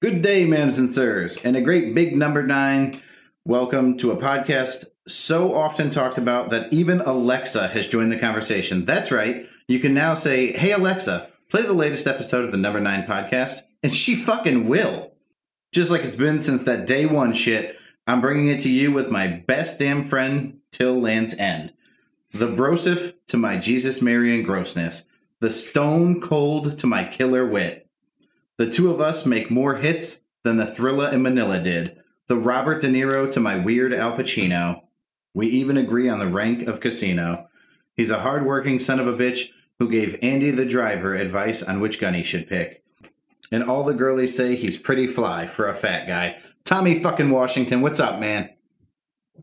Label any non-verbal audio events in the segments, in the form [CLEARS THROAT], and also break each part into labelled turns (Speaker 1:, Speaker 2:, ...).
Speaker 1: Good day, ma'ams and sirs, and a great big number nine. Welcome to a podcast so often talked about that even Alexa has joined the conversation. That's right. You can now say, Hey, Alexa, play the latest episode of the number nine podcast, and she fucking will. Just like it's been since that day one shit, I'm bringing it to you with my best damn friend till land's end. The brosif to my Jesus, Mary, and grossness. The stone cold to my killer wit. The two of us make more hits than the Thrilla in Manila did. The Robert De Niro to my weird Al Pacino. We even agree on the rank of Casino. He's a hardworking son of a bitch who gave Andy the driver advice on which gun he should pick. And all the girlies say he's pretty fly for a fat guy. Tommy fucking Washington, what's up, man?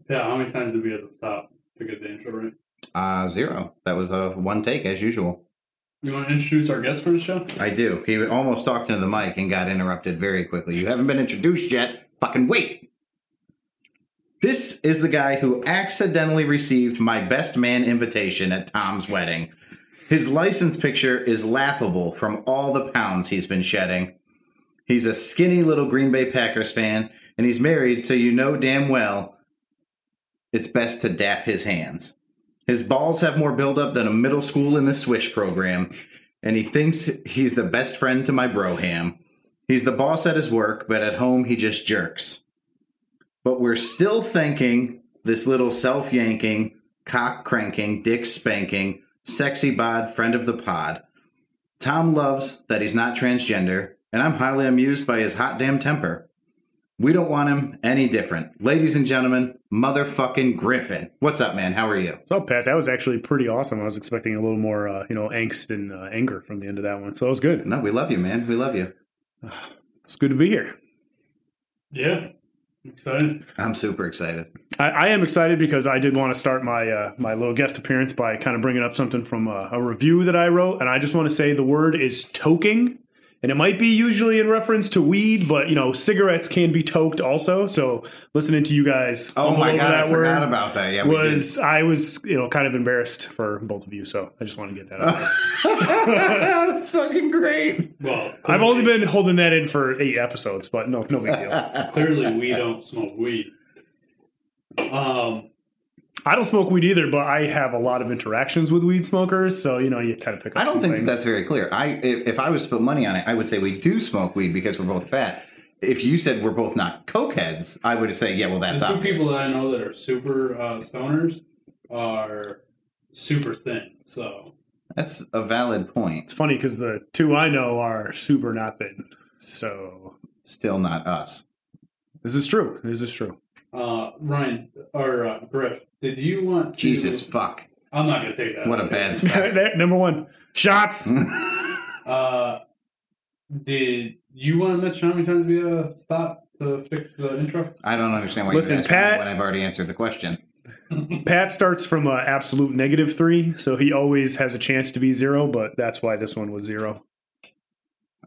Speaker 2: Yeah, how many times did we have to stop to get the intro right?
Speaker 1: Uh, zero. That was a one take as usual.
Speaker 2: You want to introduce our guest for the show?
Speaker 1: I do. He almost talked into the mic and got interrupted very quickly. You haven't been introduced yet. Fucking wait. This is the guy who accidentally received my best man invitation at Tom's wedding. His license picture is laughable from all the pounds he's been shedding. He's a skinny little Green Bay Packers fan, and he's married, so you know damn well it's best to dap his hands. His balls have more buildup than a middle school in the Swish program, and he thinks he's the best friend to my broham. He's the boss at his work, but at home he just jerks. But we're still thanking this little self yanking, cock cranking, dick spanking, sexy bod friend of the pod. Tom loves that he's not transgender, and I'm highly amused by his hot damn temper. We don't want him any different. Ladies and gentlemen, motherfucking Griffin. What's up, man? How are you?
Speaker 3: So, Pat, that was actually pretty awesome. I was expecting a little more, uh, you know, angst and uh, anger from the end of that one. So it was good.
Speaker 1: No, we love you, man. We love you.
Speaker 3: It's good to be here.
Speaker 2: Yeah. I'm excited.
Speaker 1: I'm super excited.
Speaker 3: I, I am excited because I did want to start my uh, my little guest appearance by kind of bringing up something from uh, a review that I wrote, and I just want to say the word is toking, and it might be usually in reference to weed, but you know, cigarettes can be toked also. So listening to you guys,
Speaker 1: Oh
Speaker 3: fumble
Speaker 1: my
Speaker 3: over
Speaker 1: god,
Speaker 3: that
Speaker 1: I
Speaker 3: word
Speaker 1: forgot about that. Yeah, we [LAUGHS] did.
Speaker 3: was I was you know kind of embarrassed for both of you, so I just want to get
Speaker 1: [LAUGHS]
Speaker 3: that out. there.
Speaker 1: That's fucking great.
Speaker 2: Well,
Speaker 3: I've only been holding that in for eight episodes, but no, no big deal.
Speaker 1: [LAUGHS]
Speaker 2: clearly we don't smoke weed. Um,
Speaker 3: I don't smoke weed either, but I have a lot of interactions with weed smokers, so you know you kind of pick up.
Speaker 1: I don't
Speaker 3: some
Speaker 1: think that
Speaker 3: things.
Speaker 1: that's very clear. I if, if I was to put money on it, I would say we do smoke weed because we're both fat. If you said we're both not cokeheads, I would say yeah. Well, that's
Speaker 2: the two
Speaker 1: obvious.
Speaker 2: people that I know that are super uh, stoners are super thin. So
Speaker 1: that's a valid point.
Speaker 3: it's funny because the two I know are super not thin. So
Speaker 1: Still not us.
Speaker 3: this is true. This is true.
Speaker 2: uh, Ryan or uh, Griff, did you want to,
Speaker 1: Jesus fuck!
Speaker 2: I'm not gonna take that.
Speaker 1: What a
Speaker 3: [LAUGHS]
Speaker 1: bad start.
Speaker 3: That- Number one, shots.
Speaker 1: Hmm.
Speaker 2: Uh, did you want to mention how many times we uh, stopped to fix the intro?
Speaker 1: I don't understand why you
Speaker 3: Listen,
Speaker 1: asked me
Speaker 3: Pat-
Speaker 1: when I've already answered the question.
Speaker 3: Pat starts from uh, absolute negative three, so he always has a chance to be zero, but that's why this one was zero.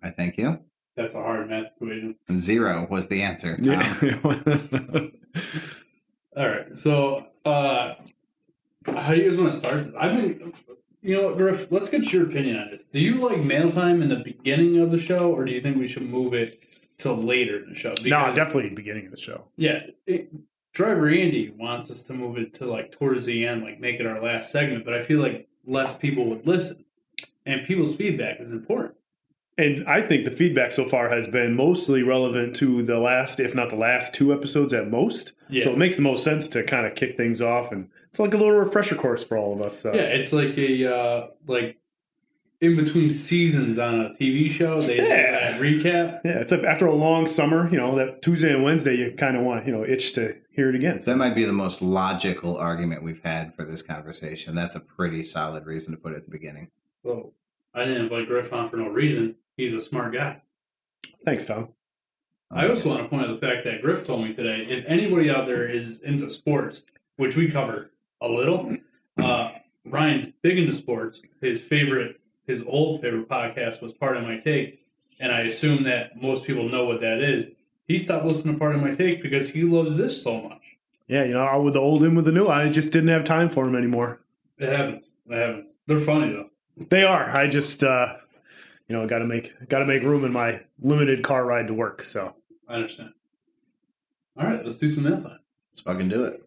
Speaker 1: I thank you.
Speaker 2: That's a hard math equation.
Speaker 1: Zero was the answer. Um, Tom.
Speaker 3: Yeah.
Speaker 2: All right. So, uh, how do you guys want to start? I've been, you know, what, Griff. Let's get your opinion on this. Do you like mail time in the beginning of the show, or do you think we should move it to later in the show?
Speaker 3: [LAUGHS] no,
Speaker 2: Because-
Speaker 3: definitely beginning of the show.
Speaker 2: Yeah. It, Driver Andy wants us to move it to like towards the end, like make it our last segment. But I feel like less people would listen, and people's feedback is important.
Speaker 3: And I think the feedback so far has been mostly relevant to the last, if not the last two episodes at most.
Speaker 2: Yeah.
Speaker 3: So it makes the most sense to kind of kick things off, and it's like a little refresher course for all of us. Uh,
Speaker 2: Yeah, it's like a uh, like in between seasons on a TV show. They
Speaker 3: Yeah.
Speaker 2: uh, recap.
Speaker 3: yeah, It's a, after a long summer, you know, that Tuesday and Wednesday, you kind of want you know itch to hear it again.
Speaker 1: That might be the most logical argument we've had for this conversation. That's a pretty solid reason to put it at the beginning.
Speaker 2: Well, I didn't invite Griff on for no reason. He's a smart guy.
Speaker 3: Thanks, Tom.
Speaker 2: I also want to point out the fact that Griff told me today if anybody out there is into sports, which we covered a little, uh, Ryan's big into sports. His favorite, his old favorite podcast was Part of My Take. And I assume that most people know what that is. He stopped listening to Part of My Take because he loves this so much.
Speaker 3: Yeah, you know, I with the old in with the new, I just didn't have time for them anymore.
Speaker 2: It happens. It happens. They're funny though.
Speaker 3: They are. I just uh, you know, got to make got to make room in my limited car ride to work. So
Speaker 2: I understand. All right, let's do some mail time.
Speaker 1: Let's fucking do it.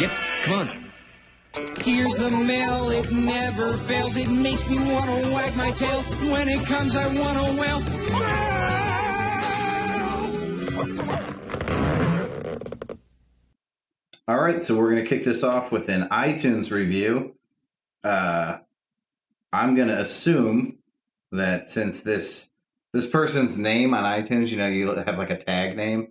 Speaker 4: Yep, come on. Here's the mail, it never fails. It makes me want to wag my tail. When it comes, I want to wail.
Speaker 1: All right, so we're going to kick this off with an iTunes review. Uh, I'm going to assume that since this this person's name on iTunes, you know, you have like a tag name,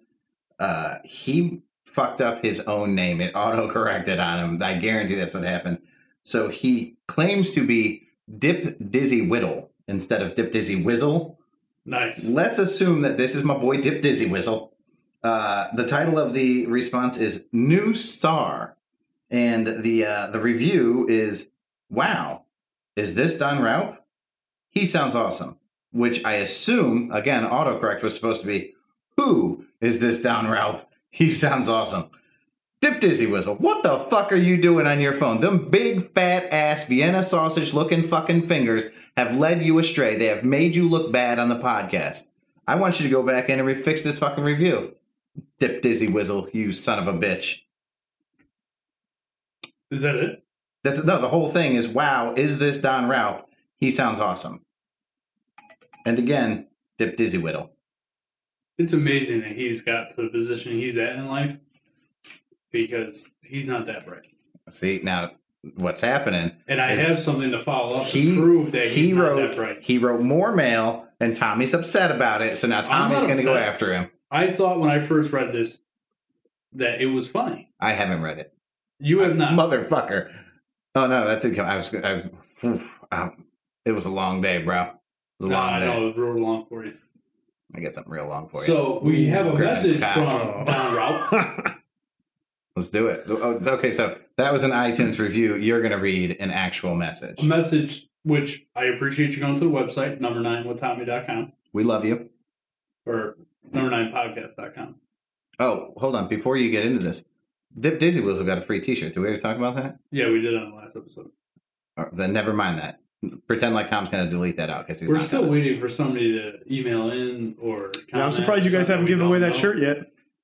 Speaker 1: uh, he fucked up his own name. It auto corrected on him. I guarantee that's what happened. So he claims to be Dip Dizzy Whittle instead of Dip Dizzy Whizzle.
Speaker 2: Nice.
Speaker 1: Let's assume that this is my boy Dip Dizzy Whistle. Uh, the title of the response is New Star, and the uh, the review is Wow, is this Don Raup? He sounds awesome. Which I assume, again, autocorrect was supposed to be Who is this Don Raup? He sounds awesome. Dip Dizzy Whistle, what the fuck are you doing on your phone? Them big fat ass Vienna sausage looking fucking fingers have led you astray. They have made you look bad on the podcast. I want you to go back in and refix this fucking review. Dip Dizzy Whistle, you son of a bitch.
Speaker 2: Is that it?
Speaker 1: That's no, the whole thing is wow, is this Don Raup? He sounds awesome. And again, Dip Dizzy Whittle.
Speaker 2: It's amazing that he's got to the position he's at in life because he's not that bright.
Speaker 1: See, now what's happening
Speaker 2: And I
Speaker 1: Is-
Speaker 2: have something to follow up
Speaker 1: he
Speaker 2: to prove that
Speaker 1: he
Speaker 2: he's not
Speaker 1: wrote
Speaker 2: that bright.
Speaker 1: he wrote more mail and Tommy's upset about it, so now Tommy's
Speaker 2: not
Speaker 1: gonna go
Speaker 2: upset.
Speaker 1: after him.
Speaker 2: I thought when I first read this that it was funny.
Speaker 1: I haven't read it.
Speaker 2: You have not.
Speaker 1: Motherfucker. Oh no, that did come. I was I was oof, um, it was a long day, bro. It was a
Speaker 2: No,
Speaker 1: long
Speaker 2: I
Speaker 1: day.
Speaker 2: know it's real long for you.
Speaker 1: I got something real long for you.
Speaker 2: So we have a
Speaker 1: Griffin's
Speaker 2: message
Speaker 1: cock.
Speaker 2: from Don Raup.
Speaker 1: Let's do it. Oh, okay, so that was an iTunes review. You're going to read an actual message.
Speaker 2: A message which I appreciate you going to the website, number nine with Tommy.com
Speaker 1: We love you.
Speaker 2: or number nine podcast.com.
Speaker 1: Oh, hold on. Before you get into this, Dip Dizzy Whistle got a free t shirt. Did we ever talk about that?
Speaker 2: Yeah, we did it on the last episode.
Speaker 1: Or, then never mind that. Pretend like Tom's going to delete that out because he's
Speaker 2: We're
Speaker 1: not
Speaker 2: still
Speaker 1: gonna.
Speaker 2: waiting for somebody to email in or.
Speaker 3: yeah, I'm
Speaker 2: comment
Speaker 3: surprised you
Speaker 2: or
Speaker 3: guys
Speaker 2: something.
Speaker 3: haven't
Speaker 2: We
Speaker 3: given
Speaker 2: don't
Speaker 3: away that
Speaker 2: know.
Speaker 3: shirt yet.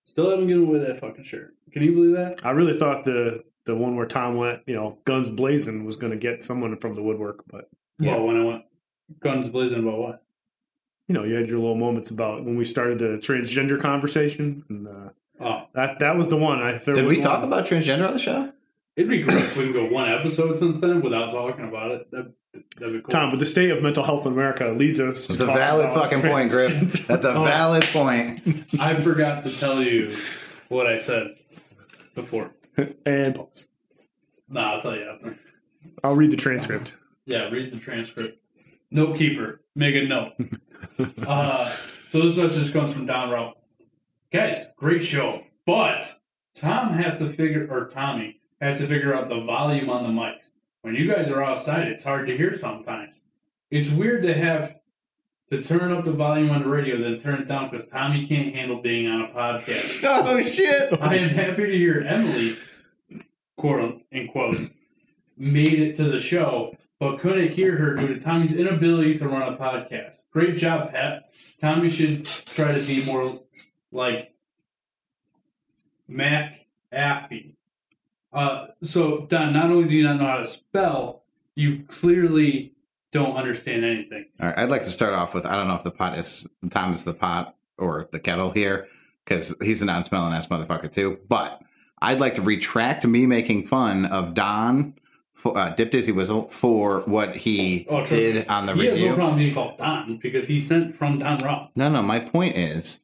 Speaker 2: Still haven't given away that fucking shirt. Can you believe that?
Speaker 3: I really thought the the one where Tom went, you know, guns blazing, was going to get someone from the woodwork, but
Speaker 1: Yeah.
Speaker 2: Well, when I went guns blazing about what?
Speaker 3: you know, you had your little moments about when we started the transgender conversation, and uh,
Speaker 2: Oh,
Speaker 3: that that was the one. I, if there
Speaker 1: Did
Speaker 3: was
Speaker 1: we talk
Speaker 3: one-
Speaker 1: about transgender on the show?
Speaker 2: it'd be great if we can go one episode since then without talking about it. That, that'd be cool.
Speaker 3: Tom? But the state of mental health in America leads us.
Speaker 1: That's a valid fucking point, Griff. That's
Speaker 3: [LAUGHS]
Speaker 1: a
Speaker 3: valid.
Speaker 1: valid point.
Speaker 2: I forgot to tell you what I said before.
Speaker 3: And pause.
Speaker 2: No, I'll tell you after.
Speaker 3: I'll read the transcript.
Speaker 2: Yeah, read the transcript. Note keeper, make a note. uh, so this message comes from Don Rowe. Guys, great show, but Tom has to figure, or Tommy has to figure out the volume on the mics. When you guys are outside, it's hard to hear sometimes. It's weird to have to turn up the volume on the radio, then turn it down because Tommy can't handle being on a podcast.
Speaker 1: [LAUGHS] Oh, shit.
Speaker 2: I am happy to hear Emily, quote in quotes, made it to the show, but couldn't hear her due to Tommy's inability to run a podcast. Great job, Pat. Tommy should try to be more like Mac Affy. Uh, so, Don, not only do you not know how to spell, you clearly don't understand anything.
Speaker 1: All right, I'd like to start off with I don't know if the pot is Tom is the pot or the kettle here because he's a non-smelling ass motherfucker too. But I'd like to retract me making fun of Don for, uh, Dip Dizzy Whistle for what he
Speaker 2: Oh, trust
Speaker 1: did on the
Speaker 2: he has no
Speaker 1: review.
Speaker 2: problem being called Don because he sent from Don Rob.
Speaker 1: No, no, my point is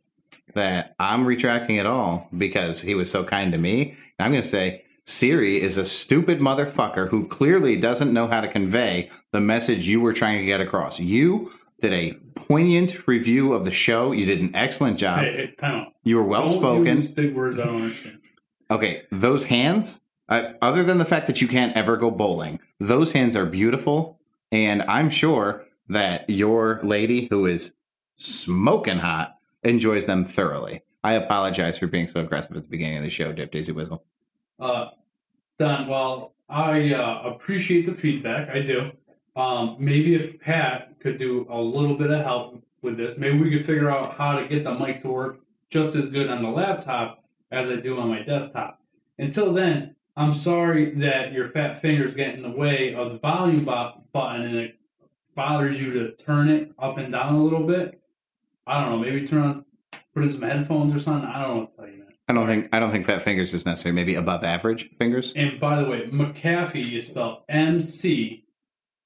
Speaker 1: that I'm retracting it all because he was so kind to me. And I'm going to say Siri is a stupid motherfucker who clearly doesn't know how to convey the message you were trying to get across. You did a poignant review of the show. You did an excellent job.
Speaker 2: Hey, hey, time out.
Speaker 1: You were Ah. well
Speaker 2: Don't
Speaker 1: spoken.
Speaker 2: use big words I don't understand.
Speaker 1: Okay, those hands, uh, other than the fact that you can't ever go bowling, those hands are beautiful. And I'm sure that your lady, who is smoking hot, enjoys them thoroughly. I apologize for being so aggressive at the beginning of the show, Dip Daisy Whistle.
Speaker 2: Uh, Don, well, I uh, appreciate the feedback. I do. Um, maybe if Pat could do a little bit of help with this, maybe we could figure out how to get the mics to work just as good on the laptop as I do on my desktop. Until then, I'm sorry that your fat fingers get in the way of the volume bu- button and it bothers you to turn it up and down a little bit. I don't know. Maybe turn on, put in some headphones or something. I don't know what to tell you, man.
Speaker 1: I don't think I don't think fat fingers is necessary. Maybe above average fingers.
Speaker 2: And by the way, McAfee is spelled M C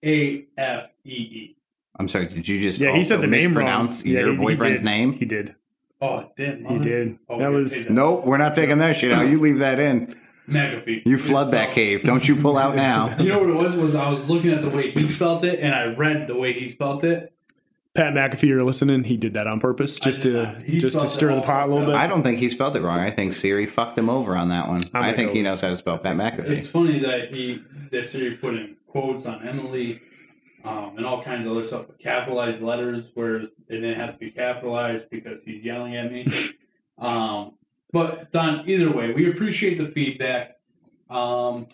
Speaker 2: A F E E.
Speaker 1: I'm sorry. Did you just
Speaker 3: Yeah, he said
Speaker 1: also
Speaker 3: the name wrong.
Speaker 1: mispronounce
Speaker 3: Yeah,
Speaker 1: your
Speaker 3: he- he
Speaker 1: boyfriend's
Speaker 3: did.
Speaker 1: name?
Speaker 3: He did.
Speaker 2: Oh, damn.
Speaker 3: He
Speaker 2: mother-
Speaker 3: did.
Speaker 2: Oh,
Speaker 3: that
Speaker 2: we
Speaker 3: was.
Speaker 2: did that.
Speaker 1: Nope, we're not taking that shit out. You leave that in.
Speaker 2: McAfee.
Speaker 1: You
Speaker 2: It's
Speaker 1: flood that
Speaker 2: spelled-
Speaker 1: cave. Don't you pull out now.
Speaker 2: You know what it was? Was I was looking at the way he spelled it, and I read the way he spelled it.
Speaker 3: Pat McAfee, you're listening. He did that on purpose, just
Speaker 2: did
Speaker 3: to
Speaker 2: not. He
Speaker 3: just to
Speaker 2: spelled it
Speaker 3: stir the
Speaker 2: all
Speaker 3: pot a little bit.
Speaker 1: I don't think he spelled it wrong. I think Siri fucked him over on that one.
Speaker 3: I'm
Speaker 1: I
Speaker 3: gonna
Speaker 1: think
Speaker 3: go
Speaker 1: he knows how to spell Pat McAfee.
Speaker 2: It's funny that he that Siri put in quotes on Emily, um, and all kinds of other stuff, with capitalized letters where it didn't have to be capitalized because he's yelling at
Speaker 3: [LAUGHS]
Speaker 2: me. um, but Don, either way, we appreciate the feedback. Um,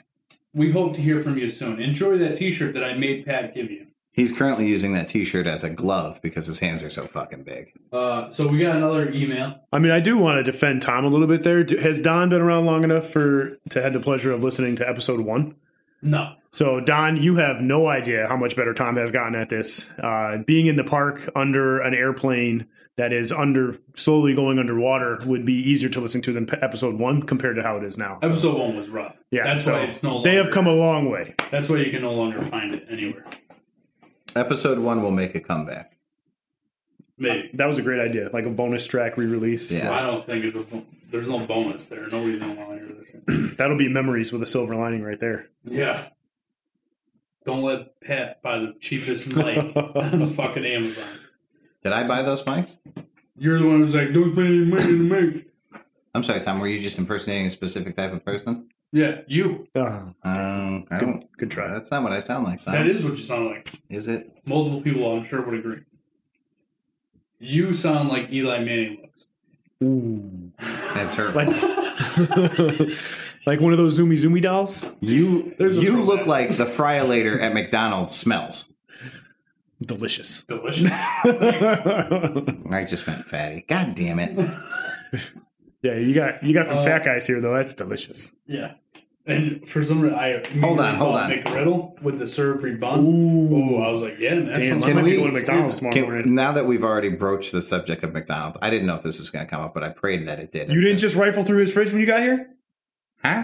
Speaker 2: we hope to hear from you soon. Enjoy that T-shirt that I made Pat give you.
Speaker 1: He's currently using that T-shirt as a glove because his hands are so fucking big.
Speaker 2: Uh, so we got another email.
Speaker 3: I mean, I do want to defend Tom a little bit there. Do- Has Don been around long enough for to had the pleasure of listening to episode one?
Speaker 2: No,
Speaker 3: So, Don, you have no idea how much better Tom has gotten at this. Uh, being in the park under an airplane that is under slowly going underwater would be easier to listen to than p- episode one compared to how it is now. So,
Speaker 2: episode one was rough.
Speaker 3: yeah,
Speaker 2: that's
Speaker 3: so
Speaker 2: why it's no longer.
Speaker 3: they have come a long way.
Speaker 2: That's why you can no longer find it anywhere.
Speaker 1: Episode one will make a comeback.
Speaker 2: Maybe.
Speaker 3: That was a great idea, like a bonus track re-release.
Speaker 1: Yeah.
Speaker 2: I don't think it's a, bo- there's no bonus there. Nobody's gonna want to hear this.
Speaker 3: That'll be memories with a silver lining right there.
Speaker 2: yeah. Don't let Pat buy the cheapest [LAUGHS] mic on the fucking Amazon.
Speaker 1: Did I buy those mics?
Speaker 2: You're the one who's like, don't spend any money to make.
Speaker 1: I'm sorry, Tom. Were you just impersonating a specific type of person?
Speaker 2: Yeah, you.
Speaker 3: Ah,
Speaker 1: Um, I
Speaker 3: good,
Speaker 1: don't.
Speaker 3: good try.
Speaker 1: That's not what I sound like. Tom.
Speaker 2: That is what you sound like.
Speaker 1: Is it?
Speaker 2: Multiple people, I'm sure, would agree. You sound like Eli Manning looks.
Speaker 3: Ooh.
Speaker 1: That's hurtful.
Speaker 3: Like, [LAUGHS] like one of those zoomy zoomy dolls.
Speaker 1: you
Speaker 2: There's a
Speaker 1: you look
Speaker 2: throwback.
Speaker 1: like the fryolator at McDonald's smells.
Speaker 3: Delicious. [LAUGHS]
Speaker 1: [LAUGHS]
Speaker 2: Delicious. [LAUGHS]
Speaker 3: yeah,
Speaker 1: I just meant fatty. God damn it.
Speaker 3: you got you got some
Speaker 2: Uh,
Speaker 3: fat guys here though. That's delicious.
Speaker 2: yeah. And for some reason, I
Speaker 1: Hold on, hold on.
Speaker 2: McGriddle with the syrupy bun.
Speaker 3: Ooh,
Speaker 2: Oh, I was like, yeah, man, that's
Speaker 3: damn!
Speaker 2: sounds
Speaker 3: I
Speaker 1: Can
Speaker 3: might
Speaker 2: like
Speaker 3: be
Speaker 1: we-
Speaker 3: going to McDonald's tomorrow
Speaker 1: Can-
Speaker 3: morning.
Speaker 1: now that we've already broached the subject of McDonald's, I didn't know if this was going to come up, but I prayed that it did.
Speaker 3: You didn't just rifle through his fridge when you got here.
Speaker 1: huh?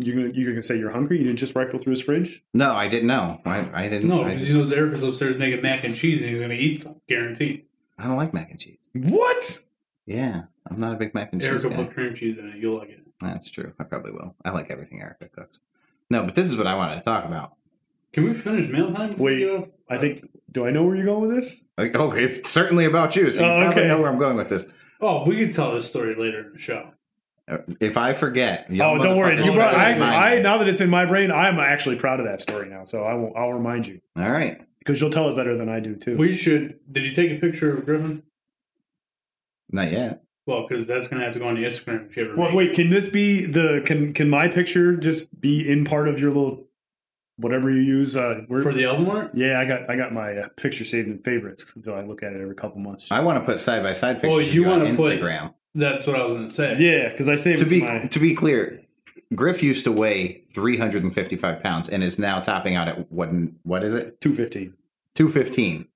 Speaker 3: You're gonna you're gonna say you're hungry. You didn't just rifle through his fridge.
Speaker 1: No, I didn't know. I, I didn't.
Speaker 2: No,
Speaker 1: I,
Speaker 2: because he knows Eric is upstairs making mac and cheese, and he's going to eat some, guaranteed.
Speaker 1: I don't like mac and cheese.
Speaker 3: What?
Speaker 1: Yeah, I'm not a big mac and cheese
Speaker 2: Eric will
Speaker 1: guy.
Speaker 2: put cream cheese in it. You'll like it.
Speaker 1: That's true. I probably will. I like everything Erica cooks. No, but this is what I wanted to talk about.
Speaker 2: Can we finish mail time? before we
Speaker 3: Wait,
Speaker 2: get off?
Speaker 3: I think. Do I know where you're going with this?
Speaker 1: Like, oh, it's certainly about you, so you
Speaker 3: Oh,
Speaker 1: probably
Speaker 3: okay.
Speaker 1: know where I'm going with this.
Speaker 2: Oh, we can tell this story later in the show.
Speaker 1: Uh, If I forget,
Speaker 3: Oh,
Speaker 1: y'all
Speaker 3: don't worry.
Speaker 1: motherfuckers
Speaker 3: You
Speaker 1: know
Speaker 3: brought.
Speaker 1: it's
Speaker 3: I,
Speaker 1: mine.
Speaker 3: I now that it's in my brain, I'm actually proud of that story now. So I will. I'll remind you
Speaker 1: All right.
Speaker 3: because you'll tell it better than I do too.
Speaker 2: We should. Did you take a picture of Griffin?
Speaker 1: Not yet.
Speaker 2: Well, because that's going to have to go on the Instagram if you ever.
Speaker 3: Well,
Speaker 2: make
Speaker 3: wait, can this be the can can my picture just be in part of your little whatever you use? Uh,
Speaker 2: it.
Speaker 3: where,
Speaker 2: for the album art.
Speaker 3: yeah, I got I got my uh, picture saved in favorites, so I look at it every couple months.
Speaker 1: I want to put side by side pictures
Speaker 2: Oh,
Speaker 1: of
Speaker 2: you
Speaker 1: you on
Speaker 2: wanna put-
Speaker 1: Instagram.
Speaker 2: That's what I was going to say.
Speaker 3: yeah, because I saved
Speaker 1: to
Speaker 3: it
Speaker 1: be
Speaker 3: to my
Speaker 1: to be clear, Griff used to weigh 355 pounds and is now topping out at what? What is it?
Speaker 3: two fifteen.
Speaker 1: 215.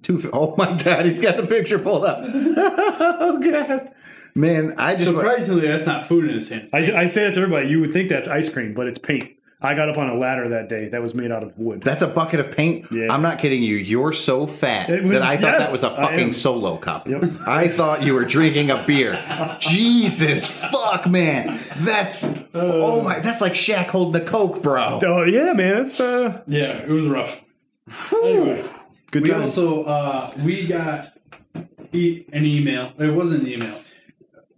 Speaker 1: Two, oh my God, he's got the picture pulled up. [LAUGHS] oh God. Man, I just.
Speaker 2: Surprisingly, that's not food in his hands.
Speaker 3: I, I say that to everybody. You would think that's ice cream, but it's paint. I got up on a ladder that day that was made out of wood.
Speaker 1: that's a bucket of paint.
Speaker 3: Yeah.
Speaker 1: I'm not kidding you. You're so fat
Speaker 3: It was-
Speaker 1: that I thought
Speaker 3: yes,
Speaker 1: that was a
Speaker 3: I am.
Speaker 1: fucking solo cup.
Speaker 3: Yep.
Speaker 1: I thought you were drinking a
Speaker 3: [LAUGHS]
Speaker 1: beer. Jesus fuck, man. That's
Speaker 3: Uh.
Speaker 1: oh my. That's like Shaq holding a coke, bro.
Speaker 3: oh yeah, man, it's uh,
Speaker 2: yeah, it was rough. Anyway.
Speaker 3: good
Speaker 2: we
Speaker 3: times.
Speaker 2: also uh, we got e- an email. It wasn't an email.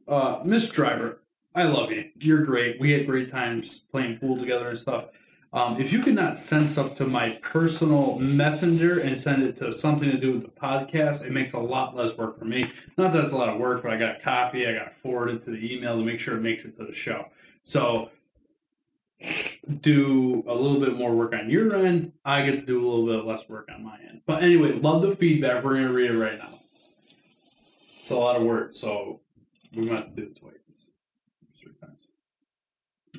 Speaker 2: Uh, Miss Driver, I love you. You're great. We had great times playing pool together and stuff. Um, if you could not send stuff to my personal messenger and send it to something to do with the podcast, it makes a lot less work for me. Not that it's a lot of work, but I got a copy, I got forwarded to the email to make sure it makes it to the show. So do a little bit more work on your end. I get to do a little bit less work on my end. But anyway, love the feedback. We're gonna read it right now. It's a lot of work, so we might have to do it twice, three times.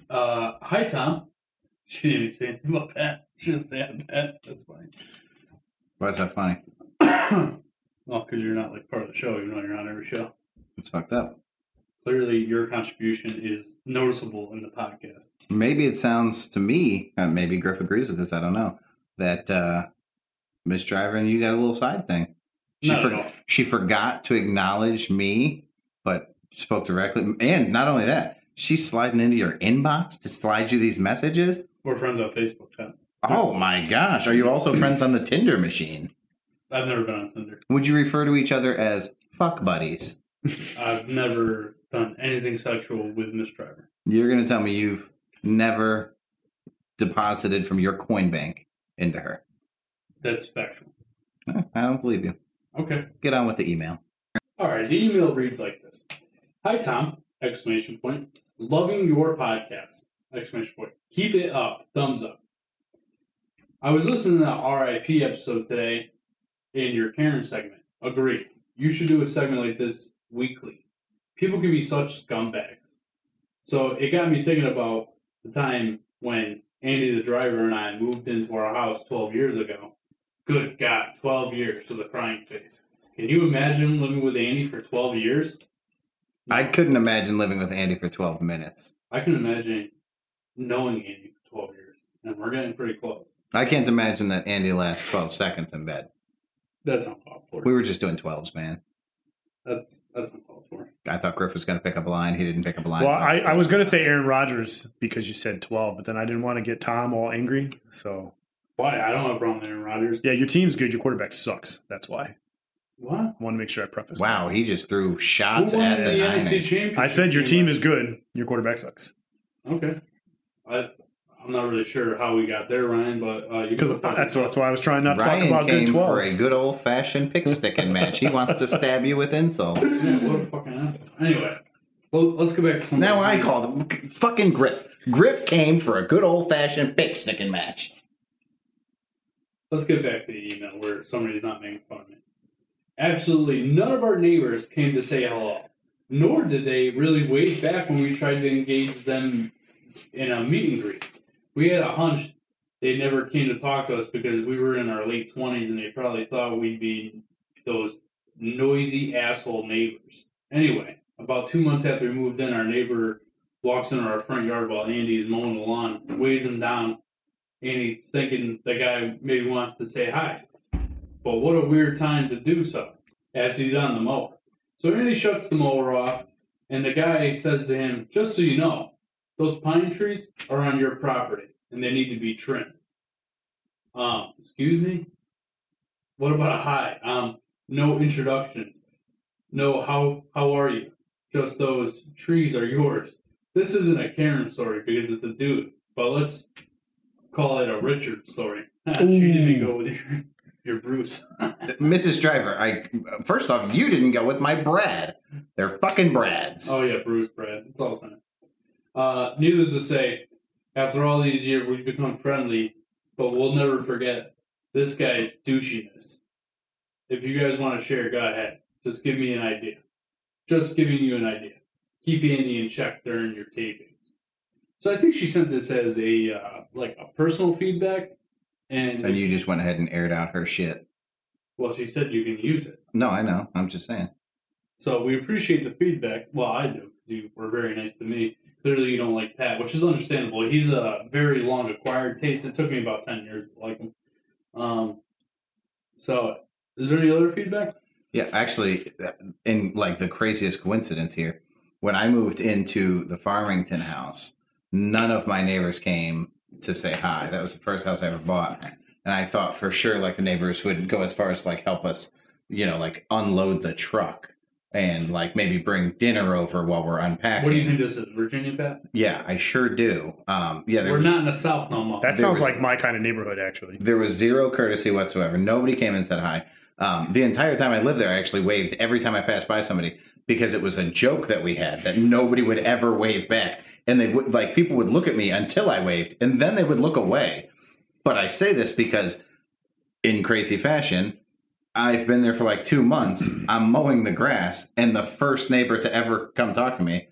Speaker 2: Uh, hi Tom. [LAUGHS] She didn't even say anything about that. She didn't say that. That's fine.
Speaker 1: Why is that funny?
Speaker 2: [COUGHS] well, because you're not like part of the show, even though you're on every show.
Speaker 1: It's fucked up.
Speaker 2: Clearly, your contribution is noticeable in the podcast.
Speaker 1: Maybe it sounds to me, uh, maybe Griff agrees with this, I don't know, that uh, Miss Driver and you got a little side thing. She,
Speaker 2: Not
Speaker 1: for-
Speaker 2: at all.
Speaker 1: she forgot to acknowledge me, but spoke directly. And not only that, she's sliding into your inbox to slide you these messages.
Speaker 2: We're friends on Facebook. Tom.
Speaker 1: Oh my gosh. Are you also friends on the Tinder machine?
Speaker 2: I've never been on Tinder.
Speaker 1: Would you refer to each other as fuck buddies?
Speaker 2: I've never done anything sexual with Miss Driver.
Speaker 1: You're going to tell me you've never deposited from your coin bank into her.
Speaker 2: That's factual.
Speaker 1: Eh, I don't believe you.
Speaker 2: Okay.
Speaker 1: Get on with the email.
Speaker 2: All right. The email reads like this: Hi Tom! Exclamation point. Loving your podcast! Exclamation point. Keep it up. Thumbs up. I was listening to the RIP episode today in your Karen segment. Agree. You should do a segment like this weekly. People can be such scumbags. So it got me thinking about the time when Andy the driver and I moved into our house 12 years ago. Good God, 12 years to the crying face. Can you imagine living with Andy for 12 years?
Speaker 1: I couldn't imagine living with Andy for 12 minutes.
Speaker 2: I can imagine knowing Andy for 12 years, and we're getting pretty close.
Speaker 1: I can't imagine that Andy lasts 12 seconds in bed.
Speaker 2: That's uncalled for.
Speaker 1: We were just doing 12s, man.
Speaker 2: That's that's uncalled for.
Speaker 1: I thought Griff was going to pick up a line. He didn't pick up a line.
Speaker 3: Well,
Speaker 1: so
Speaker 3: I, I was going to say Aaron Rodgers because you said 12, but then I didn't want to get Tom all angry. So,
Speaker 2: Why? I don't have a problem with Aaron Rodgers.
Speaker 3: yeah, your team's good. Your quarterback sucks. That's why.
Speaker 2: What?
Speaker 3: I want to make sure I preface that.
Speaker 1: Wow, he just threw shots
Speaker 2: Who won
Speaker 1: at the
Speaker 2: NFC
Speaker 1: Niners.
Speaker 2: championship
Speaker 3: I said your team
Speaker 2: last
Speaker 3: is good. Your quarterback sucks.
Speaker 2: Okay. I, I'm not really sure how we got there, Ryan, but uh, you can
Speaker 3: Because
Speaker 2: go find
Speaker 3: that's,
Speaker 2: it.
Speaker 3: that's why I was trying not to talk
Speaker 1: Ryan
Speaker 3: about
Speaker 1: came
Speaker 3: good
Speaker 1: for a
Speaker 3: 12s.
Speaker 1: good old fashioned pick sticking match. He wants to stab you with insults.
Speaker 2: [LAUGHS] Yeah, what a fucking asshole. Anyway, well, let's go back to something.
Speaker 1: Now I called him. Fucking Griff. Griff came for a good old fashioned pick sticking match.
Speaker 2: Let's get back to the email where somebody's not making fun of me. Absolutely none of our neighbors came to say hello, nor did they really wave back when we tried to engage them in a meet and greet. We had a hunch they never came to talk to us because we were in our late 20s and they probably thought we'd be those noisy asshole neighbors. Anyway, about two months after we moved in, our neighbor walks into our front yard while Andy is mowing the lawn, waves him down, and he's thinking the guy maybe wants to say hi. But what a weird time to do so as he's on the mower. So Andy shuts the mower off, and the guy says to him, Just so you know, those pine trees are on your property and they need to be trimmed. Um, excuse me? What about a hi? Um, no introductions. No, how how are you? Just those trees are yours. This isn't a Karen story because it's a dude, but let's call it a Richard story. [LAUGHS] she didn't go with your, your Bruce.
Speaker 1: Mrs. Driver, I first off, you didn't go with my Brad. They're fucking Brads.
Speaker 2: Oh yeah, Bruce Brad. It's all the same. Uh, needless to say, after all these years, we've become friendly, but we'll never forget this guy's douchiness. If you guys want to share, go ahead. Just give me an idea. Just giving you an idea. Keep Andy in check during your tapings. So I think she sent this as a uh, like a personal feedback, and,
Speaker 1: And you just went ahead and aired out her shit.
Speaker 2: well, she said you can use it.
Speaker 1: No, I know. I'm just saying.
Speaker 2: So we appreciate the feedback. Well, I do. You were very nice to me. Clearly, you don't like Pat, which is understandable. He's a very long acquired taste. It took me about ten years to like him. Um, so is there any other feedback?
Speaker 1: Yeah, actually, in like the craziest coincidence here, when I moved into the Farmington house, none of my neighbors came to say hi. That was the first house I ever bought, and I thought for sure like the neighbors would go as far as like help us, you know, like unload the truck and like maybe bring dinner over while we're unpacking.
Speaker 2: What do you think this is, Virginia Pat?
Speaker 1: Yeah, I sure do. Um, yeah, there
Speaker 2: We're
Speaker 1: was,
Speaker 2: not in the South no more.
Speaker 3: That
Speaker 1: There
Speaker 3: sounds
Speaker 1: was-
Speaker 3: like my kind of neighborhood, actually.
Speaker 1: there was zero courtesy whatsoever. Nobody came and said hi. Um, the entire time I lived there, I actually waved every time I passed by somebody because it was a joke that we had that nobody would ever wave back, and they would like people would look at me until I waved, and then they would look away. But I say this because, in crazy fashion, I've been there for like two months. I'm mowing the grass, and the first neighbor to ever come talk to me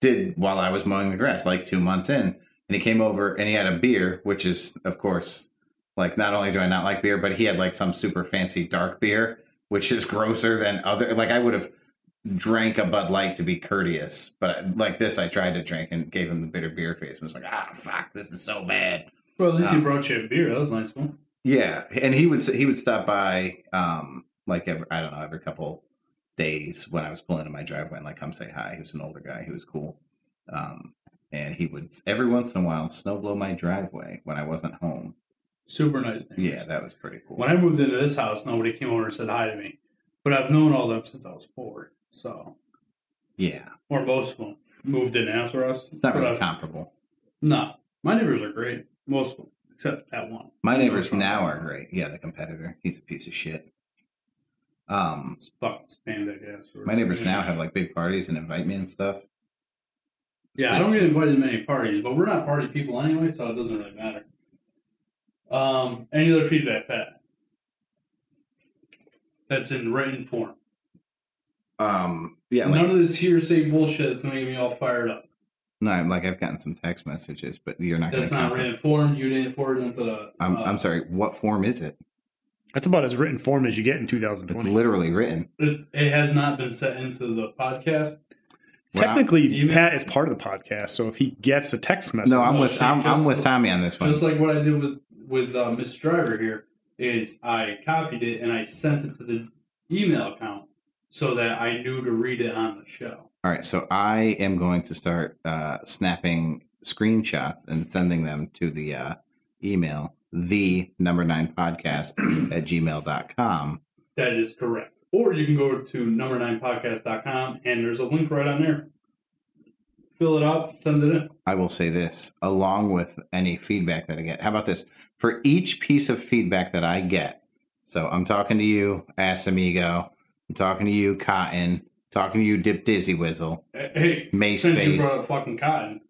Speaker 1: did while I was mowing the grass, like two months in. And he came over and he had a beer, which is, of course, like not only do I not like beer, but he had like some super fancy dark beer, which is [LAUGHS] grosser than other. Like I would have drank a Bud Light to be courteous, but like this, I tried to drink and gave him the bitter beer face and was like, ah, fuck, this is so bad.
Speaker 2: Well, at least he
Speaker 1: Um,
Speaker 2: brought you a beer. That was a nice one.
Speaker 1: Yeah, and he would he would stop by um like every, I don't know every couple days when I was pulling in my driveway and like come say hi. He was an older guy. He was cool. Um, and he would every once in a while snow blow my driveway when I wasn't home.
Speaker 2: Super nice. neighbors.
Speaker 1: Yeah, that was pretty cool.
Speaker 2: When I moved into this house, nobody came over and said hi to me, but I've known all them since I was four. So,
Speaker 1: yeah,
Speaker 2: or most of them moved in after us.
Speaker 1: not
Speaker 2: but
Speaker 1: really
Speaker 2: I've-
Speaker 1: comparable.
Speaker 2: No, my neighbors are great. Most of them, except that one.
Speaker 1: My neighbors now are great. Yeah, the competitor. He's a piece of shit. Um,
Speaker 2: It's fucking spam that gas.
Speaker 1: my neighbors now have like big parties and invite me and stuff.
Speaker 2: Yeah, I don't get invited to many parties, but we're not party people anyway, so it doesn't really matter. Um, any other feedback, Pat? That's in written form.
Speaker 1: Um, yeah, like
Speaker 2: None of this hearsay bullshit is going to get me all fired up.
Speaker 1: no, I'm- like I've gotten some text messages, but you're not going to
Speaker 2: That's not
Speaker 1: count. this.
Speaker 2: written form. You didn't forward them to the.
Speaker 1: I'm,
Speaker 2: uh,
Speaker 1: I'm sorry. What form is it?
Speaker 3: That's about as written form as you get in
Speaker 1: It's
Speaker 3: 2020.
Speaker 1: literally written.
Speaker 2: It, it has not been set into the podcast.
Speaker 1: We're not-
Speaker 3: Technically,
Speaker 2: You-
Speaker 3: Pat is part of the podcast, so if he gets a text message,
Speaker 1: no, I'm with
Speaker 2: Just-
Speaker 1: I'm, I'm with
Speaker 2: just-
Speaker 1: Tommy on this one.
Speaker 2: Just like what I did with with uh, Miss Driver here is I copied it and I sent it to the email account so that I knew to read it on the show.
Speaker 1: All right, so I am going to start uh, snapping screenshots and sending them to the uh, email the number nine podcast at gmail.com.
Speaker 2: That is correct. Or you can go to number nine podcast.com and there's a link right on there. Fill it out, send it in.
Speaker 1: I will say this along with any feedback that I get. How about this? For each piece of feedback that I get, so I'm talking to you, Ass Amigo, I'm talking to you, Cotton, talking to you, Dip Dizzy Whizzle,
Speaker 2: Hey, Hey, since you
Speaker 1: Mayspace.
Speaker 2: brought up fucking cotton,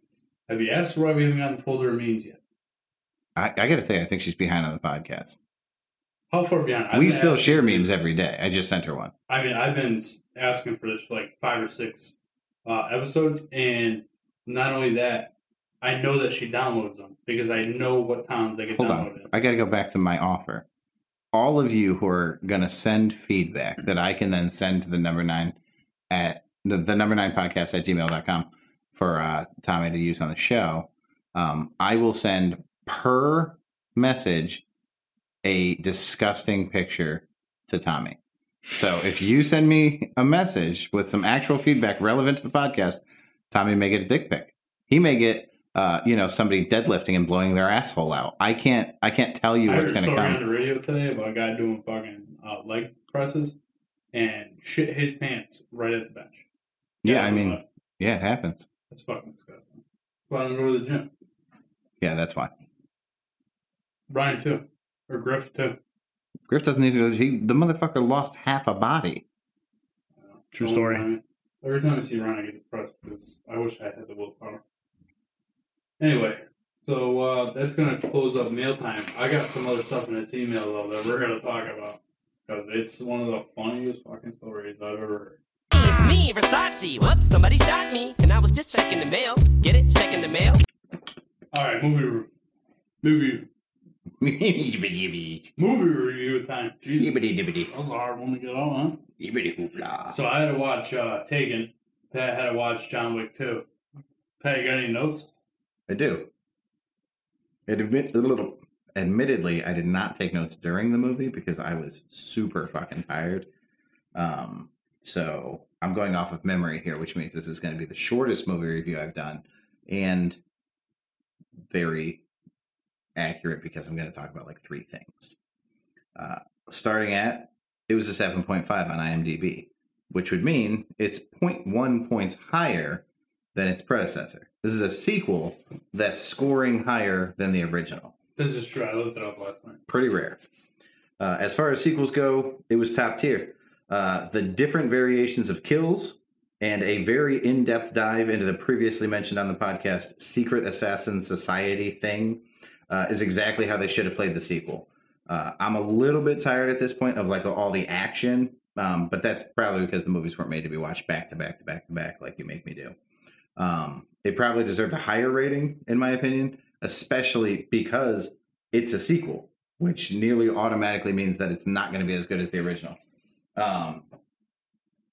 Speaker 2: have you asked why we haven't gotten the folder of memes yet?
Speaker 1: I, I got to tell you, I think she's behind on the podcast.
Speaker 2: How far beyond? I've
Speaker 1: we
Speaker 2: been
Speaker 1: still
Speaker 2: asking-
Speaker 1: share memes every day. I just sent her one.
Speaker 2: I mean, I've been s- asking for this for like five or six uh, episodes, and not only that, I know that she downloads them because I know what towns they get
Speaker 1: Hold
Speaker 2: downloaded.
Speaker 1: on. I got to go back to my offer. All of you who are going to send feedback that I can then send to the number nine at the, the number nine podcast at gmail.com for uh, Tommy to use on the show, um, I will send per message a disgusting picture to Tommy. So if you send me a message with some actual feedback relevant to the podcast, Tommy may get a dick pic. He may get uh, you know somebody deadlifting and blowing their asshole out. I can't I can't tell you
Speaker 2: I heard
Speaker 1: what's
Speaker 2: a
Speaker 1: going
Speaker 2: story
Speaker 1: to
Speaker 2: on
Speaker 1: come.
Speaker 2: the radio today about a guy doing fucking uh, leg presses and shit his pants right at the bench.
Speaker 1: Yeah, I mean, yeah, it happens.
Speaker 2: that's fucking disgusting. Why don't I go to the gym?
Speaker 1: Yeah, that's why.
Speaker 2: Brian too, or Griff too.
Speaker 1: Griff doesn't need to go. He, the motherfucker lost half a body. [LAUGHS]
Speaker 3: True
Speaker 2: Don't
Speaker 3: story.
Speaker 2: Ryan. Every time I see Ryan, I get depressed because I wish I had the willpower. Anyway, so uh, that's going to close up mail time. I got some other stuff in this email, though, that we're going to talk about because it's one of the funniest fucking stories I've ever heard.
Speaker 5: It's me, Versace. Whoops, somebody shot me. And I was just checking the mail. Get it? Checking the mail.
Speaker 2: All right, movie review. Movie,
Speaker 1: Yibbity
Speaker 2: movie review time. Jesus,
Speaker 1: dibbity,
Speaker 2: that was a hard one to get on, huh?
Speaker 1: yibbity hoopla.
Speaker 2: So I had to watch uh, Taken. Pat had to watch John Wick 2. Pat, you got any notes?
Speaker 1: I do. It admit a little. Admittedly, I did not take notes during the movie because I was super fucking tired. Um, so I'm going off of memory here, which means this is going to be the shortest movie review I've done, and very accurate because I'm going to talk about like three things. Uh, starting at, it was a 7.5 on IMDb, which would mean it's 0.1 points higher than its predecessor. This is a sequel that's scoring higher than the original.
Speaker 2: This is true. I looked it up last night.
Speaker 1: Pretty rare. Uh, as far as sequels go, it was top tier. Uh, the different variations of kills and a very in depth dive into the previously mentioned on the podcast Secret Assassin Society thing uh, is exactly how they should have played the sequel. Uh, I'm a little bit tired at this point of like all the action, um, but that's probably because the movies weren't made to be watched back to back to back to back like you make me do. Um, it probably deserved a higher rating, in my opinion, especially because it's a sequel, which nearly automatically means that it's not going to be as good as the original. Um,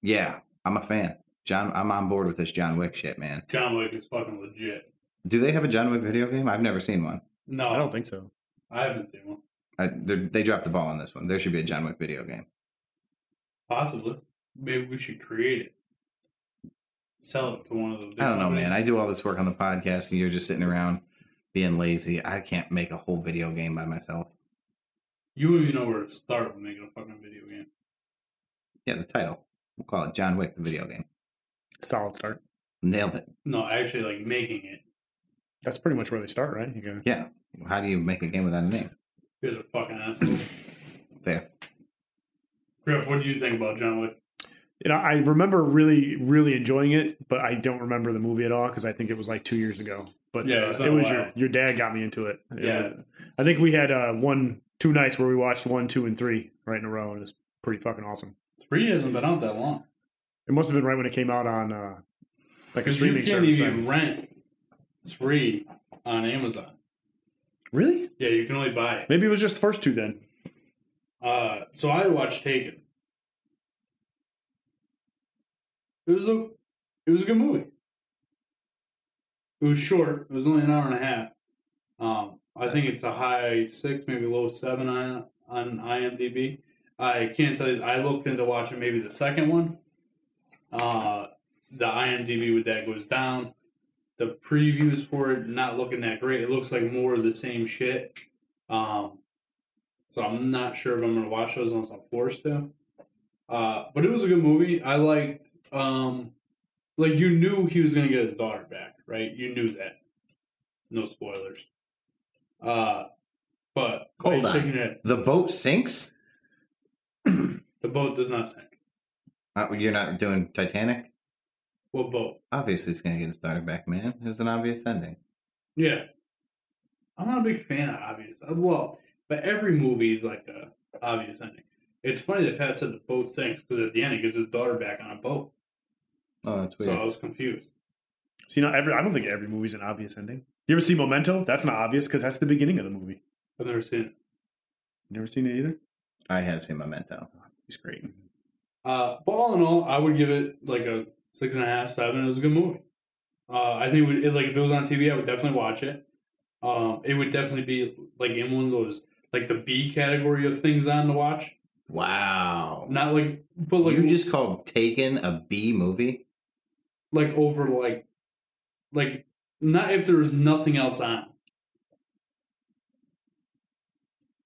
Speaker 1: yeah, I'm a fan. John, I'm on board with this John Wick shit, man.
Speaker 2: John Wick is fucking legit.
Speaker 1: Do they have a John Wick video game? I've never seen one.
Speaker 2: No,
Speaker 3: I don't think so.
Speaker 2: I haven't seen one.
Speaker 1: I, they're- they dropped the ball on this one. There should be a John Wick video game.
Speaker 2: Possibly. Maybe we should create it. Sell it to one of those.
Speaker 1: I don't know, man. I do all this work on the podcast, and you're just sitting around being lazy. I can't make a whole video game by myself.
Speaker 2: You wouldn't even know where to start with making a fucking video game.
Speaker 1: Yeah, the title. We'll call it John Wick the video game.
Speaker 3: Solid start.
Speaker 1: Nailed it.
Speaker 2: No, actually, like making it.
Speaker 3: That's pretty much where they start, right? You go,
Speaker 1: Yeah. How do you make a game without a name?
Speaker 2: Here's a fucking asshole.
Speaker 1: Fair.
Speaker 2: Griff, what do you think about John Wick?
Speaker 3: you know, I remember really, really enjoying it, but I don't remember the movie at all because I think it was like two years ago. But
Speaker 2: Yeah,
Speaker 3: uh,
Speaker 2: it's been
Speaker 3: it
Speaker 2: a
Speaker 3: was
Speaker 2: while.
Speaker 3: your your dad got me into it. It
Speaker 2: Yeah.
Speaker 3: was- I think we had uh, one two nights where we watched one, two, and three right in a row, and it was pretty fucking awesome.
Speaker 2: Three hasn't been out that long.
Speaker 3: It must have been right when it came out on uh, like a
Speaker 2: Because you
Speaker 3: streaming
Speaker 2: can't
Speaker 3: service.
Speaker 2: even
Speaker 3: then.
Speaker 2: rent three on Amazon.
Speaker 3: Really?
Speaker 2: Yeah, you can only buy it.
Speaker 3: Maybe it was just the first two then.
Speaker 2: Uh, so I watched Taken. It was a, it was a good movie. It was short. It was only an hour and a half. Um, I think it's a high six, maybe low seven on on IMDb. I can't tell you. I looked into watching maybe the second one. Uh, the IMDb with that goes down. The previews for it not looking that great. It looks like more of the same shit. Um, so I'm not sure if I'm gonna watch those unless I'm forced to. Uh, but it was a good movie. I liked, um, like you knew he was gonna get his daughter back, right? You knew that. No spoilers. Uh, but
Speaker 1: Hold
Speaker 2: by
Speaker 1: on.
Speaker 2: taking it,
Speaker 1: The boat sinks?
Speaker 2: the boat does not sink.
Speaker 1: Uh, you're not doing Titanic?
Speaker 2: What boat?
Speaker 1: Obviously, it's going to get his daughter back, man. It was an obvious ending.
Speaker 2: Yeah, I'm not a big fan of obvious. uh, Well, but every movie is like a obvious ending. It's funny that Pat said the boat sinks because at the end he gets his daughter back on a boat.
Speaker 1: Oh, that's
Speaker 2: So
Speaker 1: weird.
Speaker 2: I was confused.
Speaker 3: So you know, every I don't think every movie's an obvious ending. You ever see Memento? That's not obvious because that's the beginning of the movie.
Speaker 2: I've never seen it.
Speaker 3: You never seen it either.
Speaker 1: I have seen Memento.
Speaker 3: It's great.
Speaker 2: Uh, but all in all, I would give it like a six and a half, seven. It was a good movie. Uh, I think it, would- it, like if it was on TV, I would definitely watch it. Um, it would definitely be like in one of those like the B category of things on to watch.
Speaker 1: Wow.
Speaker 2: Not like, but like
Speaker 1: you just called Taken a B movie?
Speaker 2: like over like like not if there was nothing else on.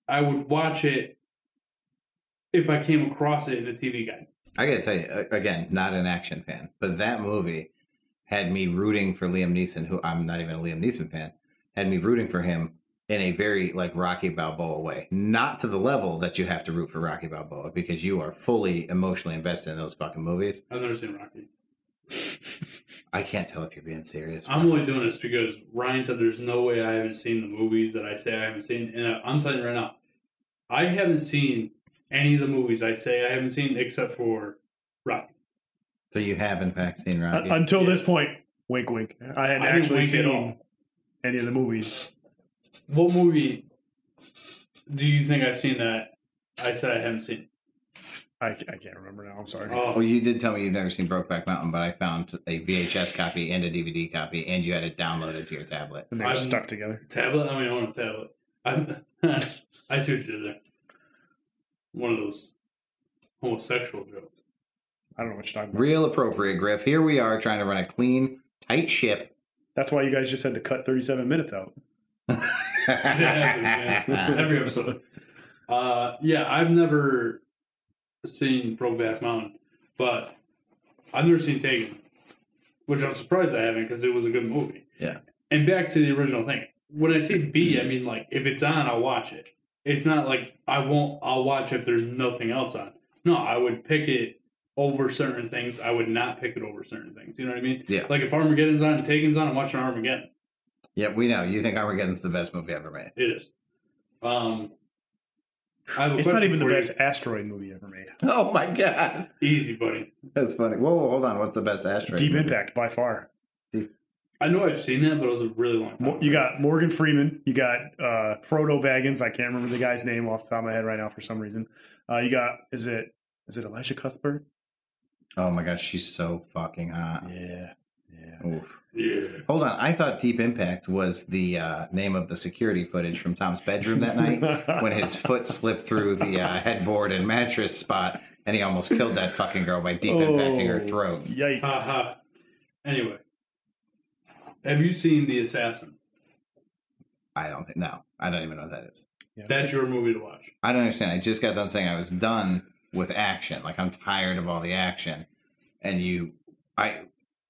Speaker 2: I would watch it if I came across it in a TV guide.
Speaker 1: I gotta tell you, a- again, not an action fan, but that movie had me rooting for Liam Neeson, who I'm not even a Liam Neeson fan, had me rooting for him in a very like Rocky Balboa way. Not to the level that you have to root for Rocky Balboa because you are fully emotionally invested in those fucking movies.
Speaker 2: I've never seen Rocky.
Speaker 1: I can't tell if you're being serious.
Speaker 2: I'm only doing this because Ryan said there's no way I haven't seen the movies that I say I haven't seen, and I- I'm telling you right now, I haven't seen any of the movies I say I haven't seen except for Rocky.
Speaker 1: so you have in fact seen
Speaker 3: Uh,
Speaker 1: Rocky.
Speaker 3: until
Speaker 2: Yes.
Speaker 3: this point, wink, wink. I hadn't
Speaker 2: I didn't
Speaker 3: actually
Speaker 2: wink at
Speaker 3: seen
Speaker 2: all.
Speaker 3: any of the movies.
Speaker 2: What movie do you think I've seen that I said I haven't seen?
Speaker 3: I, I can't remember now. I'm sorry.
Speaker 1: Oh,
Speaker 2: Oh,
Speaker 1: you did tell me you've never seen Brokeback Mountain, but I found a VHS copy and a DVD copy, and you had it downloaded to your tablet.
Speaker 3: and they're
Speaker 2: I'm-
Speaker 3: stuck together.
Speaker 2: tablet. I mean, I want a tablet. I'm, [LAUGHS] I see what you did there. One of those homosexual jokes.
Speaker 3: I don't know what you're talking about.
Speaker 1: Real appropriate, Griff. Here we are trying to run a clean, tight
Speaker 3: [LAUGHS]
Speaker 1: ship.
Speaker 3: That's why you guys just had to cut 37 minutes out.
Speaker 2: It happens, man. Every episode. Uh, yeah, I've never seen Brokeback Mountain, but I've never seen Taken, which I'm surprised I haven't because it was a good movie.
Speaker 1: Yeah.
Speaker 2: And back to the original thing. When I say B, I mean like if it's on, I'll watch it. It's not like I won't. I'll watch if there's nothing else on. No, I would pick it over certain things. I would not pick it over certain things. You know what I mean?
Speaker 1: Yeah.
Speaker 2: Like if Armageddon's on and Taken's on, I'm watching Armageddon.
Speaker 1: Yeah, we know. You think Armageddon's the best movie ever made? [LAUGHS]
Speaker 2: It is. Um, I have a
Speaker 3: It's
Speaker 2: question
Speaker 3: not even the
Speaker 2: for you.
Speaker 3: best asteroid movie ever made.
Speaker 1: Oh my god,
Speaker 2: Easy, buddy.
Speaker 1: that's funny. Whoa, hold on. What's the best asteroid?
Speaker 3: Deep
Speaker 1: movie?
Speaker 3: Impact by far.
Speaker 2: I know I've seen that, but it was a really long time.
Speaker 3: Mo- You got Morgan Freeman. You got uh, Frodo Baggins. I can't remember the guy's name off the top of my head right now for some reason. Uh, you got is it is it Elijah Cuthbert?
Speaker 1: Oh my gosh, she's so fucking hot.
Speaker 3: Yeah, yeah.
Speaker 1: Oof.
Speaker 2: Yeah.
Speaker 1: Hold on. I thought Deep Impact was the uh, name of the security footage from Tom's bedroom
Speaker 3: [LAUGHS]
Speaker 1: that night when his foot slipped through the uh, headboard and mattress spot, and he almost killed that fucking girl by deep impacting
Speaker 3: Oh.
Speaker 1: her throat.
Speaker 3: Yikes!
Speaker 2: Ha ha. Anyway, have you seen The Assassin?
Speaker 1: I don't think. No, I don't even know what that is.
Speaker 2: That's your movie to watch.
Speaker 1: I don't understand. I just got done saying I was done with action. Like I'm tired of all the action, and you, I,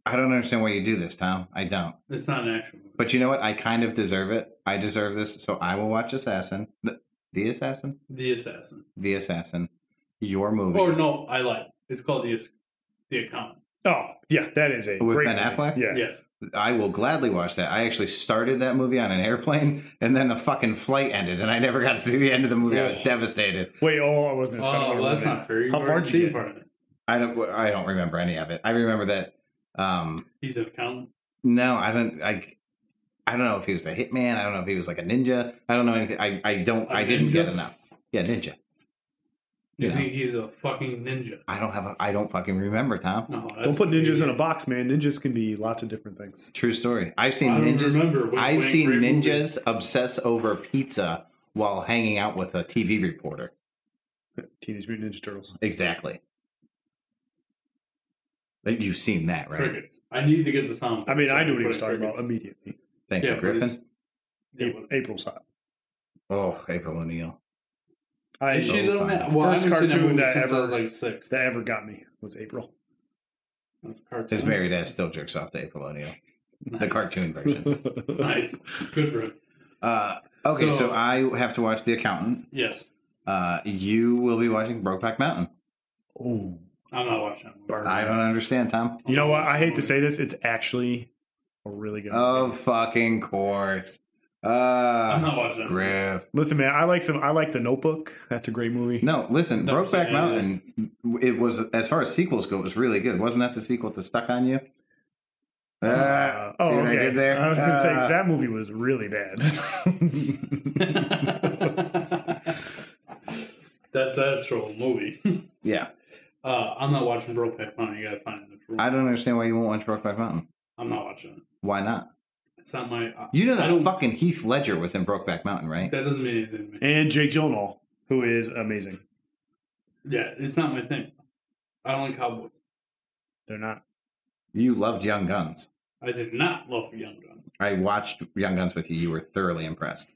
Speaker 1: I don't understand why you do this, Tom. I don't.
Speaker 2: It's not an action movie.
Speaker 1: But you know what? I kind of deserve it. I deserve this, so I will watch Assassin, the, the Assassin,
Speaker 2: The Assassin.
Speaker 1: the Assassin, your movie.
Speaker 2: Or no, I lied. It's called The Ass- The Account.
Speaker 3: Oh yeah, that is a
Speaker 1: With
Speaker 3: great
Speaker 1: Ben
Speaker 3: movie.
Speaker 1: Affleck?
Speaker 3: Yeah,
Speaker 2: Yes.
Speaker 1: I will gladly watch that. I actually started that movie on an airplane, and then the fucking flight ended, and I never got to see the end of the movie. I was
Speaker 3: Oh.
Speaker 1: devastated.
Speaker 3: Wait, oh, I wasn't. gonna say
Speaker 2: Oh,
Speaker 3: what I
Speaker 2: well, that's
Speaker 3: wanted.
Speaker 2: not fair. You've
Speaker 3: How far
Speaker 2: already
Speaker 3: did you
Speaker 2: seen
Speaker 3: get?
Speaker 2: part of it.
Speaker 1: I don't. I don't remember any of it. I remember that. Um,
Speaker 2: He's an accountant.
Speaker 1: No, I don't. I, I don't know if he was a hitman. I don't know if he was like a ninja. I don't know anything. I, I don't.
Speaker 2: A
Speaker 1: I I didn't
Speaker 2: ninja?
Speaker 1: get enough. Yeah, ninja.
Speaker 2: You
Speaker 1: Yeah.
Speaker 2: think he's a fucking ninja?
Speaker 1: I don't have. A, I don't fucking remember, Tom.
Speaker 2: No, that's
Speaker 3: Don't put ninjas in a
Speaker 2: weird.
Speaker 3: box, man. Ninjas can be lots of different things.
Speaker 1: True story. I've seen
Speaker 2: I don't remember.
Speaker 1: ninjas.
Speaker 2: Wink,
Speaker 1: I've
Speaker 2: wink,
Speaker 1: seen
Speaker 2: great movie.
Speaker 1: ninjas obsess over pizza while hanging out with a TV reporter.
Speaker 3: Teenage Mutant Ninja Turtles.
Speaker 1: Exactly. Like, You've seen that, right?
Speaker 2: Crickets. I need to get the sound.
Speaker 3: I mean,
Speaker 2: so
Speaker 3: I knew
Speaker 2: can
Speaker 3: what he was
Speaker 2: put
Speaker 3: talking
Speaker 2: in
Speaker 3: about
Speaker 2: crickets.
Speaker 3: immediately.
Speaker 1: Thank
Speaker 2: Yeah,
Speaker 1: you,
Speaker 2: but
Speaker 1: Griffin.
Speaker 2: it's- Yeah,
Speaker 3: April, April's hot.
Speaker 1: Oh, April O'Neil.
Speaker 3: I,
Speaker 2: Is she
Speaker 1: So
Speaker 2: a little
Speaker 1: fine.
Speaker 2: man? Well, I
Speaker 3: First
Speaker 2: haven't seen that
Speaker 3: cartoon
Speaker 2: movie
Speaker 3: that
Speaker 2: since I
Speaker 3: ever-
Speaker 2: was like six.
Speaker 3: that ever got me
Speaker 2: [LAUGHS]
Speaker 3: was April.
Speaker 2: That's cartoon.
Speaker 1: His married ass still jerks off to April O'Neil, the
Speaker 2: Nice.
Speaker 1: cartoon version.
Speaker 2: [LAUGHS] Nice. Good for him.
Speaker 1: Uh, okay,
Speaker 2: So-
Speaker 1: so I have to watch The Accountant.
Speaker 2: Yes.
Speaker 1: Uh, you will be watching Brokeback Mountain.
Speaker 3: oh,
Speaker 2: I'm not watching that movie.
Speaker 1: I don't understand,
Speaker 2: [LAUGHS]
Speaker 1: Tom.
Speaker 3: you know what? I hate to say this. It's actually a really good.
Speaker 1: Of Oh, fucking course.
Speaker 2: I'm
Speaker 1: Uh,
Speaker 2: not watching that. movie.
Speaker 1: Griff.
Speaker 3: Listen, man, I like some. I like The Notebook. That's a great movie.
Speaker 1: No, listen,
Speaker 2: Never seen
Speaker 1: Brokeback
Speaker 2: any
Speaker 1: Mountain, it was, as far as sequels go, it was really good. Wasn't that the sequel to Stuck on You? Uh,
Speaker 3: Uh,
Speaker 1: see
Speaker 3: oh,
Speaker 1: what
Speaker 3: okay.
Speaker 1: I did there?
Speaker 3: was gonna say
Speaker 1: Uh,
Speaker 3: 'cause that movie was really bad. [LAUGHS]
Speaker 2: [LAUGHS] That's that actual movie. [LAUGHS]
Speaker 1: Yeah.
Speaker 2: Uh, I'm not watching Brokeback Mountain. You gotta find it. It's-
Speaker 1: I don't understand why you won't watch Brokeback Mountain.
Speaker 2: I'm not watching it.
Speaker 1: Why not?
Speaker 2: It's not my. I-
Speaker 1: You know
Speaker 2: I
Speaker 1: that
Speaker 2: don't-
Speaker 1: fucking Heath Ledger was in Brokeback Mountain, right?
Speaker 2: That doesn't mean anything to me.
Speaker 3: and Jake Gyllenhaal, who is amazing.
Speaker 2: Yeah, it's not my thing. I don't like cowboys.
Speaker 3: They're not.
Speaker 1: You loved Young Guns.
Speaker 2: I did not love Young Guns.
Speaker 1: I watched Young Guns with you. You were thoroughly impressed.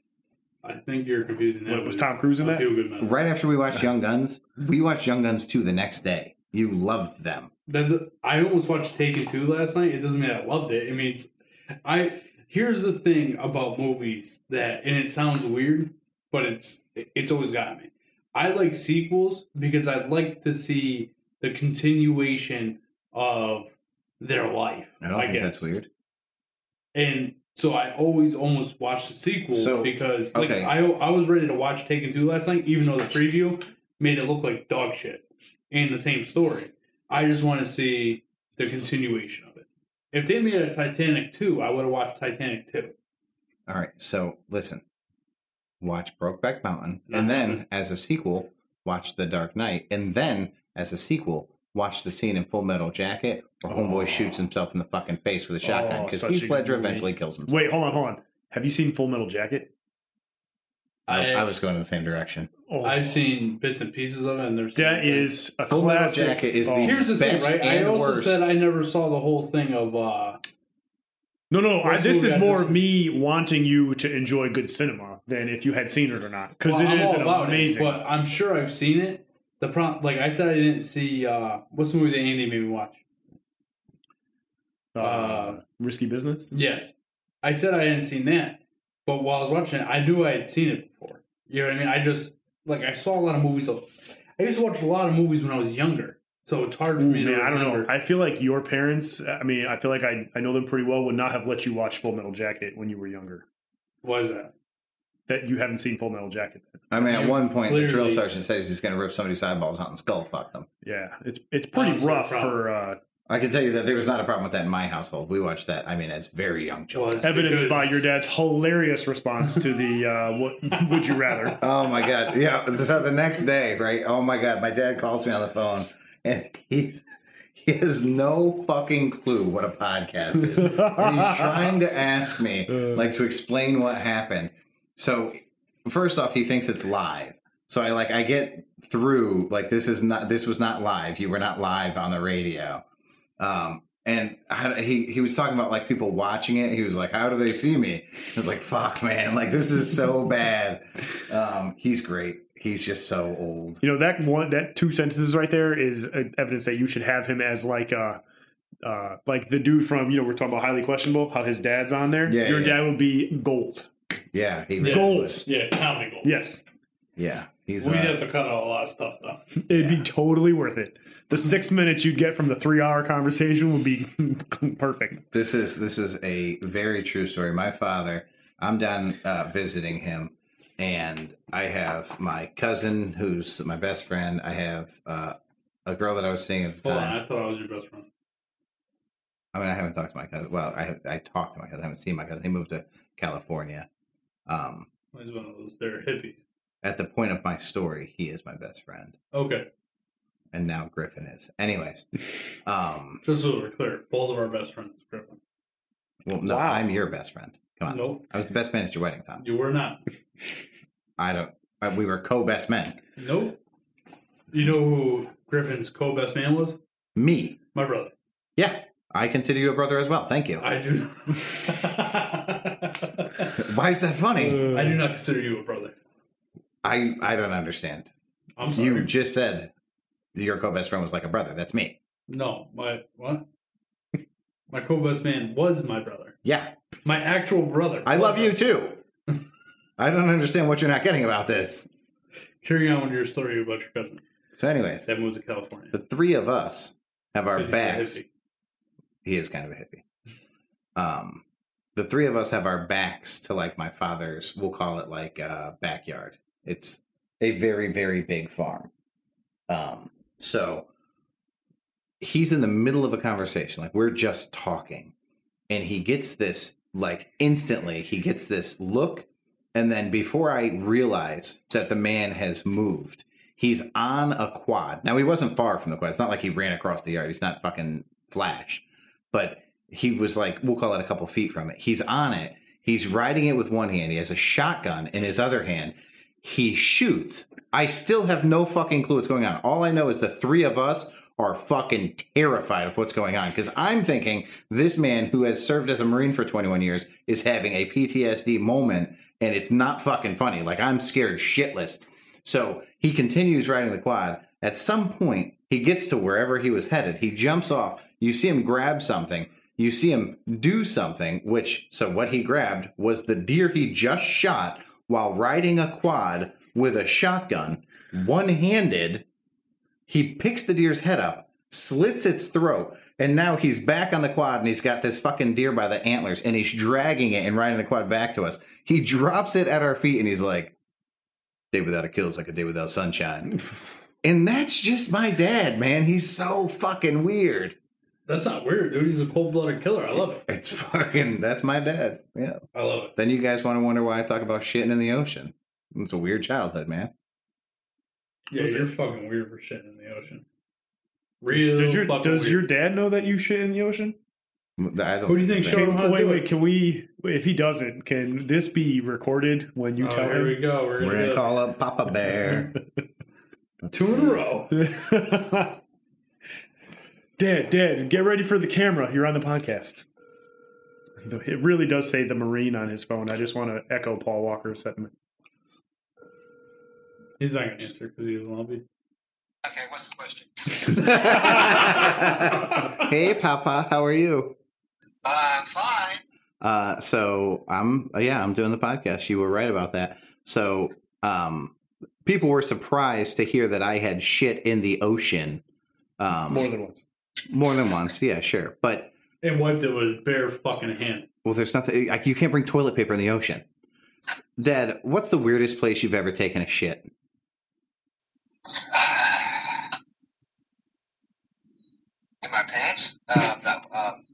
Speaker 2: I think you're confusing that.
Speaker 3: What, was
Speaker 2: with
Speaker 3: Tom Cruise in
Speaker 2: a
Speaker 3: that?
Speaker 2: Feel good man.
Speaker 1: Right after we watched Young Guns, we watched Young Guns 2 the next day. You loved them.
Speaker 2: That I almost watched Taken Two last night. It doesn't mean I loved it. It means I. Here's the thing about movies that, and it sounds weird, but it's it's always got me. I like sequels because I like to see the continuation of their life.
Speaker 1: I don't think
Speaker 2: guess.
Speaker 1: that's weird.
Speaker 2: And so I always almost watch the sequel
Speaker 1: So,
Speaker 2: because like
Speaker 1: okay.
Speaker 2: I I was ready to watch Taken Two last night, even though the preview made it look like dog shit and the same story. I just want to see the continuation of it. If they made a Titanic two, I would have watched Titanic two.
Speaker 1: All right, so listen, watch Brokeback Mountain,
Speaker 2: Not
Speaker 1: and then
Speaker 2: happening.
Speaker 1: as a sequel, watch The Dark Knight, and then as a sequel, watch the scene in Full Metal Jacket where Homeboy shoots himself in the fucking face with a shotgun
Speaker 3: Oh,
Speaker 1: because
Speaker 3: such a
Speaker 1: Heath
Speaker 3: good
Speaker 1: Ledger
Speaker 3: movie.
Speaker 1: eventually kills himself.
Speaker 3: Wait, hold on, hold on. Have you seen Full Metal Jacket?
Speaker 1: I,
Speaker 2: I,
Speaker 1: I was going in the same direction.
Speaker 3: Oh,
Speaker 2: I've seen bits and pieces of it, and there's
Speaker 3: that is a
Speaker 1: Full Metal
Speaker 3: classic.
Speaker 1: Jacket is the-
Speaker 3: oh.
Speaker 2: Here's the thing,
Speaker 1: Best
Speaker 2: right? I
Speaker 1: and
Speaker 2: also
Speaker 1: worst.
Speaker 2: said I never saw the whole thing of uh
Speaker 3: No, no, I,
Speaker 2: Worst
Speaker 3: this
Speaker 2: movie
Speaker 3: is
Speaker 2: I've
Speaker 3: more
Speaker 2: just-
Speaker 3: me wanting you to enjoy good cinema than if you had seen it or not, because
Speaker 2: well,
Speaker 3: it
Speaker 2: I'm
Speaker 3: is
Speaker 2: all
Speaker 3: an
Speaker 2: about
Speaker 3: amazing.
Speaker 2: it, but I'm sure I've seen it. The problem, like I said, I didn't see uh what's the movie that Andy made me watch.
Speaker 3: uh,
Speaker 2: uh,
Speaker 3: risky business.
Speaker 2: Yes. I said I hadn't seen that, but while I was watching it, I knew I had seen it before. You know what I mean? I just like I saw a lot of movies. Of, I used to watch a lot of movies when I was younger, so it's hard for me
Speaker 3: Man,
Speaker 2: to.
Speaker 3: I don't know.
Speaker 2: remember.
Speaker 3: I feel like your parents. I mean, I feel like I, I know them pretty well. Would not have let you watch Full Metal Jacket when you were younger.
Speaker 2: Why is that?
Speaker 3: That you haven't seen Full Metal Jacket.
Speaker 1: I mean, at
Speaker 2: Dude,
Speaker 1: one point, the drill
Speaker 2: clearly-
Speaker 1: sergeant says he's going to rip somebody's eyeballs out and skull fuck them.
Speaker 3: Yeah, it's it's pretty
Speaker 2: Honestly,
Speaker 3: rough
Speaker 2: probably.
Speaker 3: for uh,
Speaker 1: I can tell you that there was not a problem with that in my household. We watched that. I mean, as very young children.
Speaker 2: it's
Speaker 3: evidenced
Speaker 2: because-
Speaker 3: by your dad's hilarious response to the uh,
Speaker 2: [LAUGHS]
Speaker 3: what would you rather.
Speaker 1: Oh my god! Yeah. So the next day, right? Oh my god! My dad calls me on the phone, and he's he has no fucking clue what a podcast is. and he's trying to ask me like to explain what happened. So first off, he thinks it's live. So I like I get through like this is not this was not live. You were not live on the radio. Um, and I, he he was talking about like people watching it. He was like, "How do they see me?" I was like, "Fuck, man! [LAUGHS] Like this is so bad." Um, he's great. He's just so old.
Speaker 3: You know that one that two sentences right there is uh, evidence that you should have him as like uh uh like the dude from you know we're talking about highly questionable how his dad's on there.
Speaker 1: Yeah,
Speaker 3: your
Speaker 1: yeah,
Speaker 3: dad would be gold.
Speaker 1: Yeah, he
Speaker 2: Yeah.
Speaker 1: really
Speaker 3: Gold.
Speaker 1: was.
Speaker 2: Yeah, comedy gold.
Speaker 3: Yes,
Speaker 1: Yeah, he's.
Speaker 2: We'd
Speaker 1: uh,
Speaker 2: have to cut out a lot of stuff though. [LAUGHS]
Speaker 3: it'd be totally worth it. The six minutes you'd get from the three hour conversation would be [LAUGHS] perfect.
Speaker 1: this is this is a very true story. My father, I'm down uh, visiting him, and I have my cousin who's my best friend. I have uh, a girl that I was seeing at the
Speaker 2: Hold
Speaker 1: time.
Speaker 2: on, I thought I was your best friend.
Speaker 1: I mean, I haven't talked to my cousin. Well, I I talked to my cousin. I haven't seen my cousin. He moved to California. Um,
Speaker 2: He's one of those. They're hippies.
Speaker 1: at the point of my story, he is my best friend,
Speaker 2: Okay,
Speaker 1: and now Griffin is.
Speaker 2: [LAUGHS]
Speaker 1: Anyways, um,
Speaker 2: just so we're clear, both of our best friends is Griffin.
Speaker 1: well, no,
Speaker 3: Wow.
Speaker 1: I'm your best friend. Come on,
Speaker 2: Nope,
Speaker 1: I was the best man at your wedding, Tom.
Speaker 2: you were not.
Speaker 1: I don't. I, we were co-best men.
Speaker 2: Nope. You know who Griffin's co-best man was?
Speaker 1: Me,
Speaker 2: My brother.
Speaker 1: yeah, I consider you a brother as well. Thank you.
Speaker 2: I do.
Speaker 1: Why is that funny?
Speaker 2: I do not consider you a brother.
Speaker 1: I I don't understand.
Speaker 2: I'm sorry.
Speaker 1: You just said your co-best friend was like a brother. That's me.
Speaker 2: no, my what? My co-best man was my brother.
Speaker 1: Yeah,
Speaker 2: My actual brother.
Speaker 1: I love you too. I don't understand what you're not getting about this.
Speaker 2: Carry on with your story about your cousin
Speaker 1: So, anyways,
Speaker 2: that moves to California.
Speaker 1: the three of us have our
Speaker 2: Because he's a
Speaker 1: backs.
Speaker 2: hippie.
Speaker 1: He is kind of a hippie. Um, the three of us have our backs to like my father's. We'll call it like uh, backyard. It's a very very big farm. Um, so he's in the middle of a conversation, like we're just talking, and he gets this like instantly. He gets this look, and then before I realize that the man has moved, he's on a quad. Now he wasn't far from the quad. It's not like he ran across the yard. He's not fucking Flash, but he was like we'll call it a couple feet from it. He's on it. He's riding it with one hand. He has a shotgun in his other hand. He shoots. I still have no fucking clue what's going on. All I know is the three of us are fucking terrified of what's going on because I'm thinking this man who has served as a Marine for 21 years is having a PTSD moment and it's not fucking funny. Like I'm scared shitless. So he continues riding the quad. At some point, he gets to wherever he was headed. He jumps off. You see him grab something. You see him do something, which, so what he grabbed was the deer he just shot while riding a quad with a shotgun, one handed. He picks the deer's head up, slits its throat, and now he's back on the quad and he's got this fucking deer by the antlers and he's dragging it and riding the quad back to us. He drops it at our feet and he's like, Day without a kill is like a day without sunshine. and that's just my dad, man. He's so fucking weird.
Speaker 2: That's not weird, dude. He's a cold-blooded killer. I love it.
Speaker 1: It's [LAUGHS] fucking, that's my dad. Yeah.
Speaker 2: I love it.
Speaker 1: Then you guys want to wonder why I talk about shitting in the ocean. It's a weird childhood, man.
Speaker 2: Yeah,
Speaker 3: Listen.
Speaker 2: you're fucking weird for shitting in the ocean. Real
Speaker 3: Does your
Speaker 2: fucking
Speaker 3: does
Speaker 2: weird.
Speaker 3: your dad know that you shit in the ocean?
Speaker 1: I don't
Speaker 2: Who do you think showed him how to
Speaker 3: wait,
Speaker 2: do
Speaker 3: wait.
Speaker 2: it?
Speaker 3: Can we? If he doesn't, can this be recorded when you
Speaker 2: oh,
Speaker 3: tell
Speaker 2: here we go. We're gonna,
Speaker 1: We're going to
Speaker 2: get
Speaker 1: call up Papa
Speaker 2: [LAUGHS]
Speaker 1: Bear. [LAUGHS]
Speaker 2: two in a
Speaker 3: [LAUGHS]
Speaker 2: row.
Speaker 3: him? dad, Dad, get ready for the camera. You're on the podcast. It really does say the Marine on his phone. I just want to echo Paul Walker's sentiment.
Speaker 2: He's not gonna answer because he doesn't love [LAUGHS] you.
Speaker 6: Okay, what's the question?
Speaker 1: hey, Papa, how are you?
Speaker 6: Uh, I'm fine.
Speaker 1: Uh, so I'm yeah, I'm doing the podcast. You were right about that. So um, people were surprised to hear that I had shit in the ocean. Um,
Speaker 3: More than once.
Speaker 1: more than once, yeah, sure. But
Speaker 2: And wiped it with bare fucking hand.
Speaker 1: well, there's nothing. Like, you can't bring toilet paper in the ocean. Dad, what's the weirdest place you've ever taken a shit?
Speaker 6: In my pants? Um, no, um,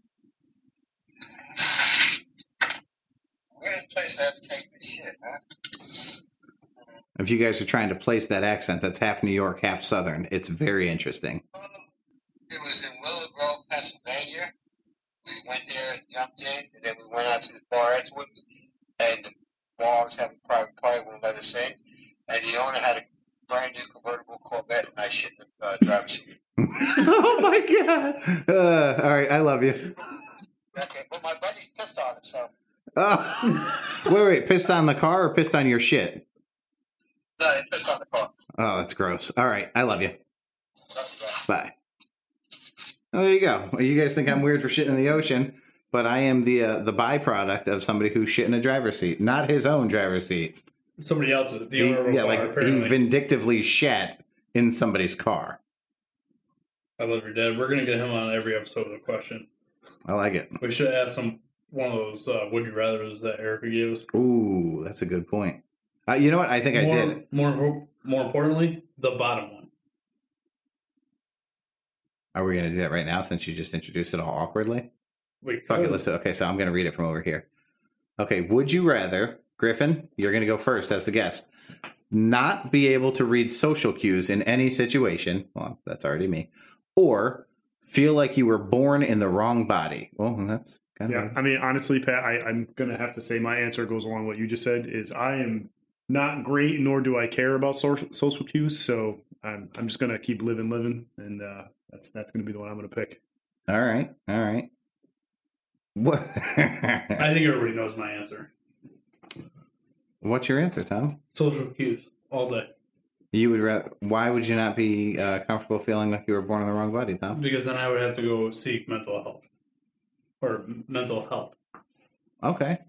Speaker 6: weirdest place I ever taken a shit, man.
Speaker 1: If you guys are trying to place that accent, that's half New York, half Southern. It's very interesting. [LAUGHS]
Speaker 6: Um, It was in Willow Grove, Pennsylvania. We went there, jumped in, and then we went out to the bar afterwards. And the bar was having a private party, wouldn't let us in. And the owner had a brand new convertible Corvette, and I shit in the uh, driver's seat.
Speaker 1: oh my god! Uh, all right, I love you.
Speaker 6: Okay, well, my buddy's pissed on it, so.
Speaker 1: [LAUGHS] Oh. wait, wait, pissed on the car or pissed on your shit?
Speaker 6: No, he pissed on the car.
Speaker 1: Oh, that's gross. All right, I love you.
Speaker 6: Okay.
Speaker 1: Bye. Well, there you go. Well, you guys think I'm weird for shitting in the ocean, but I am the uh, the byproduct of somebody who shit in a driver's seat, not his own driver's seat.
Speaker 2: Somebody else's. The
Speaker 1: He-
Speaker 2: owner of a
Speaker 1: yeah,
Speaker 2: bar,
Speaker 1: like
Speaker 2: apparently.
Speaker 1: he vindictively shat in somebody's car.
Speaker 2: I love your dad. We're gonna get him on every episode of the question.
Speaker 1: I like it.
Speaker 2: We should ask some one of those uh, would you rather's that Erica gave us.
Speaker 1: Ooh, that's a good point. Uh, you know what? I think I
Speaker 2: more,
Speaker 1: did.
Speaker 2: More more importantly, the bottom one.
Speaker 1: Are we going to do that right now since you just introduced it all awkwardly?
Speaker 2: Wait,
Speaker 1: Fuck it, let's do Okay, so I'm going to read it from over here. Okay, would you rather, Griffin, you're going to go first as the guest, not be able to read social cues in any situation? Well, that's already me. Or feel like you were born in the wrong body? Well, that's kind
Speaker 3: Yeah,
Speaker 1: of.
Speaker 3: I mean, honestly, Pat, I, I'm gonna have to say my answer goes along what you just said. Is I am not great, nor do I care about social, social cues, so I'm I'm just gonna keep living, living, and uh, that's that's gonna be the one I'm gonna pick.
Speaker 1: All right, all right. What? [LAUGHS]
Speaker 2: I think everybody knows my answer.
Speaker 1: What's your answer, Tom?
Speaker 2: Social cues all day
Speaker 1: You would rather. Why would you not be uh, comfortable feeling like you were born in the wrong body, Tom?
Speaker 2: because then I would have to go seek mental health or m- mental help.
Speaker 1: Okay.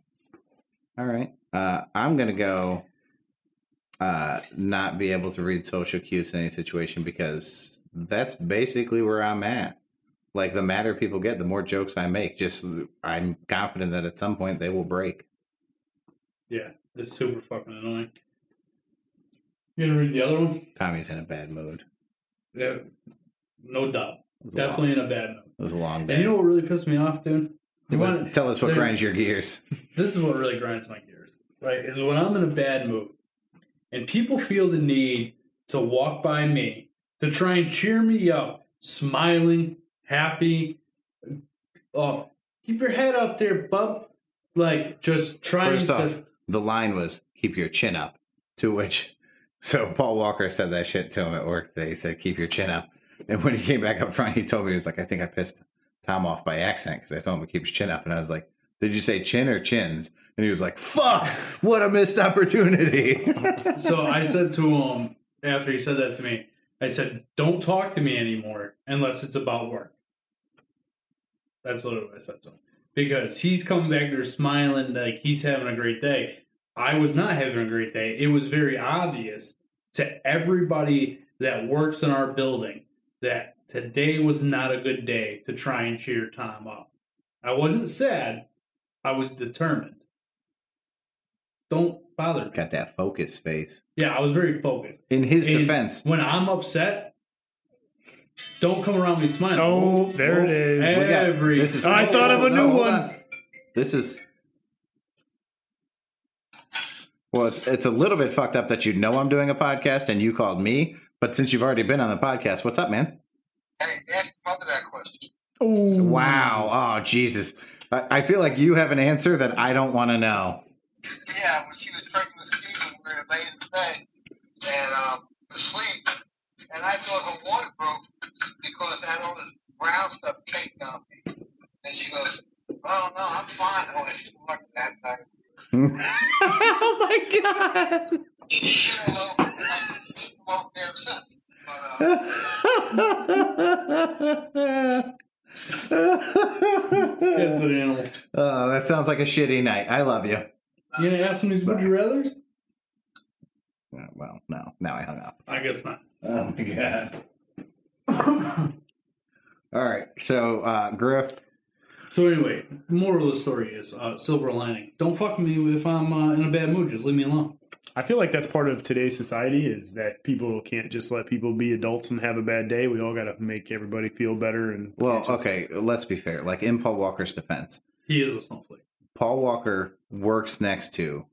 Speaker 1: All right. Uh, I'm going to go uh, not be able to read social cues in any situation because that's basically where I'm at. Like, the madder people get, the more jokes I make. Just, I'm confident that at some point they will break.
Speaker 2: Yeah, it's super fucking annoying. You gonna read the other one?
Speaker 1: Tommy's in a bad mood.
Speaker 2: Yeah, no doubt.
Speaker 1: It was a long-
Speaker 2: Definitely in a bad mood.
Speaker 1: It was a long day.
Speaker 2: And you know what really pissed me off, dude? You
Speaker 1: What-
Speaker 2: wanna-
Speaker 1: tell us what
Speaker 2: there-
Speaker 1: grinds your gears.
Speaker 2: this is what really grinds my gears, right? Is when I'm in a bad mood and people feel the need to walk by me to try and cheer me up, smiling, happy. Oh, keep your head up there, bub. Like, just trying
Speaker 1: First
Speaker 2: to.
Speaker 1: off, the line was "keep your chin up," to which [LAUGHS] so Paul Walker said that shit to him at work. That he said, "keep your chin up," and when he came back up front, he told me he was like, "I think I pissed Tom off by accident because I told him to keep his chin up," and I was like. Did you say chin or chins? And he was like, "Fuck! What a missed opportunity!" [LAUGHS]
Speaker 2: so I said to him after he said that to me, I said, "Don't talk to me anymore unless it's about work." That's literally what I said to him because he's coming back there smiling like he's having a great day. I was not having a great day. It was very obvious to everybody that works in our building that today was not a good day to try and cheer Tom up. I wasn't sad. I was determined. Don't bother me.
Speaker 1: Got that focus face.
Speaker 2: Yeah, I was very focused.
Speaker 1: In his
Speaker 2: And
Speaker 1: defense,
Speaker 2: when I'm upset, don't come around me smiling.
Speaker 3: Oh, there it is.
Speaker 1: we got-
Speaker 2: Every
Speaker 1: this is-
Speaker 3: I thought of a new
Speaker 1: hold
Speaker 3: one.
Speaker 1: on. This is well, it's, it's a little bit fucked up that you know I'm doing a podcast and you called me, but since you've already been on the podcast, what's up, man?
Speaker 6: Hey, ask your mother that question.
Speaker 1: Wow! Oh, Jesus! I, I feel like you have an answer that I don't want to know. [LAUGHS]
Speaker 6: Yeah, when she was pregnant with Steven, we were laid in the bed and um, asleep. And I thought her water broke because I had all this brown stuff caked on me. And she goes, Oh, no, I'm fine. I went, Fuck that night.
Speaker 1: [LAUGHS] oh my god!
Speaker 6: She uh, shit all over me. She won't damn sense. But, uh,
Speaker 2: That's an animal.
Speaker 1: oh, that sounds like a shitty night. I love you.
Speaker 2: You gonna ask him these would you rather's?
Speaker 1: Uh, Well, no, now I hung up.
Speaker 2: I guess not.
Speaker 1: Oh my god. [COUGHS] All right, so uh, Griff,
Speaker 2: So anyway, moral of the story is uh, silver lining. Don't fuck me if I'm uh, in a bad mood. Just leave me alone.
Speaker 3: I feel like that's part of today's society is that people can't just let people be adults and have a bad day. We all got to make everybody feel better. And
Speaker 1: well,
Speaker 3: it just-
Speaker 1: okay, let's be fair. Like in Paul Walker's defense,
Speaker 2: He is a snowflake.
Speaker 1: Paul Walker works next to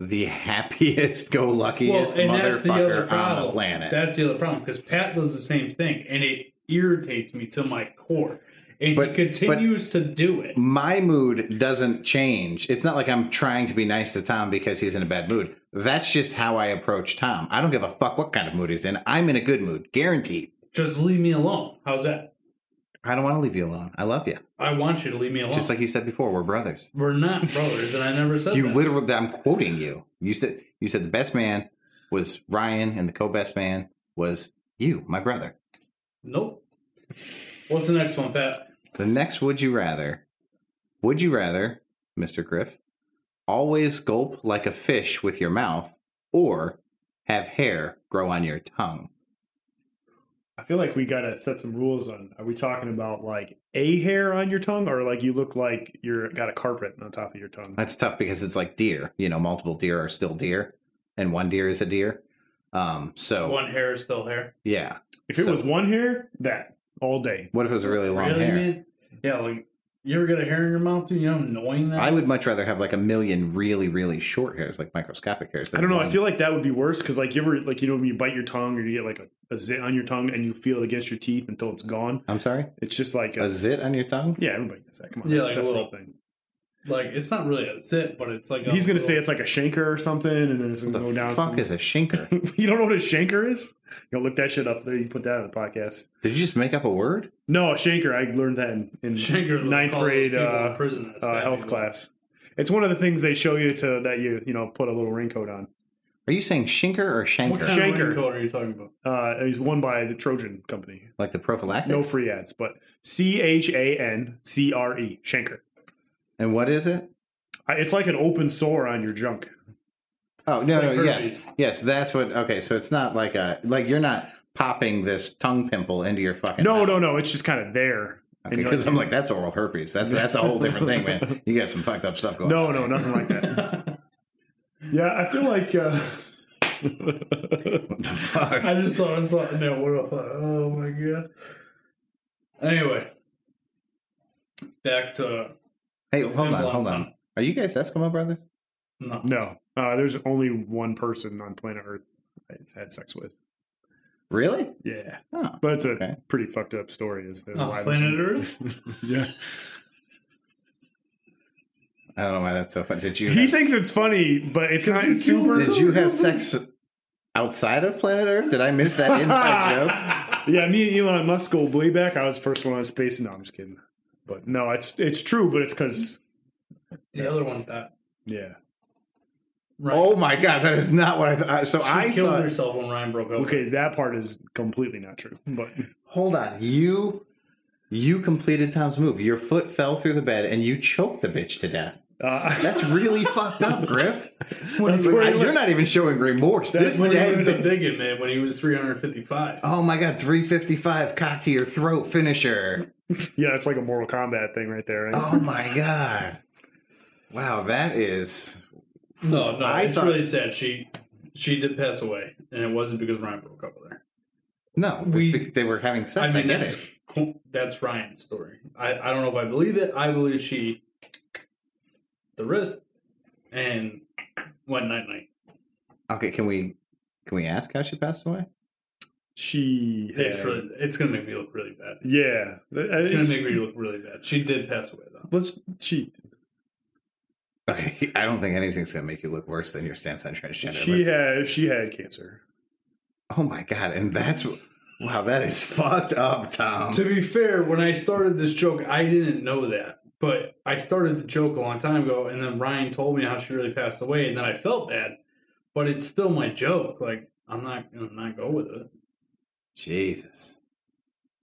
Speaker 1: the [LAUGHS] happiest go luckiest motherfucker on the planet.
Speaker 2: That's the other problem because Pat does the same thing, and it irritates me to my core. And
Speaker 1: But-
Speaker 2: he
Speaker 1: but-
Speaker 2: continues to do it.
Speaker 1: my mood doesn't change. It's not like I'm trying to be nice to Tom because he's in a bad mood. That's just how I approach Tom. I don't give a fuck what kind of mood he's in. I'm in a good mood, guaranteed.
Speaker 2: Just leave me alone. How's that?
Speaker 1: I don't want to leave you alone. I love you.
Speaker 2: I want you to leave me alone.
Speaker 1: Just like you said before, we're brothers.
Speaker 2: we're not brothers, and I never said
Speaker 1: You
Speaker 2: that.
Speaker 1: literally I'm quoting you. You said you said the best man was Ryan and the co-best man was you, my brother.
Speaker 2: nope. What's the next one, Pat?
Speaker 1: The next would you rather? Would you rather, Mr. Griff, always gulp like a fish with your mouth or have hair grow on your tongue?
Speaker 3: I feel like we got to set some rules on. Are we talking about like a hair on your tongue or like you look like you're got a carpet on top of your tongue?
Speaker 1: That's tough because it's like deer, you know, multiple deer are still deer and one deer is a deer. Um so
Speaker 2: One hair is still hair.
Speaker 1: yeah.
Speaker 3: If it
Speaker 1: So-
Speaker 3: was one hair, that all day.
Speaker 1: What if it was a really long
Speaker 2: really,
Speaker 1: hair?
Speaker 2: man? Yeah, like you ever got a hair in your mouth, dude? You know how annoying that
Speaker 1: I would
Speaker 2: is?
Speaker 1: much rather have like a million really, really short hairs, like microscopic hairs.
Speaker 3: I don't know. I feel like that would be worse because like you ever like you know when you bite your tongue or you get like a, a zit on your tongue and you feel it against your teeth until it's gone.
Speaker 1: I'm sorry.
Speaker 3: It's just like
Speaker 1: A
Speaker 3: a,
Speaker 1: zit on your tongue?
Speaker 3: yeah, everybody gets that. Come on,
Speaker 2: Yeah,
Speaker 3: that's,
Speaker 2: like a
Speaker 3: that's a real
Speaker 2: little-
Speaker 3: thing.
Speaker 2: like it's not really a zit, but it's like a
Speaker 3: He's gonna
Speaker 2: little-
Speaker 3: say it's like a shanker or something, and then it's gonna
Speaker 1: What
Speaker 3: go
Speaker 1: the
Speaker 3: down.
Speaker 1: fuck
Speaker 3: some-
Speaker 1: is a
Speaker 3: [LAUGHS]
Speaker 1: shinker?
Speaker 3: you don't know what a shanker is? Go look that shit up. There, you put that on the podcast.
Speaker 1: Did you just make up a word?
Speaker 3: No, a shanker. I learned that in, in
Speaker 2: Shankers would
Speaker 3: ninth
Speaker 2: call those
Speaker 3: grade
Speaker 2: people in
Speaker 3: uh,
Speaker 2: prison that
Speaker 3: uh,
Speaker 2: stab
Speaker 3: health
Speaker 2: people.
Speaker 3: class. It's one of the things they show you to that you you know put a little raincoat on.
Speaker 1: Are you saying shinker or
Speaker 2: What
Speaker 1: shanker?
Speaker 2: kind
Speaker 3: Shanker.
Speaker 2: of raincoat are you talking about?
Speaker 3: Uh, it was won by the Trojan Company.
Speaker 1: like the prophylactics?
Speaker 3: No free ads, but C H A N C R E shanker.
Speaker 1: and what is it?
Speaker 3: I- It's like an open sore on your junk.
Speaker 1: Oh no,
Speaker 2: It's
Speaker 1: no,
Speaker 2: like
Speaker 1: yes,
Speaker 2: herpes.
Speaker 1: yes, that's what. Okay, so it's not like a like you're not popping this tongue pimple into your fucking.
Speaker 3: No, no, no. It's just kind of there. And you're
Speaker 1: Because I'm like that's oral herpes. That's that's a whole different thing, man. You got some fucked up stuff going.
Speaker 3: [LAUGHS] no,
Speaker 1: on.
Speaker 3: no, nothing like that.
Speaker 1: [LAUGHS]
Speaker 3: yeah, I feel
Speaker 1: [LAUGHS]
Speaker 3: like. Uh...
Speaker 1: What [LAUGHS] the fuck?
Speaker 2: I just thought it was like, no, what up? Oh my god. Anyway, back to
Speaker 1: hey, hold on,
Speaker 2: Pimple
Speaker 1: hold
Speaker 2: tongue.
Speaker 1: on. Are you guys Eskimo brothers?
Speaker 2: no.
Speaker 3: No, uh, there's only one person on planet Earth I've had sex with.
Speaker 1: Really?
Speaker 3: Yeah,
Speaker 1: Oh.
Speaker 3: but it's a
Speaker 1: Okay.
Speaker 3: pretty fucked up story. Is the
Speaker 2: Oh, planet Earth?
Speaker 3: Yeah,
Speaker 1: I don't know why that's so funny. Did you?
Speaker 3: he
Speaker 1: have-
Speaker 3: thinks it's funny, but it's not it's super.
Speaker 1: Did you have
Speaker 2: [LAUGHS]
Speaker 3: [LAUGHS]
Speaker 1: sex outside of planet Earth? Did I miss that
Speaker 2: [LAUGHS]
Speaker 1: inside
Speaker 3: Yeah, me and Elon Musk go way back. I was the first one on space. No, I'm just kidding. But no, it's it's true. But it's because
Speaker 2: the other one that
Speaker 3: yeah,
Speaker 1: joke?
Speaker 2: right.
Speaker 1: Oh my god, that is not what I thought. So
Speaker 2: she
Speaker 1: I
Speaker 2: killed
Speaker 1: thought.
Speaker 2: herself when Ryan broke up.
Speaker 3: okay, that part is completely not true. But
Speaker 1: Hold on, you you completed Tom's move. Your foot fell through the bed, and you choked the bitch to death.
Speaker 3: [LAUGHS] uh,
Speaker 1: [LAUGHS] That's really fucked up, Griff. When
Speaker 3: That's
Speaker 1: you-
Speaker 3: where
Speaker 1: I-
Speaker 3: he
Speaker 1: you're
Speaker 3: went.
Speaker 1: not even showing remorse.
Speaker 3: That's
Speaker 1: This
Speaker 3: where
Speaker 2: When he
Speaker 1: dad's
Speaker 2: was a bigot man when he was 355.
Speaker 1: Oh my god, 355 cock to your throat finisher.
Speaker 3: yeah, it's like a Mortal Kombat thing right there. Right?
Speaker 1: Oh my god. Wow, that is
Speaker 2: No, no,
Speaker 1: I
Speaker 2: it's
Speaker 1: thought-
Speaker 2: really sad. She she did pass away, and it wasn't because Ryan broke up with her.
Speaker 1: no. it's
Speaker 2: We-
Speaker 1: because they were having
Speaker 2: I
Speaker 1: sex. I,
Speaker 2: mean,
Speaker 1: get
Speaker 2: that's
Speaker 1: it.
Speaker 2: cool- that's Ryan's story. I, I don't know if I believe it. I believe she the wrist and went night night.
Speaker 1: Okay, can we can we ask how she passed away?
Speaker 3: She
Speaker 2: It's
Speaker 3: had-
Speaker 2: really it's gonna make me look really bad.
Speaker 3: yeah. uh,
Speaker 2: It's gonna make me look really bad. She did pass away though.
Speaker 3: Let's she
Speaker 1: Okay, [LAUGHS] I don't think anything's gonna make you look worse than your stance on transgender.
Speaker 3: she
Speaker 1: Let's-
Speaker 3: had she had cancer.
Speaker 1: Oh my god, and that's wow, that is [LAUGHS] fucked up, Tom.
Speaker 2: To be fair, when I started this joke, I didn't know that. But I started the joke a long time ago, and then Ryan told me how she really passed away, and then I felt bad. But it's still my joke. Like I'm not gonna not go with it.
Speaker 1: Jesus.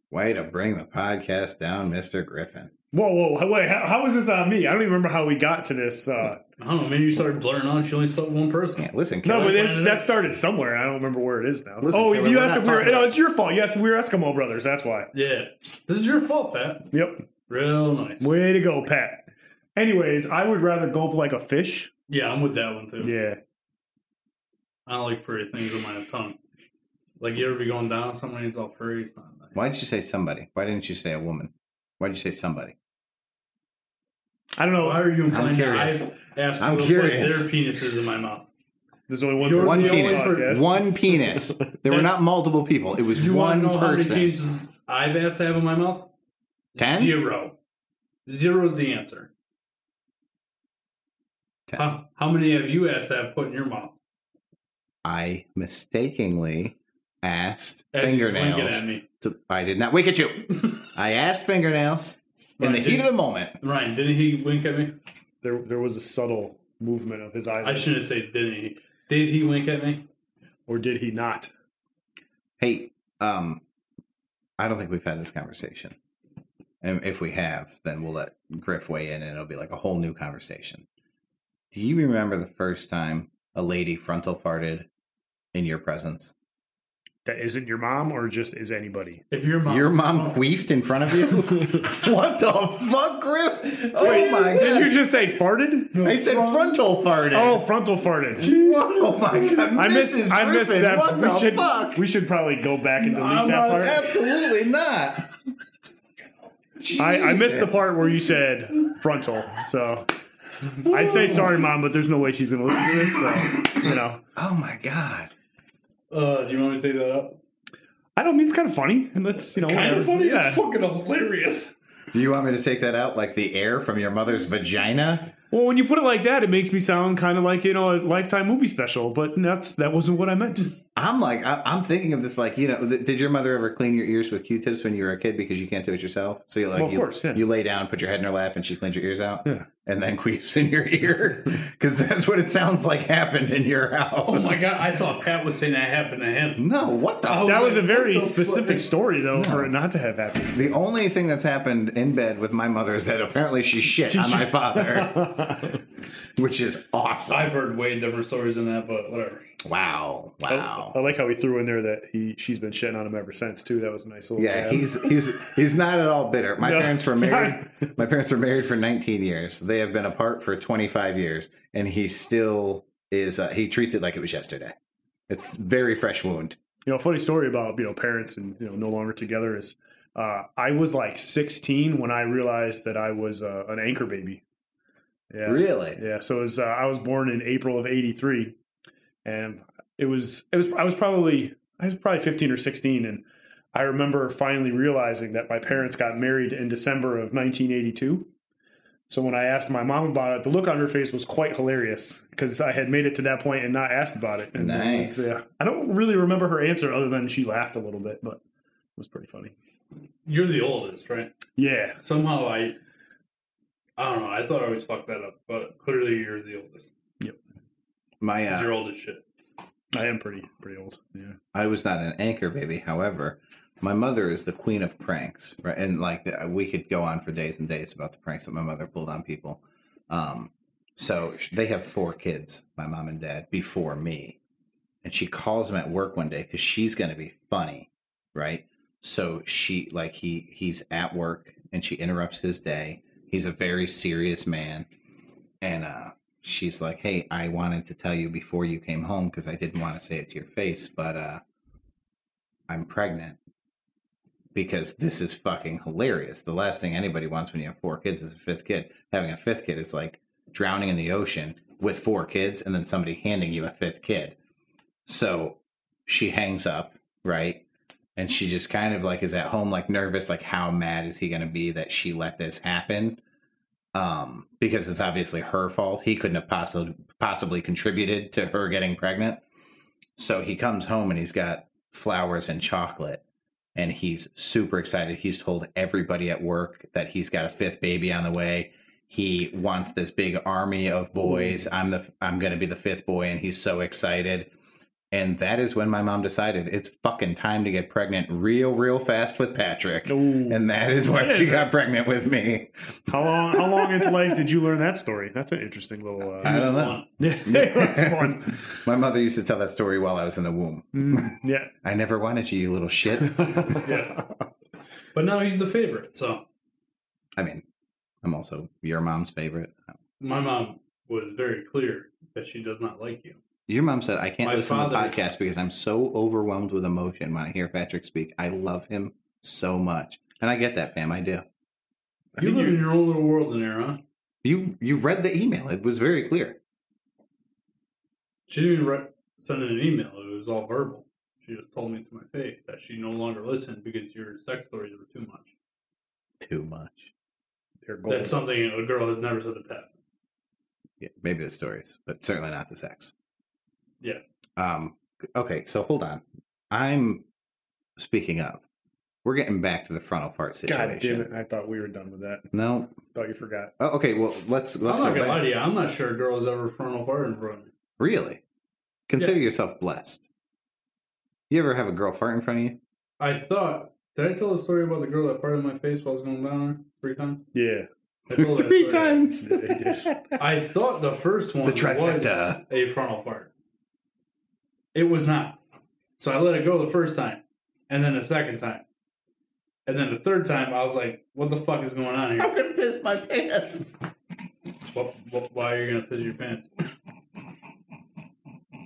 Speaker 1: Way to bring the podcast down, Mr. Griffin.
Speaker 3: Whoa, whoa, wait! How, how is this on me? I don't even remember how we got to this. Uh,
Speaker 2: I don't know. Maybe you started blurring on. She only slept with one person.
Speaker 1: Yeah, listen,
Speaker 3: no,
Speaker 1: killer.
Speaker 3: but it's, that started somewhere. I don't remember where it is now.
Speaker 1: Listen,
Speaker 3: oh,
Speaker 1: Taylor,
Speaker 3: you
Speaker 1: we're
Speaker 3: asked
Speaker 1: not
Speaker 3: if we were.
Speaker 1: talking
Speaker 3: No,
Speaker 1: about-
Speaker 3: it's your fault. You asked if we were Eskimo brothers. That's why.
Speaker 2: Yeah. This is your fault, Pat.
Speaker 3: Yep.
Speaker 2: Real nice.
Speaker 3: Way to go, Pat. Anyways, I would rather gulp like a fish.
Speaker 2: Yeah, I'm with that one too.
Speaker 3: Yeah.
Speaker 2: I don't like furry things with my tongue. Like you ever be going down somewhere and it's all furry? It's not nice.
Speaker 1: why did you say somebody? Why didn't you say a woman? Why did you say somebody?
Speaker 3: I don't know.
Speaker 2: Why Oh, are you implying that
Speaker 1: curious.
Speaker 2: I've asked
Speaker 1: I'm
Speaker 2: people to put
Speaker 1: curious.
Speaker 2: their penises in my mouth?
Speaker 3: There's only one.
Speaker 2: Yours
Speaker 1: One
Speaker 2: We always
Speaker 1: penis.
Speaker 3: heard-
Speaker 1: One
Speaker 2: [LAUGHS]
Speaker 1: penis. There were not multiple people. It was
Speaker 2: You want
Speaker 1: one
Speaker 2: to know how many
Speaker 1: person.
Speaker 2: penises I've asked to have in my mouth?
Speaker 1: Ten?
Speaker 2: Zero. Zero is the answer.
Speaker 1: Ten.
Speaker 2: How, how many have you asked to have put in your mouth?
Speaker 1: I mistakenly asked
Speaker 2: As he's winking
Speaker 1: fingernails.
Speaker 2: at me.
Speaker 1: to- I did not wink at
Speaker 3: [LAUGHS]
Speaker 1: you. I asked fingernails in
Speaker 2: Right,
Speaker 1: the
Speaker 2: did-
Speaker 1: heat of the moment.
Speaker 2: Ryan, didn't he wink at me?
Speaker 3: There, there was a subtle movement of his
Speaker 2: I
Speaker 3: eyelids,
Speaker 2: shouldn't say didn't he. Did he wink at me?
Speaker 3: or did he not?
Speaker 1: Hey, um, I don't think we've had this conversation. And if we have, then we'll let Griff weigh in and it'll be like a whole new conversation. Do you remember the first time a lady frontal farted in your presence?
Speaker 3: That isn't your mom, or just is anybody?
Speaker 2: If your mom,
Speaker 1: Your mom queefed in front
Speaker 3: [LAUGHS]
Speaker 1: of you? what the fuck, Griff? Oh my
Speaker 3: Did you
Speaker 1: god.
Speaker 3: just say farted?
Speaker 1: I said frontal farted. [LAUGHS]
Speaker 3: Oh, frontal farted.
Speaker 1: Whoa, my god.
Speaker 3: I missed.
Speaker 1: Mrs.
Speaker 3: I
Speaker 1: Griffin,
Speaker 3: missed that.
Speaker 1: What
Speaker 3: we
Speaker 1: the
Speaker 3: should.
Speaker 1: fuck?
Speaker 3: We should probably go back and delete
Speaker 2: I'm
Speaker 3: that
Speaker 2: not-
Speaker 3: part.
Speaker 1: Absolutely not.
Speaker 3: I, I missed the
Speaker 1: Jesus.
Speaker 3: part where you said frontal. So I'd say sorry, mom, but there's no way she's gonna listen to this. So you know,
Speaker 1: Oh my god.
Speaker 2: Uh, do you want me to take that up?
Speaker 3: I don't mean it's kind of funny, and let's you know
Speaker 2: Kind
Speaker 3: whatever.
Speaker 2: of funny.
Speaker 3: Yeah.
Speaker 2: It's fucking hilarious.
Speaker 1: Do you want me to take that out like the air from your mother's vagina?
Speaker 3: Well, when you put it like that, it makes me sound kind of like you know a lifetime movie special, but that's that wasn't what I meant.
Speaker 1: I'm like, I, I'm thinking of this like, you know, th- did your mother ever clean your ears with Q-tips when you were a kid because you can't do it yourself? So you like,
Speaker 3: Well, of
Speaker 1: you,
Speaker 3: course, yeah.
Speaker 1: you lay down, put your head in her lap, and she cleans your ears out,
Speaker 3: Yeah.
Speaker 1: and then [LAUGHS] queefs in your ear because that's what it sounds like happened in your house.
Speaker 2: Oh my god, I thought Pat was saying that happened to him.
Speaker 1: No, what the? fuck?
Speaker 2: Oh,
Speaker 3: That was a very
Speaker 2: What the
Speaker 3: specific
Speaker 2: fuck?
Speaker 3: story, though, for it not to have happened.
Speaker 1: The only thing that's happened in bed with my mother is that apparently she shit on my father,
Speaker 3: [LAUGHS]
Speaker 1: which is awesome.
Speaker 2: I've heard way different stories than that, but whatever.
Speaker 1: Wow,
Speaker 3: I
Speaker 1: wow.
Speaker 3: like how he threw in there that he she's been shitting on him ever since too. That was a nice little
Speaker 1: Yeah,
Speaker 3: jab.
Speaker 1: he's he's he's not at all bitter. My
Speaker 3: oh, No.
Speaker 1: parents
Speaker 3: [LAUGHS]
Speaker 1: were married. My parents were married for 19 years. They have been apart for 25 years, and he still is. Uh, he treats it like it was yesterday. It's very fresh wound.
Speaker 3: You know, funny story about you know parents and you know no longer together is uh, I was like 16 when I realized that I was uh, an anchor baby. Yeah,
Speaker 1: Really?
Speaker 3: yeah. So it was, uh, I was born in April of '83, and it was it was I was probably I was probably 15 or 16, and I remember finally realizing that my parents got married in December of 1982. So when I asked my mom about it, the look on her face was quite hilarious because I had made it to that point and not asked about it. And it
Speaker 1: Nice.
Speaker 3: was, yeah, I don't really remember her answer other than she laughed a little bit, but it was pretty funny.
Speaker 2: You're the oldest, right?
Speaker 3: Yeah,
Speaker 2: Somehow I, I don't know. I thought I always fucked that up, but clearly you're the oldest.
Speaker 1: My uh,
Speaker 2: You're old as
Speaker 3: [LAUGHS]
Speaker 2: shit.
Speaker 3: I am pretty pretty old. Yeah,
Speaker 1: I was not an anchor baby. However, my mother is the queen of pranks, right? And like the, uh, we could go on for days and days about the pranks that my mother pulled on people. Um, so they have four kids, my mom and dad, before me. And she calls him at work one day because she's going to be funny, right? So she like he he's at work and she interrupts his day. He's a very serious man, and uh, she's like, "Hey, I wanted to tell you before you came home because I didn't want to say it to your face, but uh, I'm pregnant because this is fucking hilarious. The last thing anybody wants when you have four kids is a fifth kid. Having a fifth kid is like drowning in the ocean with four kids and then somebody handing you a fifth kid. So she hangs up, right? And she just kind of like is at home, like nervous, like how mad is he going to be that she let this happen? Um, because it's obviously her fault. He couldn't have possibly possibly contributed to her getting pregnant. So he comes home and he's got flowers and chocolate and he's super excited. He's told everybody at work that he's got a fifth baby on the way. He wants this big army of boys. I'm the I'm going to be the fifth boy and he's so excited. And that is when my mom decided it's fucking time to get pregnant real, real fast with Patrick.
Speaker 3: Ooh.
Speaker 1: And that is when
Speaker 3: That
Speaker 1: she
Speaker 3: is-
Speaker 1: got pregnant with me.
Speaker 3: How long? How long into life did you learn that story? That's an interesting little. Uh,
Speaker 1: I don't know.
Speaker 2: Fun.
Speaker 3: [LAUGHS] That's fun.
Speaker 1: [LAUGHS] my mother used to tell that story while I was in the womb.
Speaker 3: Mm, yeah,
Speaker 1: I never wanted you, you little shit.
Speaker 3: yeah.
Speaker 2: But now he's the favorite. So
Speaker 1: I mean, I'm also your mom's favorite.
Speaker 2: my mom was very clear that she does not like you.
Speaker 1: Your mom said I can't
Speaker 2: My
Speaker 1: listen to the
Speaker 2: father-
Speaker 1: podcast because I'm so overwhelmed with emotion when I hear Patrick speak. I love him so much. And I get that, Pam. I do.
Speaker 2: You
Speaker 3: think
Speaker 2: live
Speaker 3: you-
Speaker 2: in your own little world in there, huh?
Speaker 1: You you read the email. It was very clear.
Speaker 2: She didn't even write, send in an email. It was all verbal. She just told me to my face that she no longer listened because your sex stories were too much.
Speaker 1: Too much.
Speaker 3: They're gold.
Speaker 2: That's something a girl has never said to Pat.
Speaker 1: Yeah, maybe the stories, but certainly not the sex.
Speaker 2: Yeah.
Speaker 1: Um okay, so hold on. I'm speaking of. We're getting back to the frontal fart situation.
Speaker 3: God damn it! I thought we were done with that.
Speaker 1: No.
Speaker 3: Thought you forgot.
Speaker 1: Oh, okay, well let's let's
Speaker 2: I'm
Speaker 1: go
Speaker 2: not gonna
Speaker 1: back.
Speaker 2: lie to you. I'm not sure a girl has ever frontal farted in front of me.
Speaker 1: Really? Consider yourself blessed. You ever have a girl fart in front of you?
Speaker 2: I thought. Did I tell the story about the girl that farted in my face while I was going down her three times?
Speaker 3: Yeah.
Speaker 2: I told that story.
Speaker 3: [LAUGHS]
Speaker 2: [LAUGHS]
Speaker 3: Yeah, they did.
Speaker 2: I thought the first one
Speaker 1: The trifecta.
Speaker 2: was a frontal fart. It was not. So I let it go the first time, and then the second time, and then the third time. I was like, "What the fuck is going on here?
Speaker 1: gonna piss my pants.
Speaker 2: What, what, why are you gonna piss your pants?"
Speaker 1: [LAUGHS]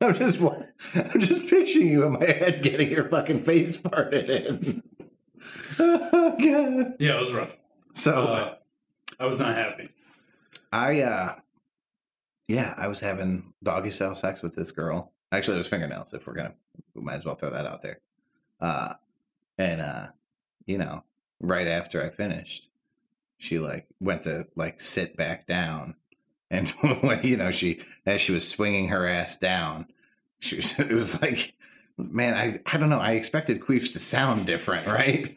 Speaker 1: I'm just, wa- I'm just picturing you in my head getting your fucking face farted in. [LAUGHS] oh, God.
Speaker 2: Yeah, it was rough.
Speaker 1: So
Speaker 2: Uh, I was not happy.
Speaker 1: I, uh, yeah, I was having doggy style sex with this girl. Actually, it was fingernails. If we're gonna, we might as well throw that out there. Uh, and uh, you know, right after I finished, she like went to like sit back down, and [LAUGHS] like, you know, she as she was swinging her ass down, she was [LAUGHS] it was like, man, I I don't know. I expected queefs to sound different, [LAUGHS] right?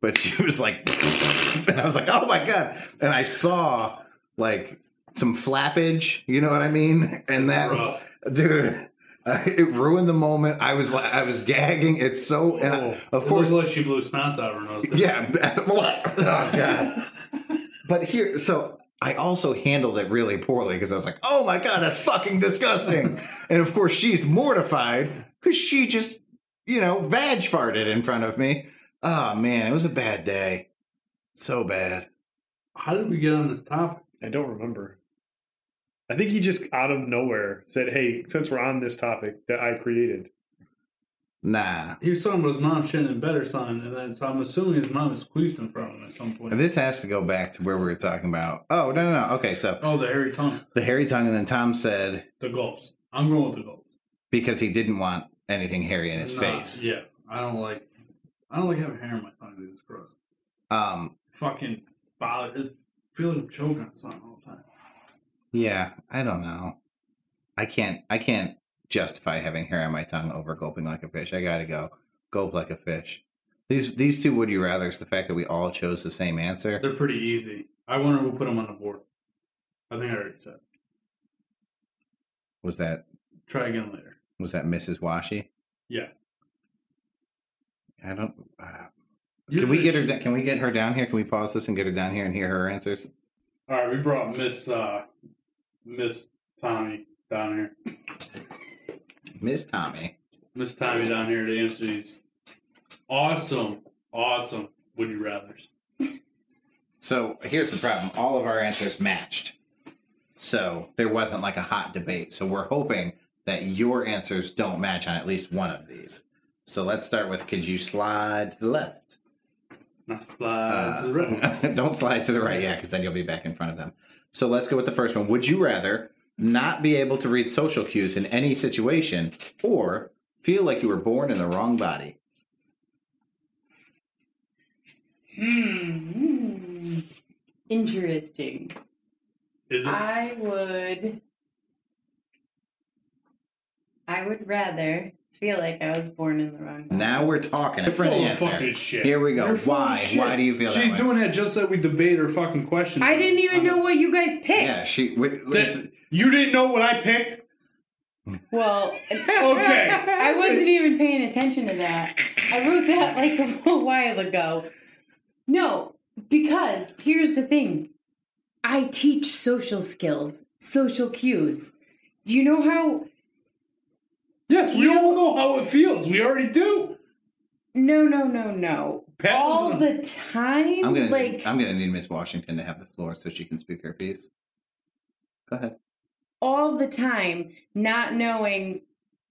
Speaker 1: But she was like, [LAUGHS] and I was like, oh my god! And I saw like some flappage, you know what I mean? And that was, dude. [LAUGHS] Uh, it ruined the moment. I was like, I was gagging. It's so, and I- of
Speaker 2: Oh, It
Speaker 1: course,
Speaker 2: looked like she blew snots out of her nose. didn't
Speaker 1: yeah. [LAUGHS] b- oh god. But here, so I also handled it really poorly because I was like, "Oh my god, that's fucking
Speaker 2: [LAUGHS]
Speaker 1: disgusting," and of course she's mortified because she just, you know, vag farted in front of me. Oh man, it was a bad day, so bad.
Speaker 2: How did we get on this topic?
Speaker 3: I don't remember. I think he just out of nowhere said, "Hey, since we're on this topic that I created,
Speaker 1: Nah,
Speaker 2: He was talking about his mom shitting in bed or something, and then so I'm assuming his mom is queefed in front of him at some point.
Speaker 1: this has to go back to where we were talking about. Oh no, no, no. Okay, so
Speaker 2: oh, the hairy tongue,
Speaker 1: the hairy tongue, and then Tom said
Speaker 2: the gulps. I'm going with the gulps.
Speaker 1: because he didn't want anything hairy in his
Speaker 2: Nah,
Speaker 1: face.
Speaker 2: Yeah, I don't like. I don't like having hair on my tongue. Dude. It's gross.
Speaker 1: Um,
Speaker 2: Fucking bother. It feel like I'm choking on something all the time.
Speaker 1: Yeah, I don't know. I can't. I can't justify having hair on my tongue over gulping like a fish. I gotta go gulp like a fish. These these two would you rather's the fact that we all chose the same answer.
Speaker 2: They're pretty easy. I wonder who put them on the board. I think I already said.
Speaker 1: Was that
Speaker 2: Try again later.
Speaker 1: was that Mrs. Washi?
Speaker 2: Yeah.
Speaker 1: I don't. Uh,
Speaker 2: You
Speaker 1: can we get her?
Speaker 2: finish.
Speaker 1: da- Can we get her down here? Can we pause this and get her down here and hear her answers?
Speaker 2: All right, we brought Miss uh, Miss Tommy down here.
Speaker 1: Miss Tommy.
Speaker 2: Miss Tommy down here to answer these awesome, awesome would you rather's.
Speaker 1: So here's the problem. All of our answers matched. So there wasn't like a hot debate. So we're hoping that your answers don't match on at least one of these. So let's start with could you slide to the left?
Speaker 2: Not slide
Speaker 1: Uh,
Speaker 2: to the
Speaker 1: [LAUGHS]
Speaker 2: right.
Speaker 1: don't slide to the right, yeah, because then you'll be back in front of them. So let's go with the first one. Would you rather not be able to read social cues in any situation or feel like you were born in the wrong body?
Speaker 7: Hmm. Interesting.
Speaker 2: Is it?
Speaker 7: I would. I would rather feel like I was born in the wrong. body.
Speaker 1: Now we're talking. Different
Speaker 2: full of
Speaker 1: answer.
Speaker 2: fucking shit.
Speaker 1: Here we go.
Speaker 2: You're full of
Speaker 1: Why?
Speaker 2: shit.
Speaker 1: Why do you feel that
Speaker 2: She's
Speaker 1: way?
Speaker 2: doing that just so we debate her fucking question.
Speaker 7: I didn't even know what you guys picked.
Speaker 1: Yeah, she. With,
Speaker 2: That- you didn't know what I picked?
Speaker 7: Well,
Speaker 2: Okay.
Speaker 7: I wasn't even paying attention to that. I wrote that like [LAUGHS] a little while ago. No, because here's the thing I teach social skills, social cues. Do you know how?
Speaker 2: Yes, we
Speaker 7: You
Speaker 2: all know how it feels. We already do.
Speaker 7: No, no, no, no.
Speaker 2: Pat
Speaker 7: All
Speaker 2: doesn't-
Speaker 7: the time.
Speaker 1: I'm gonna
Speaker 7: like,
Speaker 1: I'm gonna need Miss Washington to have the floor so she can speak her piece. Go ahead.
Speaker 7: all the time not knowing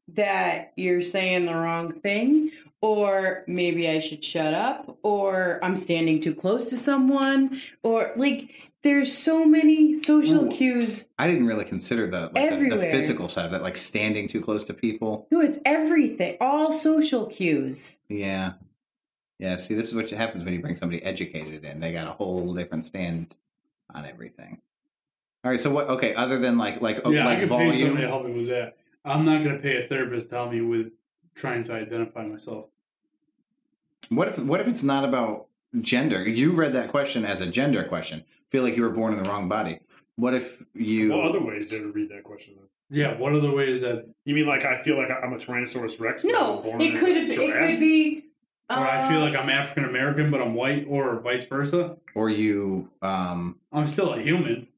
Speaker 7: that you're saying the wrong thing or maybe I should shut up or I'm standing too close to someone or like there's so many social
Speaker 1: Ooh.
Speaker 7: cues.
Speaker 1: I didn't really consider the like the, the
Speaker 7: Everywhere.
Speaker 1: physical side of that, like standing too close to people.
Speaker 7: No, it's everything. All social cues.
Speaker 1: Yeah. Yeah, see this is what happens when you bring somebody educated in. They got a whole different stand on everything. All right, so what okay, other than like like oh,
Speaker 2: yeah, I
Speaker 1: like
Speaker 2: could pay
Speaker 1: volume.
Speaker 2: somebody to help me with that. I'm not going to pay a therapist to help me with trying to identify myself.
Speaker 1: What if what if it's not about gender? You read that question as a gender question. Feel like you were born in the wrong body. What if you
Speaker 8: What other ways did it read that question? Though?
Speaker 2: Yeah, what are the ways that,
Speaker 8: You mean like I feel like I'm a Tyrannosaurus Rex? but I was
Speaker 7: No,
Speaker 8: born
Speaker 7: it
Speaker 8: as a
Speaker 7: could have, it
Speaker 8: giraffe?
Speaker 7: could be.
Speaker 2: or
Speaker 7: Uh,
Speaker 2: I feel like I'm African American but I'm white, or vice versa?
Speaker 1: or you um
Speaker 2: I'm still a human.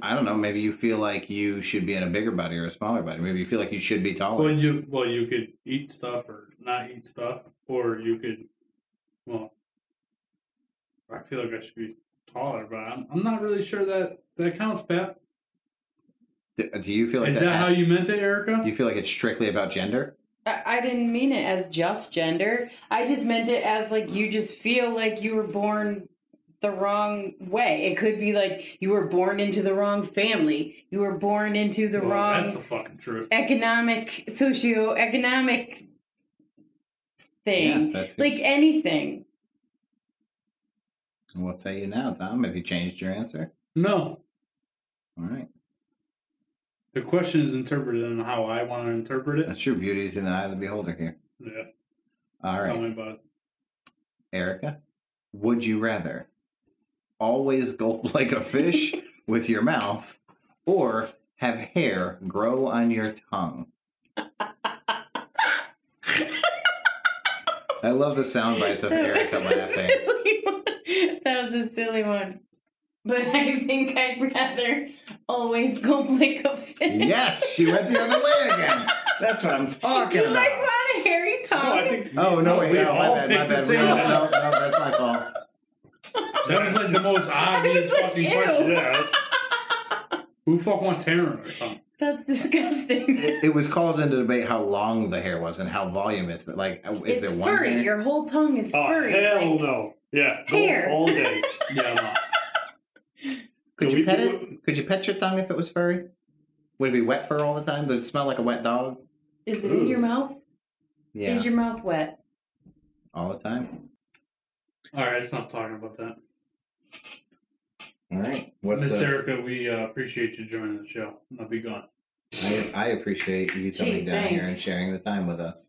Speaker 1: I don't know, maybe you feel like you should be in a bigger body or a smaller body. Maybe you feel like you should be taller.
Speaker 2: Well, you well you could eat stuff or not eat stuff, or you could. Well, I feel like I should be taller, but I'm, I'm not really sure that that counts, Pat.
Speaker 1: do, do you feel like
Speaker 2: Is that how
Speaker 1: has-
Speaker 2: you meant it, Erica?
Speaker 1: do you feel like it's strictly about gender?
Speaker 7: I I didn't mean it as just gender. I just meant it as like you just feel like you were born the wrong way. It could be like you were born into the wrong family. You were born into the
Speaker 2: Well,
Speaker 7: wrong
Speaker 2: That's the fucking truth.
Speaker 7: economic, socioeconomic thing.
Speaker 1: Yeah, that's-
Speaker 7: like anything.
Speaker 1: What say you now, Tom? Have you changed your answer?
Speaker 2: No,
Speaker 1: All right.
Speaker 2: the question is interpreted in how I want to interpret it.
Speaker 1: That's your beauty is in the eye of the beholder here.
Speaker 2: Yeah,
Speaker 1: All
Speaker 2: tell
Speaker 1: right.
Speaker 2: me about it.
Speaker 1: Erica, would you rather always gulp [LAUGHS] like a
Speaker 2: [LAUGHS]
Speaker 1: fish with your mouth or have hair grow on your
Speaker 2: [LAUGHS]
Speaker 1: tongue? I love the sound bites of
Speaker 7: [LAUGHS]
Speaker 1: Erica
Speaker 7: was a
Speaker 1: laughing.
Speaker 7: silly one. That was a silly one. But I think I'd rather always go [LAUGHS] like a fish. [LAUGHS]
Speaker 1: Yes, she went the other way again. That's what I'm talking
Speaker 7: You guys
Speaker 1: about.
Speaker 7: want a hairy tongue?
Speaker 8: No, I think.
Speaker 1: Oh no! Wait,
Speaker 2: We
Speaker 1: no, my
Speaker 2: all
Speaker 1: bad, my
Speaker 2: picked the
Speaker 1: bad.
Speaker 2: same
Speaker 1: No,
Speaker 2: one.
Speaker 1: no, no, that's my fault.
Speaker 2: That was like the most obvious
Speaker 7: like,
Speaker 2: fucking
Speaker 7: ew.
Speaker 2: question.
Speaker 8: Yeah, that's,
Speaker 2: Who fuck wants hair on their tongue?
Speaker 7: That's disgusting.
Speaker 1: It was called into debate how long the hair was and how voluminous. That like, is
Speaker 7: it's
Speaker 1: there one?
Speaker 7: furry.
Speaker 1: hair?
Speaker 7: Your whole tongue is
Speaker 8: oh,
Speaker 7: furry.
Speaker 8: hell
Speaker 7: like-
Speaker 8: no. Yeah, go
Speaker 7: Hair.
Speaker 8: all day.
Speaker 2: Yeah, no.
Speaker 1: Could
Speaker 8: Can
Speaker 1: you
Speaker 8: we
Speaker 1: pet
Speaker 8: do
Speaker 1: it? Could you pet your tongue if it was furry? Would it be wet fur all the time? Would it smell like a wet dog?
Speaker 7: Is it
Speaker 8: Ooh.
Speaker 7: in your mouth?
Speaker 1: Yeah,
Speaker 7: Is your mouth wet?
Speaker 1: all the time.
Speaker 2: all right, it's not talking about that.
Speaker 1: All right. What's
Speaker 2: Miss
Speaker 1: uh,
Speaker 2: Erica, we uh, appreciate you joining the show. I'll be gone.
Speaker 1: I, I appreciate you coming
Speaker 7: Gee,
Speaker 1: down here and
Speaker 7: thanks.
Speaker 1: sharing the time with us.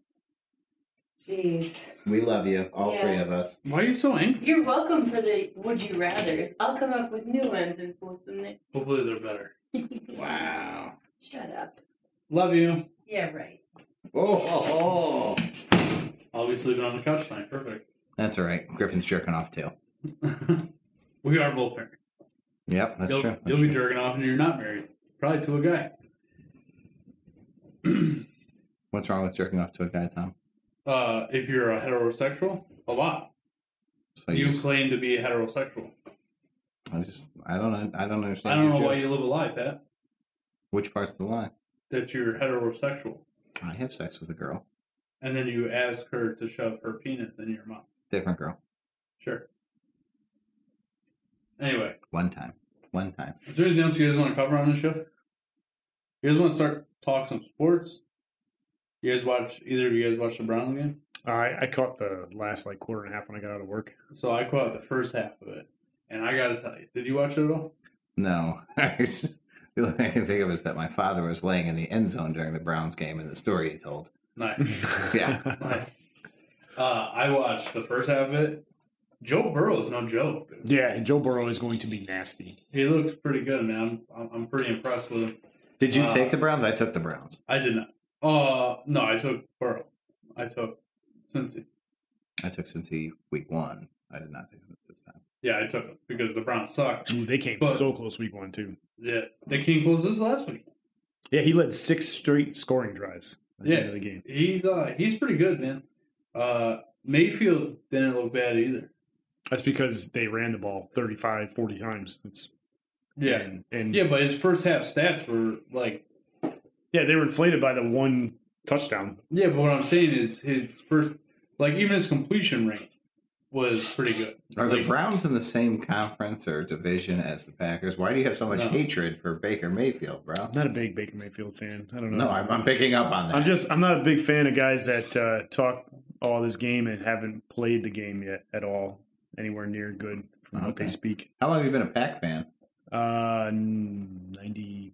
Speaker 7: Jeez.
Speaker 1: We love you, all
Speaker 7: Yeah.
Speaker 1: three of us.
Speaker 2: Why are you so angry?
Speaker 7: You're welcome for the would you rather. I'll come up with new ones and post them next.
Speaker 2: Hopefully they're better.
Speaker 1: Wow.
Speaker 7: Shut up.
Speaker 2: Love you.
Speaker 7: Yeah, right.
Speaker 1: Oh.
Speaker 2: I'll be sleeping on the couch tonight. Perfect. [LAUGHS]
Speaker 1: That's all right. Griffin's jerking off too.
Speaker 2: we are both married.
Speaker 1: Yep, that's
Speaker 2: you'll
Speaker 1: true. That's
Speaker 2: you'll be
Speaker 1: true.
Speaker 2: jerking off and you're not married. Probably to a guy.
Speaker 1: What's wrong with jerking off to a guy, Tom?
Speaker 2: Uh, if you're a heterosexual, a lot.
Speaker 1: So
Speaker 2: you
Speaker 1: just-
Speaker 2: claim to be heterosexual.
Speaker 1: I just, I don't, I don't
Speaker 2: I
Speaker 1: understand.
Speaker 2: don't
Speaker 1: your
Speaker 2: know why
Speaker 1: joke.
Speaker 2: you live a lie, Pat.
Speaker 1: Which part's the lie?
Speaker 2: That you're heterosexual.
Speaker 1: I have sex with a girl,
Speaker 2: And then you ask her to shove her penis in your mouth.
Speaker 1: different girl,
Speaker 2: Sure. Anyway,
Speaker 1: one time, one time.
Speaker 2: is there anything else you guys want to cover on this show? You guys want to start talk some sports? You guys watch either of you guys watch the Browns game?
Speaker 8: I, I caught the last like quarter and a half when I got out of work.
Speaker 2: So I caught the first half of it, and I gotta tell you, did you watch it at all?
Speaker 1: No, [LAUGHS] the only thing I can think of is that my father was laying in the end zone during the Browns game, and the story he told.
Speaker 2: Nice, [LAUGHS]
Speaker 1: Yeah,
Speaker 2: nice. Uh, I watched the first half of it. Joe Burrow is no joke. dude.
Speaker 8: Yeah, Joe Burrow is going to be nasty.
Speaker 2: He looks pretty good, man. I'm, I'm, I'm pretty impressed with him.
Speaker 1: Did you
Speaker 2: Uh,
Speaker 1: take the Browns? I took the Browns.
Speaker 2: I did not. Uh, no, I took Burrow. I took Cincy.
Speaker 1: I took Cincy week one. I did not take them this time.
Speaker 2: Yeah, I took him because the Browns sucked.
Speaker 3: Ooh, they came
Speaker 2: But-
Speaker 3: so close week one too.
Speaker 2: Yeah, they came close this last week.
Speaker 3: Yeah, he led six straight scoring drives at the end of the game.
Speaker 2: He's uh he's pretty good, man. Uh, Mayfield didn't look bad either.
Speaker 3: That's because they ran the ball 35, 40 times. It's,
Speaker 2: Yeah,
Speaker 3: and, and
Speaker 2: yeah,
Speaker 3: yeah.
Speaker 2: but his first half stats were like.
Speaker 3: they were inflated by the one touchdown.
Speaker 2: Yeah, but what I'm saying is his first, like even his completion rate was pretty good.
Speaker 1: Are the
Speaker 2: Like,
Speaker 1: Browns in the same conference or division as the Packers? Why do you have so much
Speaker 2: No.
Speaker 1: hatred for Baker Mayfield, bro?
Speaker 3: I'm not a big Baker Mayfield fan. I don't know.
Speaker 1: No, I'm, I'm picking up on that.
Speaker 3: I'm just I'm not a big fan of guys that uh, talk all this game and haven't played the game yet at all, anywhere near good from what
Speaker 1: Okay.
Speaker 3: they speak.
Speaker 1: How long have you been a Pack fan?
Speaker 3: Uh, ninety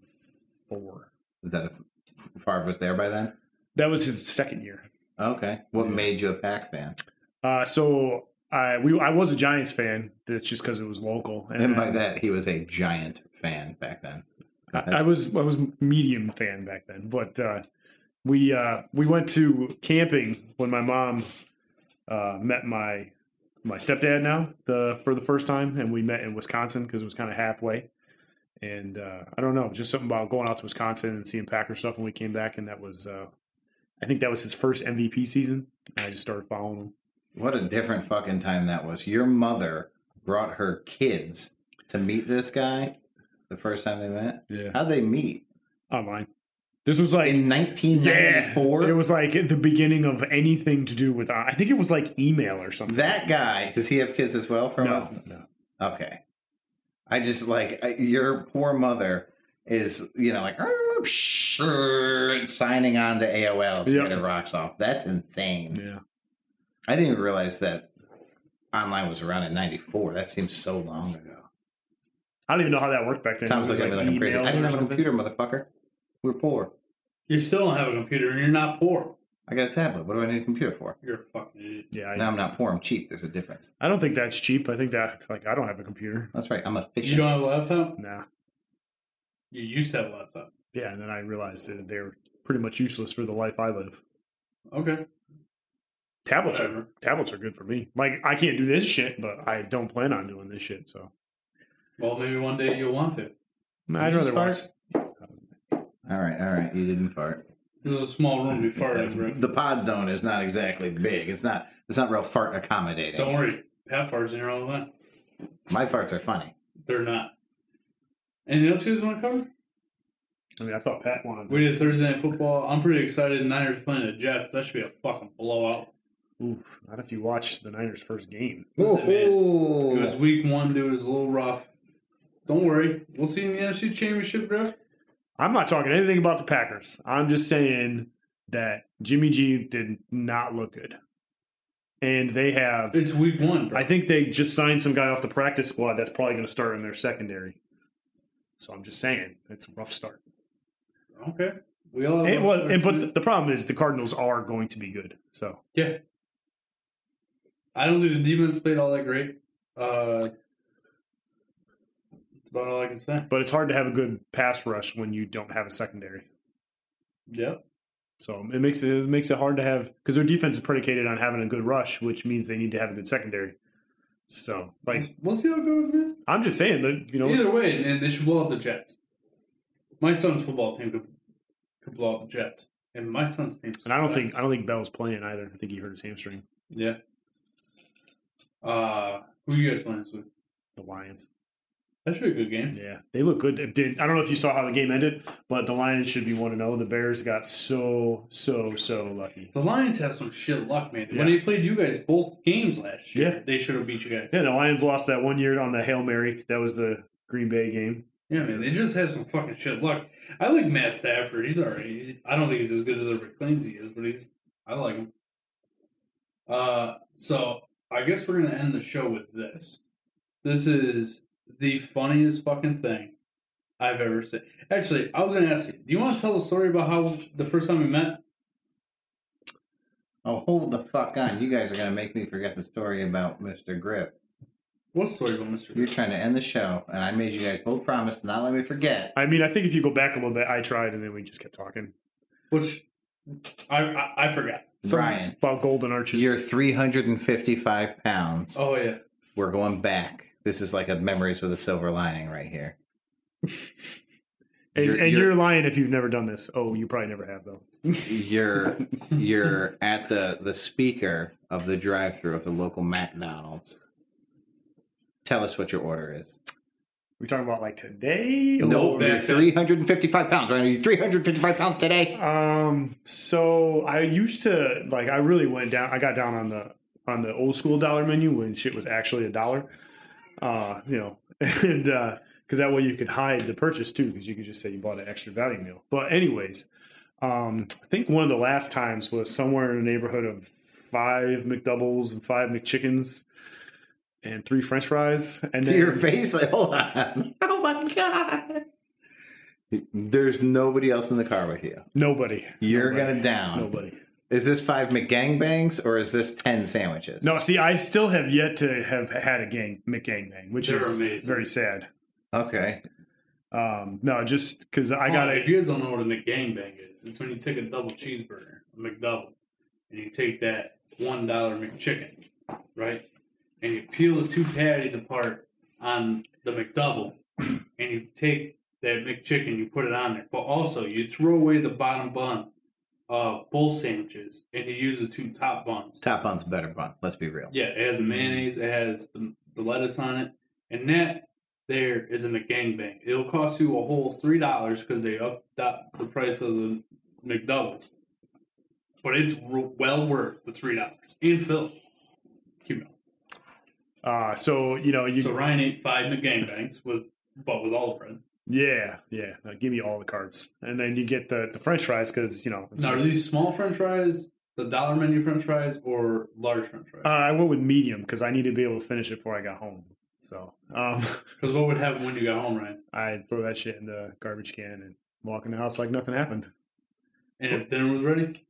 Speaker 3: four.
Speaker 1: Is that if Favre was there by then?
Speaker 3: That was his second year.
Speaker 1: Okay. What made you a Pack fan?
Speaker 3: Uh, so I we I was a Giants fan. That's just because it was local.
Speaker 1: And by
Speaker 3: then
Speaker 1: that, he was a giant fan back then.
Speaker 3: I, I was I was medium fan back then. But uh, we uh, we went to camping when my mom uh, met my my stepdad now the for the first time, and we met in Wisconsin because it was kind of halfway. And uh, I don't know, just something about going out to Wisconsin and seeing Packer stuff. And we came back, and that was uh, I think that was his first MVP season. And I just started following him.
Speaker 1: What a different fucking time that was. Your mother brought her kids to meet this guy the first time they met.
Speaker 3: Yeah,
Speaker 1: How'd they meet?
Speaker 3: online. This was like
Speaker 1: In
Speaker 3: Yeah,
Speaker 1: 1994?
Speaker 3: it was like at the beginning of anything to do with. uh, I think it was like email or something.
Speaker 1: that guy, does he have kids as well from
Speaker 3: no, no.
Speaker 1: Okay. I just like I, your poor mother is, you know, like "Oh, psh," signing on to AOL to
Speaker 3: Yep.
Speaker 1: get her rocks off. That's insane.
Speaker 3: Yeah,
Speaker 1: I didn't even realize that online was around in '94. That seems so long ago.
Speaker 3: I don't even know how that worked back then.
Speaker 1: Tom's
Speaker 3: It was
Speaker 1: looking at me like I'm crazy.
Speaker 3: email
Speaker 1: I didn't
Speaker 3: or
Speaker 1: have a
Speaker 3: something.
Speaker 1: computer, motherfucker. We We're poor.
Speaker 2: you still don't have a computer, and you're not poor.
Speaker 1: I got a tablet. What do I need a computer for?
Speaker 2: You're a fucking idiot.
Speaker 3: Yeah, I,
Speaker 1: Now I'm not poor. I'm cheap. There's a difference.
Speaker 3: I don't think that's cheap. I think that's like I don't have a computer.
Speaker 1: That's right. I'm
Speaker 2: You
Speaker 1: efficient.
Speaker 2: don't have a laptop.
Speaker 3: Nah.
Speaker 2: You used to have a laptop.
Speaker 3: Yeah, and then I realized that they're pretty much useless for the life I live.
Speaker 2: Okay.
Speaker 3: Tablets are
Speaker 2: Whatever.
Speaker 3: tablets are good for me. Like I can't do this shit, but I don't plan on doing this shit. So
Speaker 2: Well, maybe one day you'll want to.
Speaker 3: I'd rather watch.
Speaker 1: all right, all right. You didn't fart.
Speaker 2: This is a small room we farted in.
Speaker 1: Uh, The pod zone is not exactly big. It's not. It's not real fart accommodating.
Speaker 2: Don't worry, Pat farts in here all the time.
Speaker 1: My farts are funny.
Speaker 2: They're not. Anything else you guys want to cover?
Speaker 3: I mean, I thought Pat wanted.
Speaker 2: We did Thursday night football. I'm pretty excited. Niners playing the Jets. That should be a fucking blowout.
Speaker 3: Oof, not if you watch the Niners' first game.
Speaker 2: Listen, man,
Speaker 1: Ooh.
Speaker 2: It was week one, dude. It was a little rough. Don't worry. We'll see you in the NFC Championship draft.
Speaker 3: I'm not talking anything about the Packers. I'm just saying that Jimmy G did not look good. And they have
Speaker 2: It's week one, bro.
Speaker 3: I think they just signed some guy off the practice squad that's probably going to start in their secondary. So I'm just saying it's a rough start.
Speaker 2: okay. We all have
Speaker 3: And, well, and
Speaker 2: our-
Speaker 3: but the problem is the Cardinals are going to be good. So
Speaker 2: yeah. I don't think the defense played all that great. Uh, that's about all I can say.
Speaker 3: but it's hard to have a good pass rush when you don't have a secondary.
Speaker 2: Yep.
Speaker 3: So it makes it, makes it hard to have because their defense is predicated on having a good rush, which means they need to have a good secondary. So like
Speaker 2: We'll see how it goes, man.
Speaker 3: I'm just saying that you know
Speaker 2: Mm. Either
Speaker 3: it's-
Speaker 2: way, and they should blow out the Jets. My son's football team could, could blow out the Jets, and my son's team.
Speaker 3: and I don't
Speaker 2: sucks.
Speaker 3: think I don't think Bell's playing either. I think he hurt his hamstring.
Speaker 2: Yeah. Uh, who you guys playing this with?
Speaker 3: The Lions.
Speaker 2: That should be a good game.
Speaker 3: Yeah, they look good. It did- I don't know if you saw how the game ended, but the Lions should be one to zero. The Bears got so so so lucky.
Speaker 2: The Lions have some shit luck, man. When
Speaker 3: Yeah.
Speaker 2: they played you guys both games last year,
Speaker 3: Yeah.
Speaker 2: they should have beat you guys.
Speaker 3: Yeah, the Lions lost that one year on the hail mary. That was the Green Bay game.
Speaker 2: Yeah, man, they just have some fucking shit luck. I like Matt Stafford. He's alright. I don't think he's as good as everybody claims he is, but he's I like him. Uh, so I guess we're gonna end the show with this. This is the funniest fucking thing I've ever seen. Actually, I was gonna ask you. Do you want to tell the story about how the first time we met?
Speaker 1: Oh, hold the fuck on. You guys are going to make me forget the story about Mr. Griff.
Speaker 2: What story about Mr.
Speaker 1: You're
Speaker 2: Grimm?
Speaker 1: trying to end the show, and I made you guys both promise to not let me forget.
Speaker 3: I mean, I think if you go back a little bit, I tried, and then we just kept talking
Speaker 2: Which I, I I forgot.
Speaker 1: Brian,
Speaker 3: about golden arches.
Speaker 1: you're 355 pounds.
Speaker 2: Oh yeah.
Speaker 1: We're going back. This is like a memories with a silver lining right here.
Speaker 3: and,
Speaker 1: you're-
Speaker 3: and
Speaker 1: you're-
Speaker 3: you're lying if you've never done this. Oh, you probably never have though.
Speaker 1: You're
Speaker 2: [LAUGHS]
Speaker 1: you're at the the speaker of the drive-through of the local McDonald's. Tell us what your order is.
Speaker 3: We're talking about like today.
Speaker 2: No,
Speaker 1: You're
Speaker 2: back then.
Speaker 1: 355 pounds, right? Are you 355 pounds today?
Speaker 3: Um. So I used to like. I really went down. I got down on the on the old school dollar menu when shit was actually a dollar. Uh, you know, [LAUGHS] and because that way you could hide the purchase too, because you could just say you bought an extra value meal. But anyways, um, I think one of the last times was somewhere in the neighborhood of five McDoubles and five McChickens and three French fries. And
Speaker 1: To your
Speaker 3: then,
Speaker 1: face? Like, hold on. [LAUGHS] Oh my god. There's nobody else in the car with you.
Speaker 3: nobody,
Speaker 1: You're gonna down.
Speaker 3: nobody.
Speaker 1: Is this five McGangbangs or is this ten sandwiches?
Speaker 3: No, see, I still have yet to have had a gang McGangbang, which
Speaker 2: They're
Speaker 3: is
Speaker 2: amazing.
Speaker 3: very sad.
Speaker 1: Okay.
Speaker 3: Um, no, just because I got
Speaker 2: Oh,
Speaker 3: a
Speaker 2: If you guys don't know what a McGangbang is, it's when you take a double cheeseburger, a McDouble, and you take that one dollar McChicken, right, and you peel the two patties apart on the McDouble, and you take that McChicken, you put it on there, but also you throw away the bottom bun of both sandwiches, and you use the two top buns.
Speaker 1: Top bun's better bun. Let's be real.
Speaker 2: Yeah, it has mayonnaise, it has the, the lettuce on it, and that there is a McGangbang. It'll cost you a whole three dollars because they upped up the price of the McDoubles, but it's w- well worth the three dollars and Phil. Keep it.
Speaker 3: uh, so you know you
Speaker 2: So Ryan ate five McGangbangs with, but with all bread.
Speaker 3: yeah yeah uh, give me all the carbs and then you get the the French fries because you know it's-
Speaker 2: Now, are these small French fries, the dollar menu French fries, or large French
Speaker 3: uh,
Speaker 2: fries?
Speaker 3: I went with medium because I need to be able to finish it before I got home. So um, [LAUGHS]
Speaker 2: Because what would happen when you got home, Ryan?
Speaker 3: I throw that shit in the garbage can and walk in the house like nothing happened.
Speaker 2: And if dinner was ready,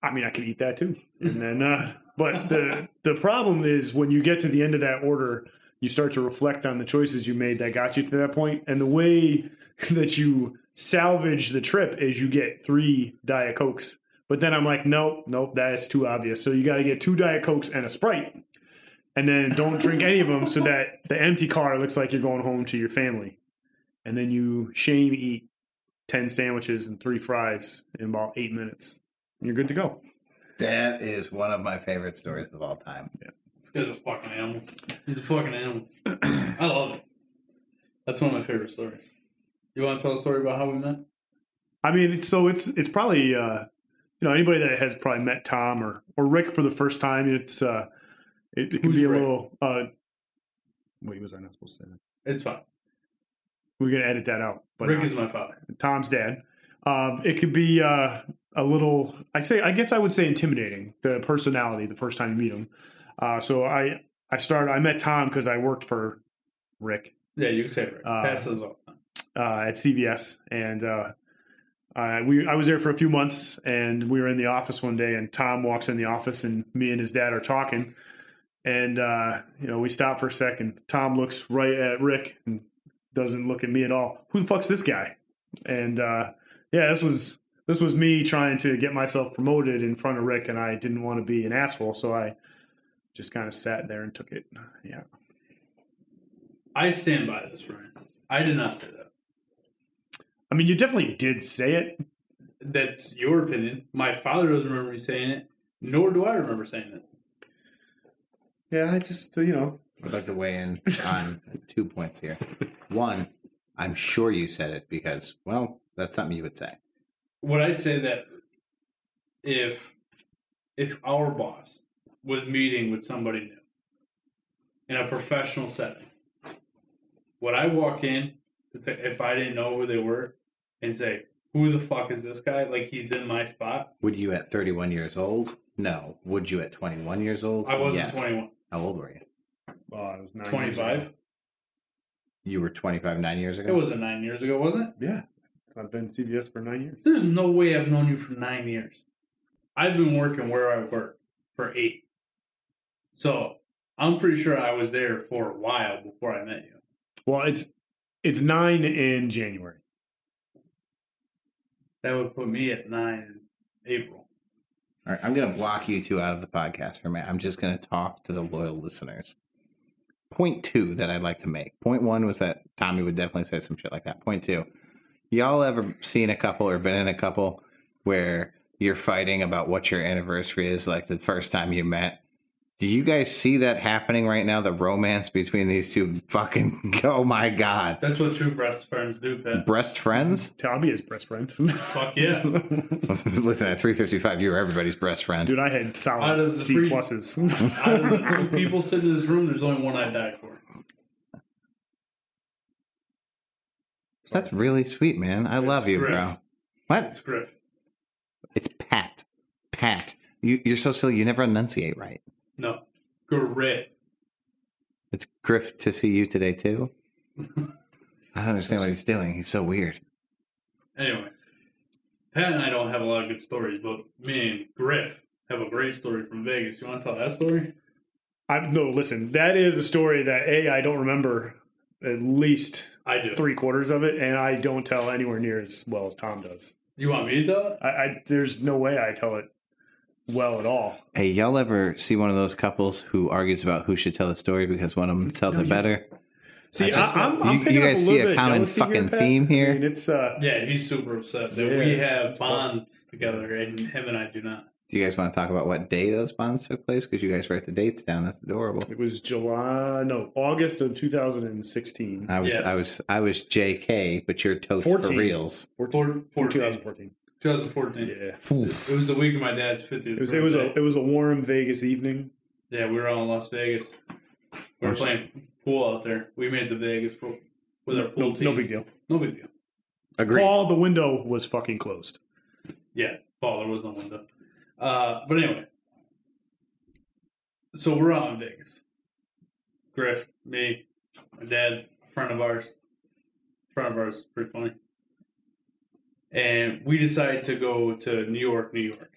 Speaker 3: I mean, I could eat that too. And then, uh, but the the problem is when you get to the end of that order, you start to reflect on the choices you made that got you to that point, and the way [LAUGHS] that you salvage the trip is you get three diet cokes. But then I'm like, nope, nope, that is too obvious. So you got to get two diet cokes and a sprite, and then don't drink any of them so that the empty car looks like you're going home to your family. And then you shame eat ten sandwiches and three fries in about eight minutes. and You're good to go.
Speaker 1: That is one of my favorite stories of all time.
Speaker 2: This guy's a fucking animal. He's a fucking
Speaker 3: [CLEARS THROAT]
Speaker 2: animal. I love it. That's one of my favorite stories. You want to tell a story about how we met?
Speaker 3: I mean, it's, so it's it's probably uh, you know anybody that has probably met Tom or or Rick for the first time, it's uh, it, it can
Speaker 2: Who's
Speaker 3: be a
Speaker 2: Rick?
Speaker 3: little. Uh, wait, was I not supposed to say that?
Speaker 2: It's fine.
Speaker 3: We're gonna edit that out. But uh,
Speaker 2: Rick is my father.
Speaker 3: Tom's dad. Um, it could be uh, a little. I say. I guess I would say intimidating. The personality the first time you meet him. Uh, so I I started. I met Tom because I worked for Rick
Speaker 2: Yeah, you can say Rick.
Speaker 3: Uh,
Speaker 2: Passes off.
Speaker 3: uh, at CVS, and uh, I, we I was there for a few months, and we were in the office one day, and Tom walks in the office, and me and his dad are talking, and uh, you know we stop for a second. Tom looks right at Rick and doesn't look at me at all. Who the fuck's this guy? And uh, yeah, this was this was me trying to get myself promoted in front of Rick, and I didn't want to be an asshole, so I just kind of sat there and took it. Yeah.
Speaker 2: I stand by this, Ryan. I did not say that.
Speaker 3: I mean, you definitely did say it,
Speaker 2: That's your opinion. My father doesn't remember me saying it, nor do I remember saying it.
Speaker 3: Yeah, I just you know.
Speaker 1: I'd like to weigh in on two points here. One, I'm sure you said it because, well, that's something you would say.
Speaker 2: Would I say that if if our boss was meeting with somebody new in a professional setting, would I walk in to ta- if I didn't know who they were and say, "Who the fuck is this guy?" Like he's in my spot.
Speaker 1: Would you at 31 years old? No. Would you at 21 years old?
Speaker 2: I wasn't
Speaker 1: Yes.
Speaker 2: 21,
Speaker 1: How old were you?
Speaker 3: Oh, I was nine years
Speaker 2: 25.
Speaker 3: old.
Speaker 1: You were 25 nine years
Speaker 2: It
Speaker 1: ago?
Speaker 2: wasn't nine years ago, wasn't it?
Speaker 3: Yeah, So I've been CBS for nine years.
Speaker 2: There's no way I've known you for nine years. I've been working where I work for eight. So I'm pretty sure I was there for a while before I met you.
Speaker 8: Well, it's it's nine in January.
Speaker 2: That would put me at nine in April.
Speaker 1: All right, I'm going to block you two out of the podcast for a minute. I'm just going to talk to the loyal listeners. Point two that I'd like to make. Point one was that Tommy would definitely say some shit like that. Point two, y'all ever seen a couple or been in a couple where you're fighting about what your anniversary is, like the first time you met? Do you guys see that happening right now? The romance between these two fucking, [LAUGHS] oh my God.
Speaker 2: That's what true best friends do, Pat.
Speaker 1: Breast friends? [LAUGHS]
Speaker 8: Tommy is best friend. [LAUGHS]
Speaker 2: Fuck yeah.
Speaker 1: Listen, at 355, you were everybody's breast friend.
Speaker 8: Dude, I had
Speaker 2: Out
Speaker 8: solid
Speaker 2: of the
Speaker 8: C
Speaker 2: three-
Speaker 3: [LAUGHS]
Speaker 8: pluses.
Speaker 2: Out of the two people sitting in this room, there's only one I died for.
Speaker 1: That's really sweet, man. I love you, bro.
Speaker 2: Griff.
Speaker 1: What?
Speaker 2: It's Griff.
Speaker 1: It's Pat. Pat. You, you're so silly. You never enunciate right.
Speaker 2: No. Griff.
Speaker 1: It's Griff to see you today, too. I don't understand what he's doing. He's so weird.
Speaker 2: Anyway, Pat and I don't have a lot of good stories, but me and Griff have a great story from Vegas. You want to tell that story?
Speaker 8: [LAUGHS] I, no, listen, that is a story that a I don't remember at least
Speaker 2: I do.
Speaker 8: three quarters of it, and I don't tell anywhere near as well as Tom does.
Speaker 2: You want me to tell it?
Speaker 8: I, I there's no way I tell it well at all.
Speaker 1: Hey, y'all ever see one of those couples who argues about who should tell the story because one of them tells it better?
Speaker 8: See, I
Speaker 1: just-
Speaker 8: am I'm
Speaker 1: you-
Speaker 8: picking
Speaker 1: you
Speaker 8: up
Speaker 1: guys
Speaker 8: a
Speaker 1: see
Speaker 8: little
Speaker 1: a
Speaker 8: bit of
Speaker 1: common
Speaker 8: jealousy
Speaker 1: fucking
Speaker 8: here, Pat.
Speaker 1: theme here?
Speaker 8: I mean, it's uh,
Speaker 2: Yeah, he's super upset that
Speaker 8: Yeah,
Speaker 2: we
Speaker 8: it's-
Speaker 2: have
Speaker 8: it's
Speaker 2: bonds together and him and I do not.
Speaker 1: Do you guys want to talk about what day those bonds took place? Because you guys write the dates down. That's adorable.
Speaker 8: it was July, no, August of 2016,
Speaker 1: I was,
Speaker 2: Yes.
Speaker 1: I was, I was JK, but you're toast for
Speaker 8: 14.
Speaker 1: reals.
Speaker 2: We're 14.
Speaker 8: 2014.
Speaker 2: 2014.
Speaker 8: Yeah,
Speaker 1: Oof.
Speaker 2: It was the week of my dad's 50th.
Speaker 8: it was it was a
Speaker 2: birthday.
Speaker 8: it was a warm Vegas evening.
Speaker 2: Yeah, we were all in Las Vegas. We were playing pool out there. We made the Vegas pool with our pool
Speaker 8: No,
Speaker 2: team.
Speaker 8: no big deal.
Speaker 2: No big deal.
Speaker 1: Agreed.
Speaker 8: Paul, the window was fucking closed.
Speaker 2: Yeah, Paul, there was no window. Uh, but anyway, so we're out in Vegas. Griff, me, my dad, a friend of ours. friend of ours is pretty funny. And we decided to go to New York, New York,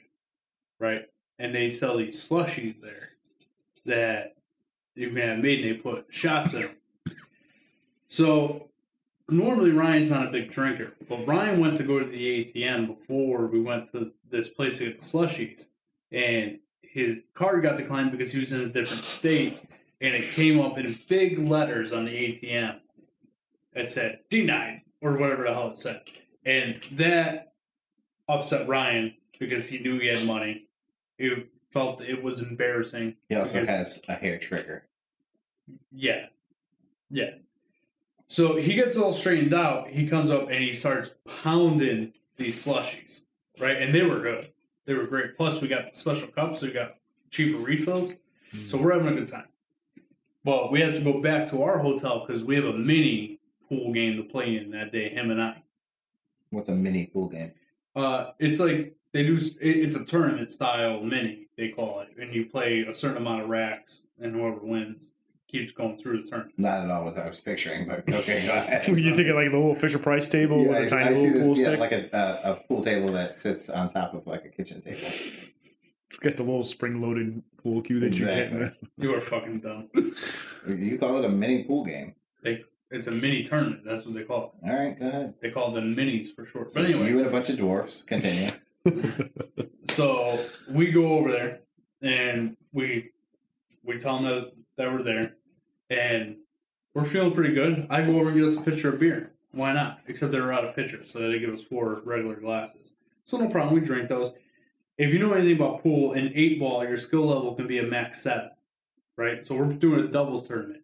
Speaker 2: right? And they sell these slushies there that you can have made and they put shots in 'em. So normally Ryan's not a big drinker, but Ryan went to go to the ATM before we went to this place to get the slushies, and his card got declined because he was in a different state, and it came up in big letters on the ATM that said denied or whatever the hell it said, and that upset Ryan because he knew he had money. He felt it was embarrassing.
Speaker 1: He also
Speaker 2: because-
Speaker 1: has a hair trigger.
Speaker 2: yeah. Yeah. So he gets all straightened out. He comes up and he starts pounding these slushies, right? And they were good. They were great. Plus, we got the special cups, so we got cheaper refills. So we're having a good time. But we have to go back to our hotel because we have a mini pool game to play in that day, him and I.
Speaker 1: What's a mini pool game?
Speaker 2: Uh, it's like they do. it- It's a tournament style mini. They call it, and you play a certain amount of racks, and whoever wins keeps going through the tournament.
Speaker 1: Not at all what I was picturing, but [LAUGHS]
Speaker 2: [LAUGHS]
Speaker 1: okay, go
Speaker 8: Were
Speaker 1: ahead.
Speaker 8: you thinking like the little Fisher Price table
Speaker 1: Yeah,
Speaker 8: with a
Speaker 1: I, I
Speaker 8: tiny
Speaker 1: see
Speaker 8: little pool
Speaker 1: this, yeah,
Speaker 8: stick?
Speaker 1: like a, a, a pool table that sits on top of like a kitchen table.
Speaker 8: Got the little spring loaded pool cue that you get.
Speaker 1: Exactly.
Speaker 2: You are fucking dumb.
Speaker 1: You call it a mini pool game.
Speaker 2: It's a mini tournament. That's what they call
Speaker 1: All right, go ahead.
Speaker 2: it. They call them minis for short.
Speaker 1: So
Speaker 2: But
Speaker 1: you
Speaker 2: anyway,
Speaker 1: and a bunch of dwarfs. Continue.
Speaker 2: so we go over there and we we tell them that, that we're there, and we're feeling pretty good. I go over and get us a pitcher of beer. Why not? Except they were out of pitchers, so they give us four regular glasses. So no problem. We drink those. If you know anything about pool, in eight ball, your skill level can be a max seven, right? So we're doing a doubles tournament.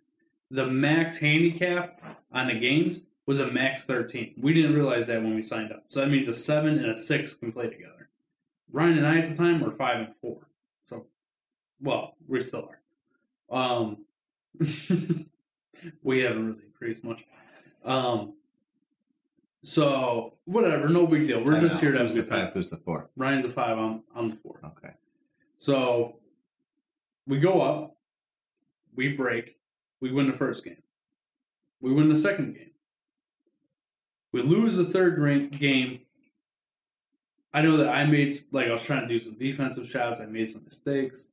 Speaker 2: The max handicap on the games was a max 13. We didn't realize that when we signed up. So that means a seven and a six can play together. Ryan and I at the time were five and four. So, well, we still are. Um, [LAUGHS] we haven't really increased much. Um, so whatever, no big deal. [LAUGHS] We're
Speaker 1: Time
Speaker 2: just
Speaker 1: out.
Speaker 2: here to have a
Speaker 1: Who's the
Speaker 2: good time.
Speaker 1: five? Who's the four?
Speaker 2: Ryan's a five. I'm I'm the four.
Speaker 1: Okay.
Speaker 2: So we go up, we break, we win the first game, we win the second game, we lose the third gra- game. I know that I made like I was trying to do some defensive shots. I made some mistakes.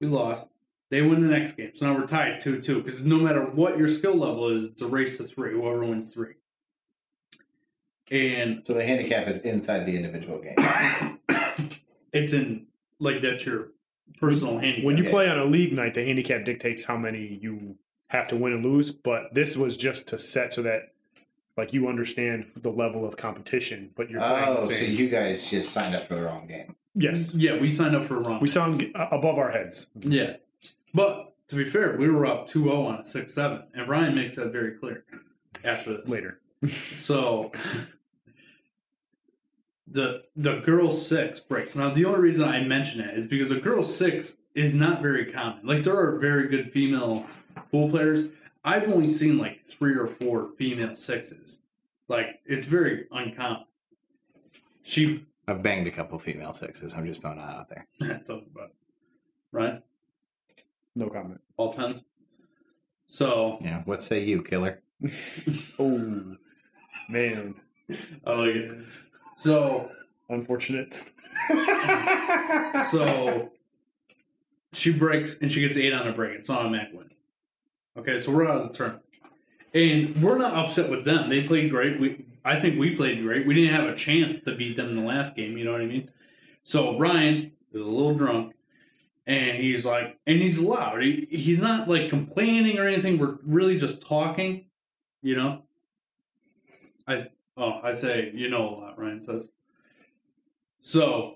Speaker 2: We lost. They win the next game. So now we're tied 2 2. Because no matter what your skill level is, it's a race to three. Whoever wins three. And
Speaker 1: So the handicap is inside the individual
Speaker 2: [COUGHS]
Speaker 1: game.
Speaker 2: it's in, like, that's your personal handicap.
Speaker 8: When you
Speaker 1: Yeah.
Speaker 8: play on a league night, the handicap dictates how many you have to win and lose. But this was just to set so that, like, you understand the level of competition. But you're playing
Speaker 1: Oh,
Speaker 8: the
Speaker 1: so
Speaker 8: same.
Speaker 1: you guys just signed up for the wrong game.
Speaker 8: yes,
Speaker 2: Yeah, we signed up for a wrong.
Speaker 8: we sound g- uh, above our heads.
Speaker 2: Yeah. But to be fair, we were up 2 0 on a 6 7. And Ryan makes that very clear after this.
Speaker 8: Later,
Speaker 2: So the the girl six breaks. Now the only reason I mention it is because a girl six is not very common. Like there are very good female pool players. I've only seen like three or four female sixes. Like it's very uncommon. She
Speaker 1: I've banged a couple female sixes. I'm just throwing that out there.
Speaker 2: [LAUGHS] talk about right
Speaker 8: no comment.
Speaker 2: all tens. So
Speaker 1: Yeah. What say you, killer?
Speaker 8: Oh man,
Speaker 2: I like it. So
Speaker 8: [LAUGHS] unfortunate.
Speaker 2: So she breaks and she gets eight on a break. It's on a Mac win. Okay, so we're out of the tournament. And we're not upset with them. They played great. We I think we played great. We didn't have a chance to beat them in the last game, you know what I mean? So Ryan is a little drunk and he's like and he's loud. He, he's not like complaining or anything. We're really just talking, you know. I oh, I say, you know a lot, Ryan says. So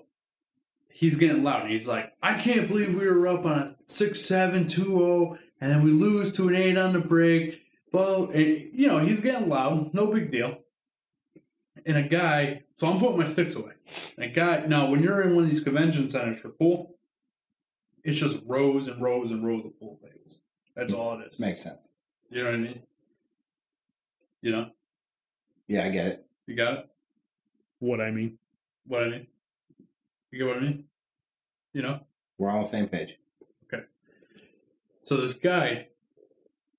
Speaker 2: he's getting loud. And he's like, I can't believe we were up on a 6 7 2 0, oh, and then we lose to an 8 on the break. Well, and, you know, he's getting loud. No big deal. And a guy, so I'm putting my sticks away. And a guy, now, when you're in one of these convention centers for pool, it's just rows and rows and rows of pool tables. That's all it is.
Speaker 1: Makes sense.
Speaker 2: You know what I mean? You know,
Speaker 1: Yeah, I get it.
Speaker 2: you got it?
Speaker 8: What I mean,
Speaker 2: What I mean? You get what I mean? You know?
Speaker 1: We're on the same page.
Speaker 2: So this guy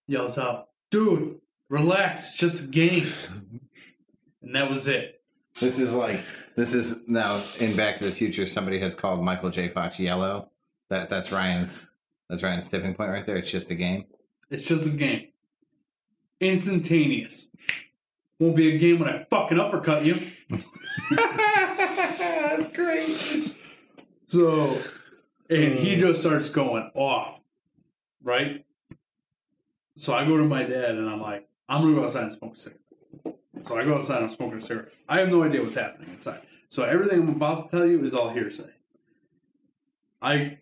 Speaker 2: yells out, "Dude, relax, it's just a game." and that was it.
Speaker 1: This is like this is now in Back to the Future. Somebody has called Michael J. Fox yellow. That that's Ryan's. That's Ryan's tipping point right there. It's just a game.
Speaker 2: It's just a game. Instantaneous. Won't be a game when I fucking uppercut you.
Speaker 1: That's great.
Speaker 2: So, and he just starts going off, right? So I go to my dad and I'm like, I'm gonna go outside and smoke a cigarette. So I go outside and I'm smoking a cigarette. I have no idea what's happening inside. So everything I'm about to tell you is all hearsay. I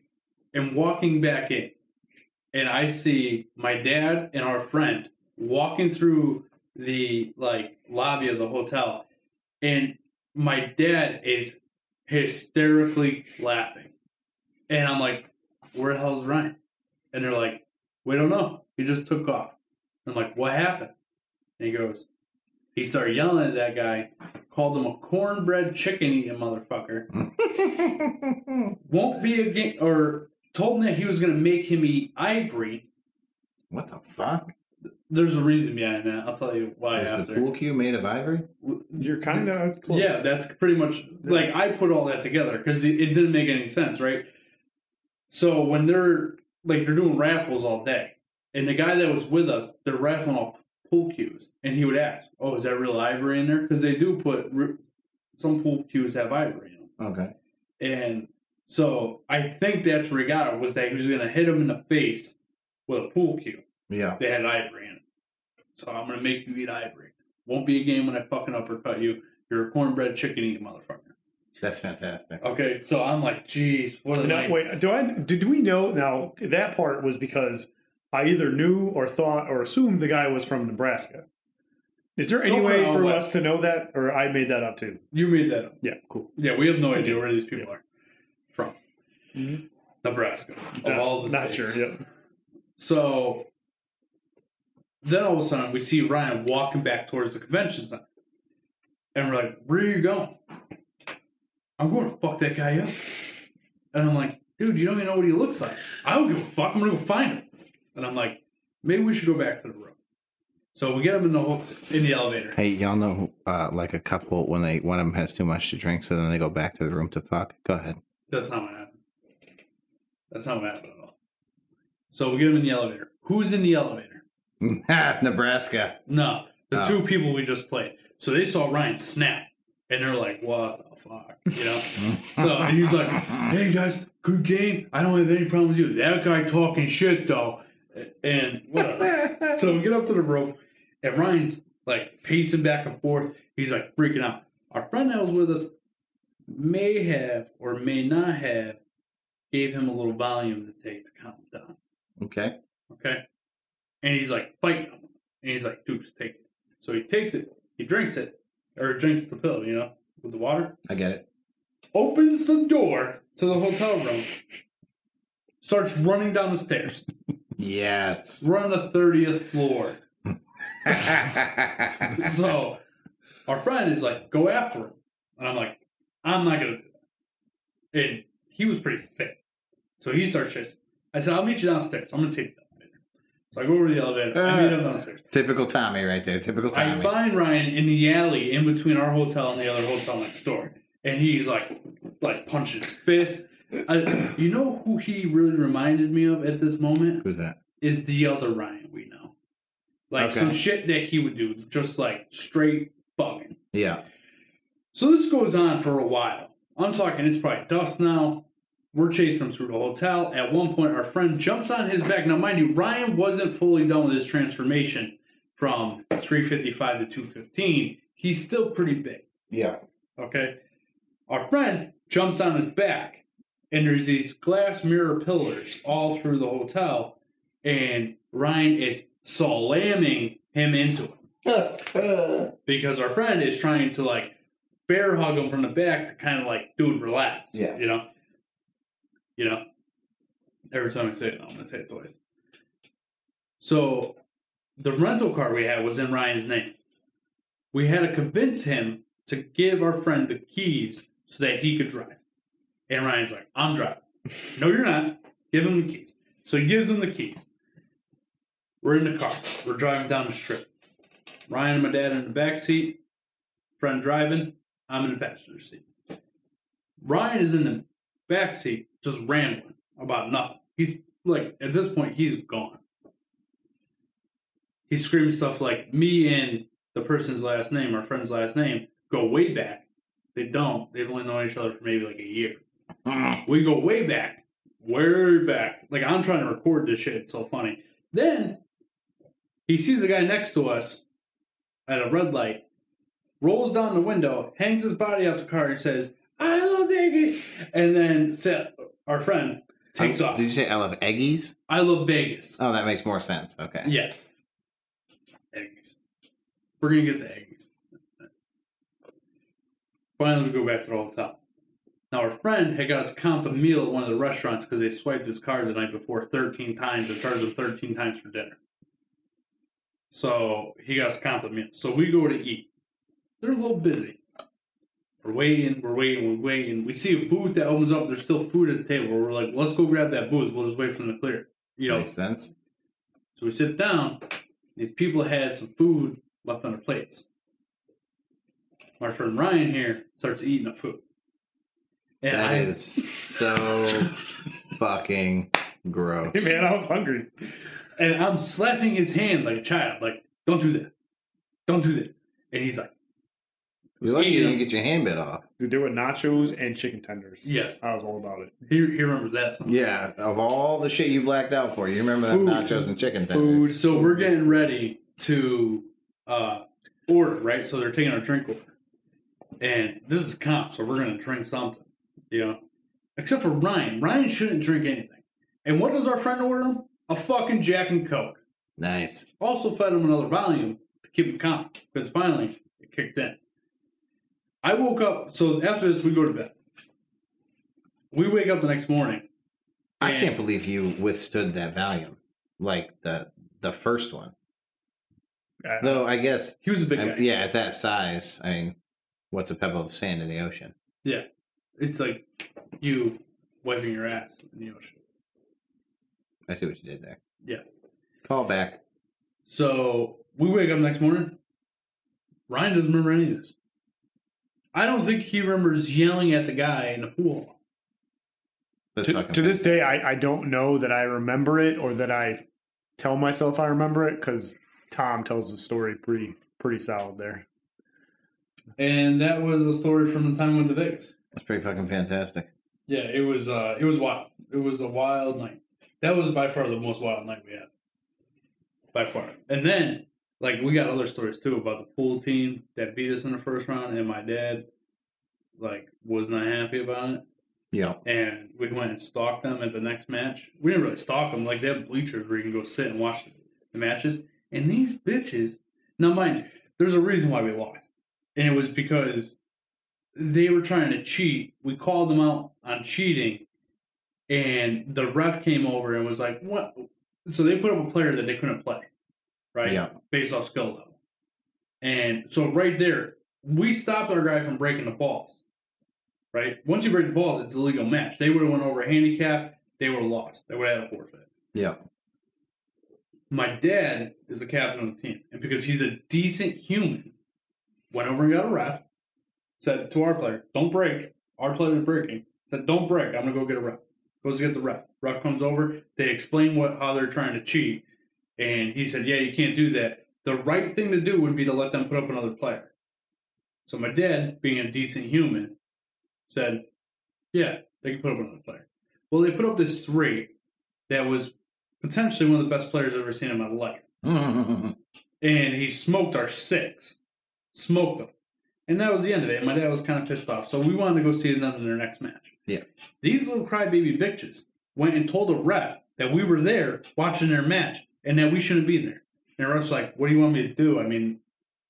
Speaker 2: am walking back in and I see my dad and our friend walking through the like lobby of the hotel and my dad is hysterically laughing. And I'm like, where the hell's Ryan? And they're like, we don't know. He just took off. I'm like, what happened? And he goes, he started yelling at that guy, called him a cornbread chicken eating motherfucker. Won't be a game, or told him that he was going to make him eat ivory.
Speaker 1: What the fuck?
Speaker 2: There's a reason behind that. I'll tell you why
Speaker 1: Is the
Speaker 2: after.
Speaker 1: pool cue made of ivory?
Speaker 8: you're kind of close.
Speaker 2: Yeah, that's pretty much like I put all that together because it, it didn't make any sense, right? So when they're like they're doing raffles all day, and the guy that was with us, they're raffling off pool cues, and he would ask, "Oh, is that real ivory in there?" Because they do put re- some pool cues have ivory in them.
Speaker 1: Okay.
Speaker 2: And so I think that's where he got it was that he was going to hit him in the face with a pool cue.
Speaker 1: Yeah.
Speaker 2: They had ivory in it. So I'm gonna make you eat ivory. Won't be a game when I fucking uppercut you. You're a cornbread chicken eating motherfucker.
Speaker 1: That's fantastic.
Speaker 2: Okay, so I'm like, jeez, what a
Speaker 8: Now,
Speaker 2: night.
Speaker 8: wait, do I do, do we know now that part was because I either knew or thought or assumed the guy was from Nebraska. Is there any
Speaker 2: Somewhere
Speaker 8: way
Speaker 2: out
Speaker 8: for
Speaker 2: west.
Speaker 8: us to know that or I made that up too?
Speaker 2: You made that up.
Speaker 8: Yeah, cool.
Speaker 2: Yeah, we have no idea where these people are from. Nebraska. Of
Speaker 8: Not-
Speaker 2: all the
Speaker 8: Mm-hmm. Uh, not
Speaker 2: states.
Speaker 8: sure. Yep.
Speaker 2: So then all of a sudden we see Ryan walking back towards the convention center. And we're like, where are you going? I'm going to fuck that guy up. And I'm like, dude, you don't even know what he looks like. I don't give a fuck. I'm going to go find him. And I'm like, maybe we should go back to the room. So we get him in the ho- in the elevator.
Speaker 1: Hey, y'all know uh, like a couple when they one of them has too much to drink, so then they go back to the room to fuck. Go ahead.
Speaker 2: That's not what happened. That's not what happened at all. So we get him in the elevator. Who's in the elevator?
Speaker 1: [LAUGHS] Nebraska.
Speaker 2: No, the
Speaker 1: Oh.
Speaker 2: two people we just played. So they saw Ryan snap, and they're like, "What the fuck?" You know. so and he's like, "Hey guys, good game. I don't have any problem with you. That guy talking shit though." And whatever. so we get up to the rope, and Ryan's like pacing back and forth. He's like freaking out. Our friend that was with us may have or may not have gave him a little volume to take to calm him down.
Speaker 1: Okay.
Speaker 2: Okay. And he's like fighting him. And he's like, dude, just take it. So he takes it, he drinks it, or drinks the pill, you know, with the water.
Speaker 1: I get it.
Speaker 2: Opens the door to the hotel room. Starts running down the stairs. [LAUGHS]
Speaker 1: Yes. [LAUGHS]
Speaker 2: We're on the 30th floor. So our friend is like, go after him. And I'm like, I'm not going to do that. And he was pretty fit. So he starts chasing. I said, I'll meet you downstairs. I'm going to take the elevator. So I go over to the elevator. I meet him downstairs.
Speaker 1: Typical Tommy right there. Typical
Speaker 2: I
Speaker 1: Tommy.
Speaker 2: find Ryan in the alley in between our hotel and the other hotel next door, and he's like, like punching his fist. I, you know who he really reminded me of at this moment
Speaker 1: Who's that?
Speaker 2: is the other Ryan we know, like
Speaker 1: Okay.
Speaker 2: some shit that he would do, just like straight bugging.
Speaker 1: Yeah.
Speaker 2: So this goes on for a while. I'm talking, it's probably dusk now. We're chasing him through the hotel. At one point, our friend jumps on his back. Now, mind you, Ryan wasn't fully done with his transformation from 355 to 215. He's still pretty big.
Speaker 1: Yeah.
Speaker 2: Okay. Our friend jumps on his back, and there's these glass mirror pillars all through the hotel, and Ryan is slamming him into him. because our friend is trying to like bear hug him from the back to kind of like, dude, relax.
Speaker 1: Yeah.
Speaker 2: You know? You know? Every time I say it, I'm going to say it twice. So the rental car we had was in Ryan's name we had to convince him to give our friend the keys so that he could drive. And Ryan's like, I'm driving. no, you're not. Give him the keys. So he gives him the keys. We're in the car. We're driving down the strip. Ryan and my dad in the back seat. Friend driving. I'm in the passenger seat. Ryan is in the back seat, just rambling about nothing. He's like, at this point, he's gone. He's screaming stuff like, "Me and the person's last name, our friend's last name, go way back." They don't. They've only known each other for maybe like a year.
Speaker 1: Mm.
Speaker 2: We go way back, way back. Like I'm trying to record this shit. It's so funny. Then he sees the guy next to us at a red light, rolls down the window, hangs his body out the car, and says, "I love Vegas." And then Seth, our friend, takes
Speaker 1: Um,
Speaker 2: off.
Speaker 1: Did you say I love Eggies?
Speaker 2: I love Vegas.
Speaker 1: Oh, that makes more sense. Okay.
Speaker 2: Yeah. Aggies. We're gonna get the Aggies. Finally, we go back to the hotel. Now, our friend had got us comped a meal at one of the restaurants because they swiped his card the night before 13 times and charged him 13 times for dinner. So he got us comped a meal. So we go to eat. They're a little busy. We're waiting, we're waiting, we're waiting. We see a booth that opens up. There's still food at the table. We're like, let's go grab that booth. We'll just wait for them to clear. it." You know,
Speaker 1: Makes sense.
Speaker 2: so we sit down. These people had some food left on their plates. My friend Ryan here starts eating the food. And
Speaker 1: That
Speaker 2: I,
Speaker 1: is so
Speaker 2: [LAUGHS]
Speaker 1: fucking gross.
Speaker 8: [LAUGHS] Hey, man, I was hungry.
Speaker 2: And I'm slapping his hand like a child, like, don't do that. Don't do that. And he's like,
Speaker 1: You're lucky you didn't get your hand bit off.
Speaker 8: Dude, there were nachos and chicken tenders.
Speaker 2: Yes.
Speaker 8: I was all about it.
Speaker 2: he, he remembers that. song.
Speaker 1: Yeah, of all the shit you blacked out for, you remember that
Speaker 2: Food.
Speaker 1: nachos and chicken tenders.
Speaker 2: Food. So we're getting ready to uh, order, right? So they're taking our drink order. And this is comp, so we're going to drink something, you know? Except for Ryan. Ryan shouldn't drink anything. And what does our friend order him? A fucking Jack and Coke.
Speaker 1: Nice.
Speaker 2: Also fed him another volume to keep him calm, because finally it kicked in. I woke up, so after this, we go to bed. We wake up the next morning.
Speaker 1: I
Speaker 2: Yeah.
Speaker 1: can't believe you withstood that Valium, like the the first one.
Speaker 8: Uh,
Speaker 1: Though I guess,
Speaker 2: He was a big
Speaker 1: I-
Speaker 2: guy.
Speaker 1: yeah, at that size, I mean, what's a pebble of sand in the ocean?
Speaker 2: Yeah. It's like you wiping your ass in the ocean.
Speaker 1: I see what you did there.
Speaker 2: Yeah.
Speaker 1: Call back.
Speaker 2: So we wake up next morning. Ryan doesn't remember any of this. I don't think he remembers yelling at the guy in the pool.
Speaker 1: This
Speaker 3: to,
Speaker 1: fucking
Speaker 3: to
Speaker 1: thing.
Speaker 3: this day, I, I don't know that I remember it or that I tell myself I remember it because Tom tells the story pretty pretty solid there.
Speaker 2: And that was a story from the time I went to Vegas.
Speaker 1: That's pretty fucking fantastic.
Speaker 2: Yeah, it was uh, it was wild. It was a wild night. That was by far the most wild night we had. By far. And then, like, we got other stories too about the pool team that beat us in the first round, and my dad, like, was not happy about it.
Speaker 1: Yeah.
Speaker 2: and we went and stalked them at the next match. We didn't really stalk them; like they have bleachers where you can go sit and watch the matches. And these bitches, now mind you, there's a reason why we lost, and it was because they were trying to cheat. We called them out on cheating, and the ref came over and was like, "What?" So they put up a player that they couldn't play, right?
Speaker 1: Yeah.
Speaker 2: Based off skill level, and so right there, we stopped our guy from breaking the balls right? Once you break the balls, it's a legal match. They would have went over a handicap. They would have lost. They would have had a forfeit.
Speaker 1: [LAUGHS] Yeah.
Speaker 2: My dad is the captain of the team, and because he's a decent human, went over and got a ref. Said to our player, "Don't break." Our player is breaking. Said, "Don't break." I'm gonna go get a ref. Goes to get the ref. Ref comes over. They explain what how they're trying to cheat, and he said, "Yeah, you can't do that. The right thing to do would be to let them put up another player." So my dad, being a decent human, said, yeah, they can put up another player. Well, they put up this three that was potentially one of the best players I've ever seen in my life. And he smoked our six. Smoked them. And that was the end of it. And my dad was kind of pissed off. So we wanted to go see them in their next match.
Speaker 1: Yeah.
Speaker 2: These little crybaby bitches went and told the ref that we were there watching their match and that we shouldn't be there. And the ref's like, what do you want me to do? I mean,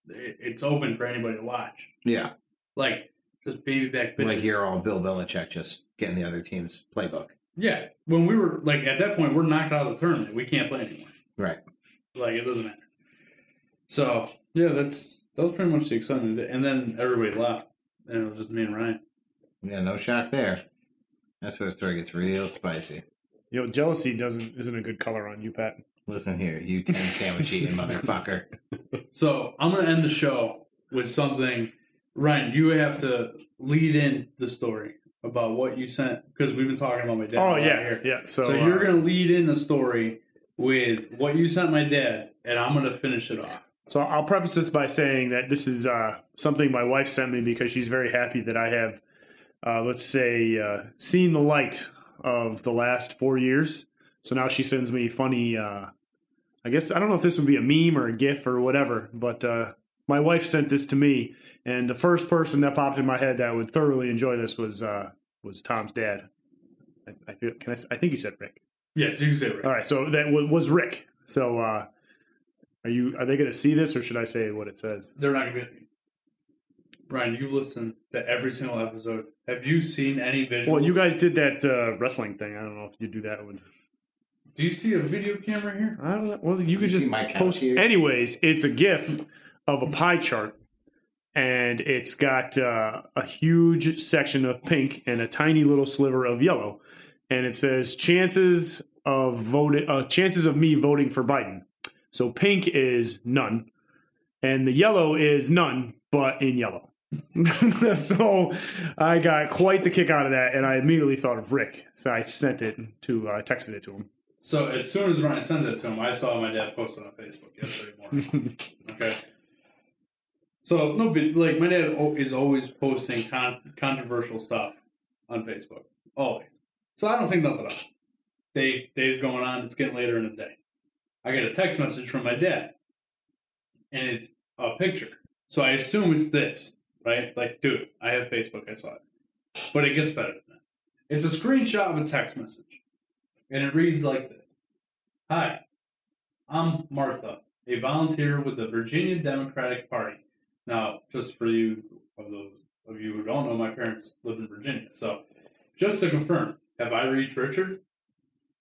Speaker 2: it- it's open for anybody to watch.
Speaker 1: yeah.
Speaker 2: Like, just baby back bitches.
Speaker 1: Like you're all Bill Belichick just getting the other team's playbook.
Speaker 2: Yeah, when we were like at that point, we're knocked out of the tournament. We can't play anymore.
Speaker 1: Right.
Speaker 2: Like it doesn't matter. So yeah, that's that was pretty much the extent of it. And then everybody left, and it was just me and Ryan.
Speaker 1: Yeah, no shock there. That's where the story gets real spicy.
Speaker 3: You know, jealousy doesn't isn't a good color on you, Pat.
Speaker 1: Listen here, you ten sandwich [LAUGHS] eating motherfucker.
Speaker 2: So I'm gonna end the show with something. Ryan, you have to lead in the story about what you sent because we've been talking about my dad. a
Speaker 3: Oh
Speaker 2: lot
Speaker 3: yeah,
Speaker 2: here.
Speaker 3: yeah. So, uh,
Speaker 2: So uh, you're gonna lead in the story with what you sent my dad, and I'm gonna finish it off.
Speaker 3: So I'll preface this by saying that this is uh, something my wife sent me because she's very happy that I have, uh, let's say, uh, seen the light of the last four years. So now she sends me funny. Uh, I guess I don't know if this would be a meme or a GIF or whatever, but uh, my wife sent this to me, and the first person that popped in my head that would thoroughly enjoy this was uh, was Tom's dad. I, I feel. Can I? s- I think you said Rick.
Speaker 2: Yes, you can say it. Right.
Speaker 3: All right, so that w- was Rick. So uh, are you? Are they going to see this, or should I say what it says?
Speaker 2: They're not gonna be. Brian, you listen to every single episode. Have you seen any visuals?
Speaker 3: Well, you guys did that uh, wrestling thing. I don't know if you do that one.
Speaker 2: Do you see a video camera here?
Speaker 3: I don't know. Well, you could
Speaker 1: see
Speaker 3: just
Speaker 1: my couch
Speaker 3: post.
Speaker 1: here?
Speaker 3: Anyways, it's a GIF of a pie chart, and it's got uh, a huge section of pink and a tiny little sliver of yellow, and it says chances of voting, uh, chances of me voting for Biden. So pink is none, and the yellow is none, but in yellow. [LAUGHS] so I got quite the kick out of that, and I immediately thought of Rick. So I sent it to, I texted it to him.
Speaker 2: So as soon as Ryan sent it to him, I saw my dad post it on Facebook yesterday morning. okay. So no, big like my dad o- is always posting con- controversial stuff on Facebook, always. So I don't think nothing of it. Day day's going on. It's getting later in the day. I get a text message from my dad, and it's a picture. So I assume it's this, right? Like, dude, I have Facebook. I saw it, but it gets better than that. It's a screenshot of a text message and it reads like this Hi, I'm Martha, a volunteer with the Virginia Democratic Party. Now, just for you of those of you who don't know, my parents live in Virginia. So just to confirm, have I reached Richard?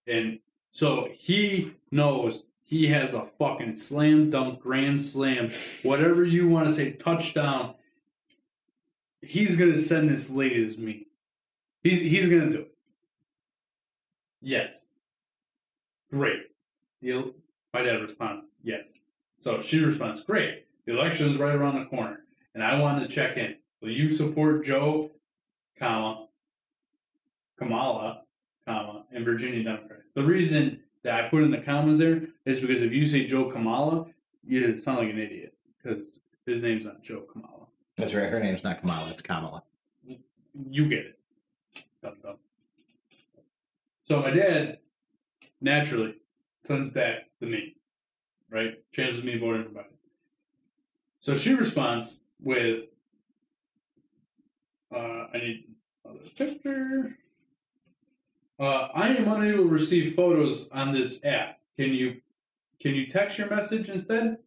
Speaker 2: And so he knows he has a fucking slam dunk, grand slam, whatever you want to say, touchdown. He's gonna send this lady as me. He's he's gonna do it. Yes. Great. The, my dad responds, yes. So she responds, great. The election is right around the corner, and I wanted to check in. Will you support Joe, comma, Kamala, comma, and Virginia Democrats. The reason that I put in the commas there is because if you say Joe Kamala, you sound like an idiot because his name's not Joe Kamala.
Speaker 1: That's right. Her name's not Kamala. It's Kamala.
Speaker 2: You get it. Dum dum. So my dad naturally sends back the meme, right? Changes me voting for Biden. So she responds with, uh, "I need another picture. Uh, I am unable to receive photos on this app. Can you can you text your message instead?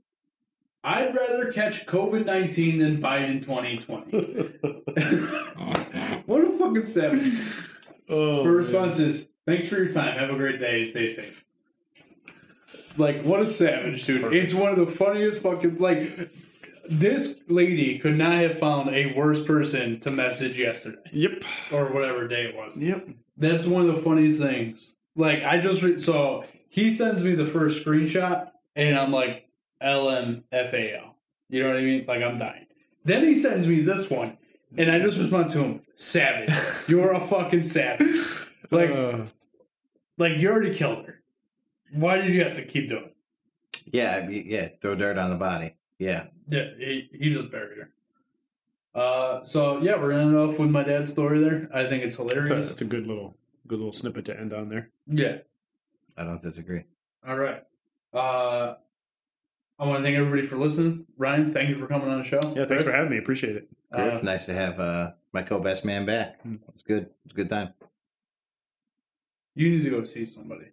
Speaker 2: I'd rather catch COVID nineteen than Biden twenty twenty. [LAUGHS] what a fucking savage.
Speaker 8: Oh,
Speaker 2: Her response is, "Thanks for your time. Have a great day. Stay safe." Like what a savage, dude! It's one of the funniest fucking like. This lady could not have found a worse person to message yesterday
Speaker 8: yep,
Speaker 2: or whatever day it was.
Speaker 8: yep.
Speaker 2: That's one of the funniest things. Like I just re- so he sends me the first screenshot and I'm like LMFAO. You know what I mean? Like I'm dying. Then he sends me this one and I just respond to him, "Savage. You're a fucking savage. Like
Speaker 8: Uh,
Speaker 2: like you already killed her. Why did you have to keep doing?" it?
Speaker 1: Yeah, I mean, yeah. Throw dirt on the body. Yeah.
Speaker 2: Yeah, he, he just buried her. Uh, so yeah, we're gonna end off with my dad's story there. I think it's hilarious.
Speaker 8: that's, a, that's a good little, good little snippet to end on there.
Speaker 2: yeah.
Speaker 1: I don't disagree.
Speaker 2: All right. Uh, I want to thank everybody for listening. Ryan, thank you for coming on the show.
Speaker 8: Yeah, thanks for having me. Appreciate it.
Speaker 1: Griff,
Speaker 2: Uh,
Speaker 1: nice to have uh, my co-best man back. It's good. It's a good time.
Speaker 2: you need to go see somebody.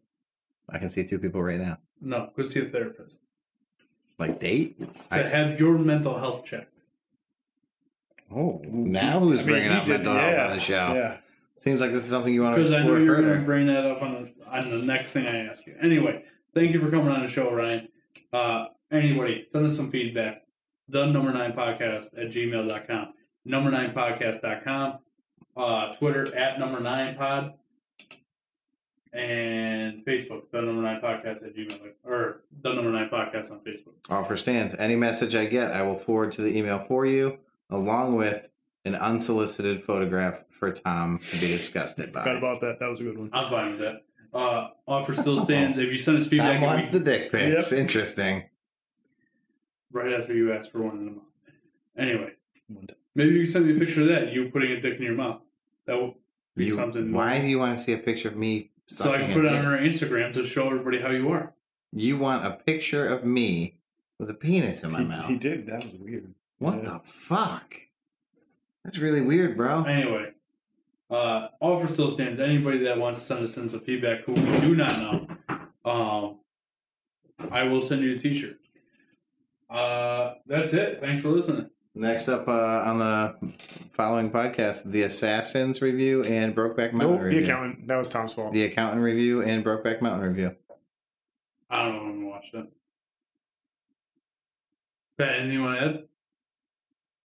Speaker 1: I can see two people right now.
Speaker 2: No, go see a therapist
Speaker 1: Like date?
Speaker 2: to
Speaker 1: I-
Speaker 2: have your mental health checked.
Speaker 1: oh, now who's
Speaker 8: I mean,
Speaker 1: bringing
Speaker 8: he
Speaker 1: up my
Speaker 8: did-
Speaker 1: dog
Speaker 8: yeah,
Speaker 1: on the show?
Speaker 8: Yeah.
Speaker 1: Seems like this is something you want to
Speaker 2: Because I know
Speaker 1: explore
Speaker 2: you're going to
Speaker 1: further.
Speaker 2: bring that up on the, on the next thing I ask you. Anyway, thank you for coming on the show, Ryan. Uh, anybody, send us some feedback. The number nine podcast at gmail.com, number nine podcast.com, uh, Twitter at number nine pod, and Facebook, the number nine podcast at gmail, or the number nine podcast on Facebook.
Speaker 1: Offer stands. Any message I get, I will forward to the email for you, along with an unsolicited photograph for Tom to be disgusted
Speaker 8: Forgot
Speaker 1: by.
Speaker 8: about that. That was a good one.
Speaker 2: I'm fine with that. Uh,
Speaker 1: [LAUGHS]
Speaker 2: offer still stands. If you send us feedback,
Speaker 1: Tom
Speaker 2: and we-
Speaker 1: wants the dick pics. Interesting.
Speaker 2: right after you asked for one in the mouth. Anyway, maybe you can send me a picture of that. You putting a dick in your mouth. That will be
Speaker 1: You-
Speaker 2: something.
Speaker 1: why do you want to see a picture of me?
Speaker 2: So I can
Speaker 1: sucking
Speaker 2: put
Speaker 1: a
Speaker 2: it on
Speaker 1: dick?
Speaker 2: our Instagram to show everybody how you are.
Speaker 1: You want a picture of me with a penis in my
Speaker 8: He,
Speaker 1: mouth?
Speaker 8: he did. That was weird.
Speaker 1: What
Speaker 8: Yeah.
Speaker 1: the fuck? That's really weird, bro.
Speaker 2: Anyway, uh, offer still stands. Anybody that wants to send us in some feedback who we do not know, um, I will send you a T-shirt. Uh, that's it. Thanks for listening.
Speaker 1: Next up uh, on the following podcast, the Assassins review and Brokeback Mountain
Speaker 8: Nope, the
Speaker 1: review.
Speaker 8: accountant. That was Tom's fault.
Speaker 1: The accountant review and Brokeback Mountain review.
Speaker 2: I don't know when to watch that. Pat, anything you want to add?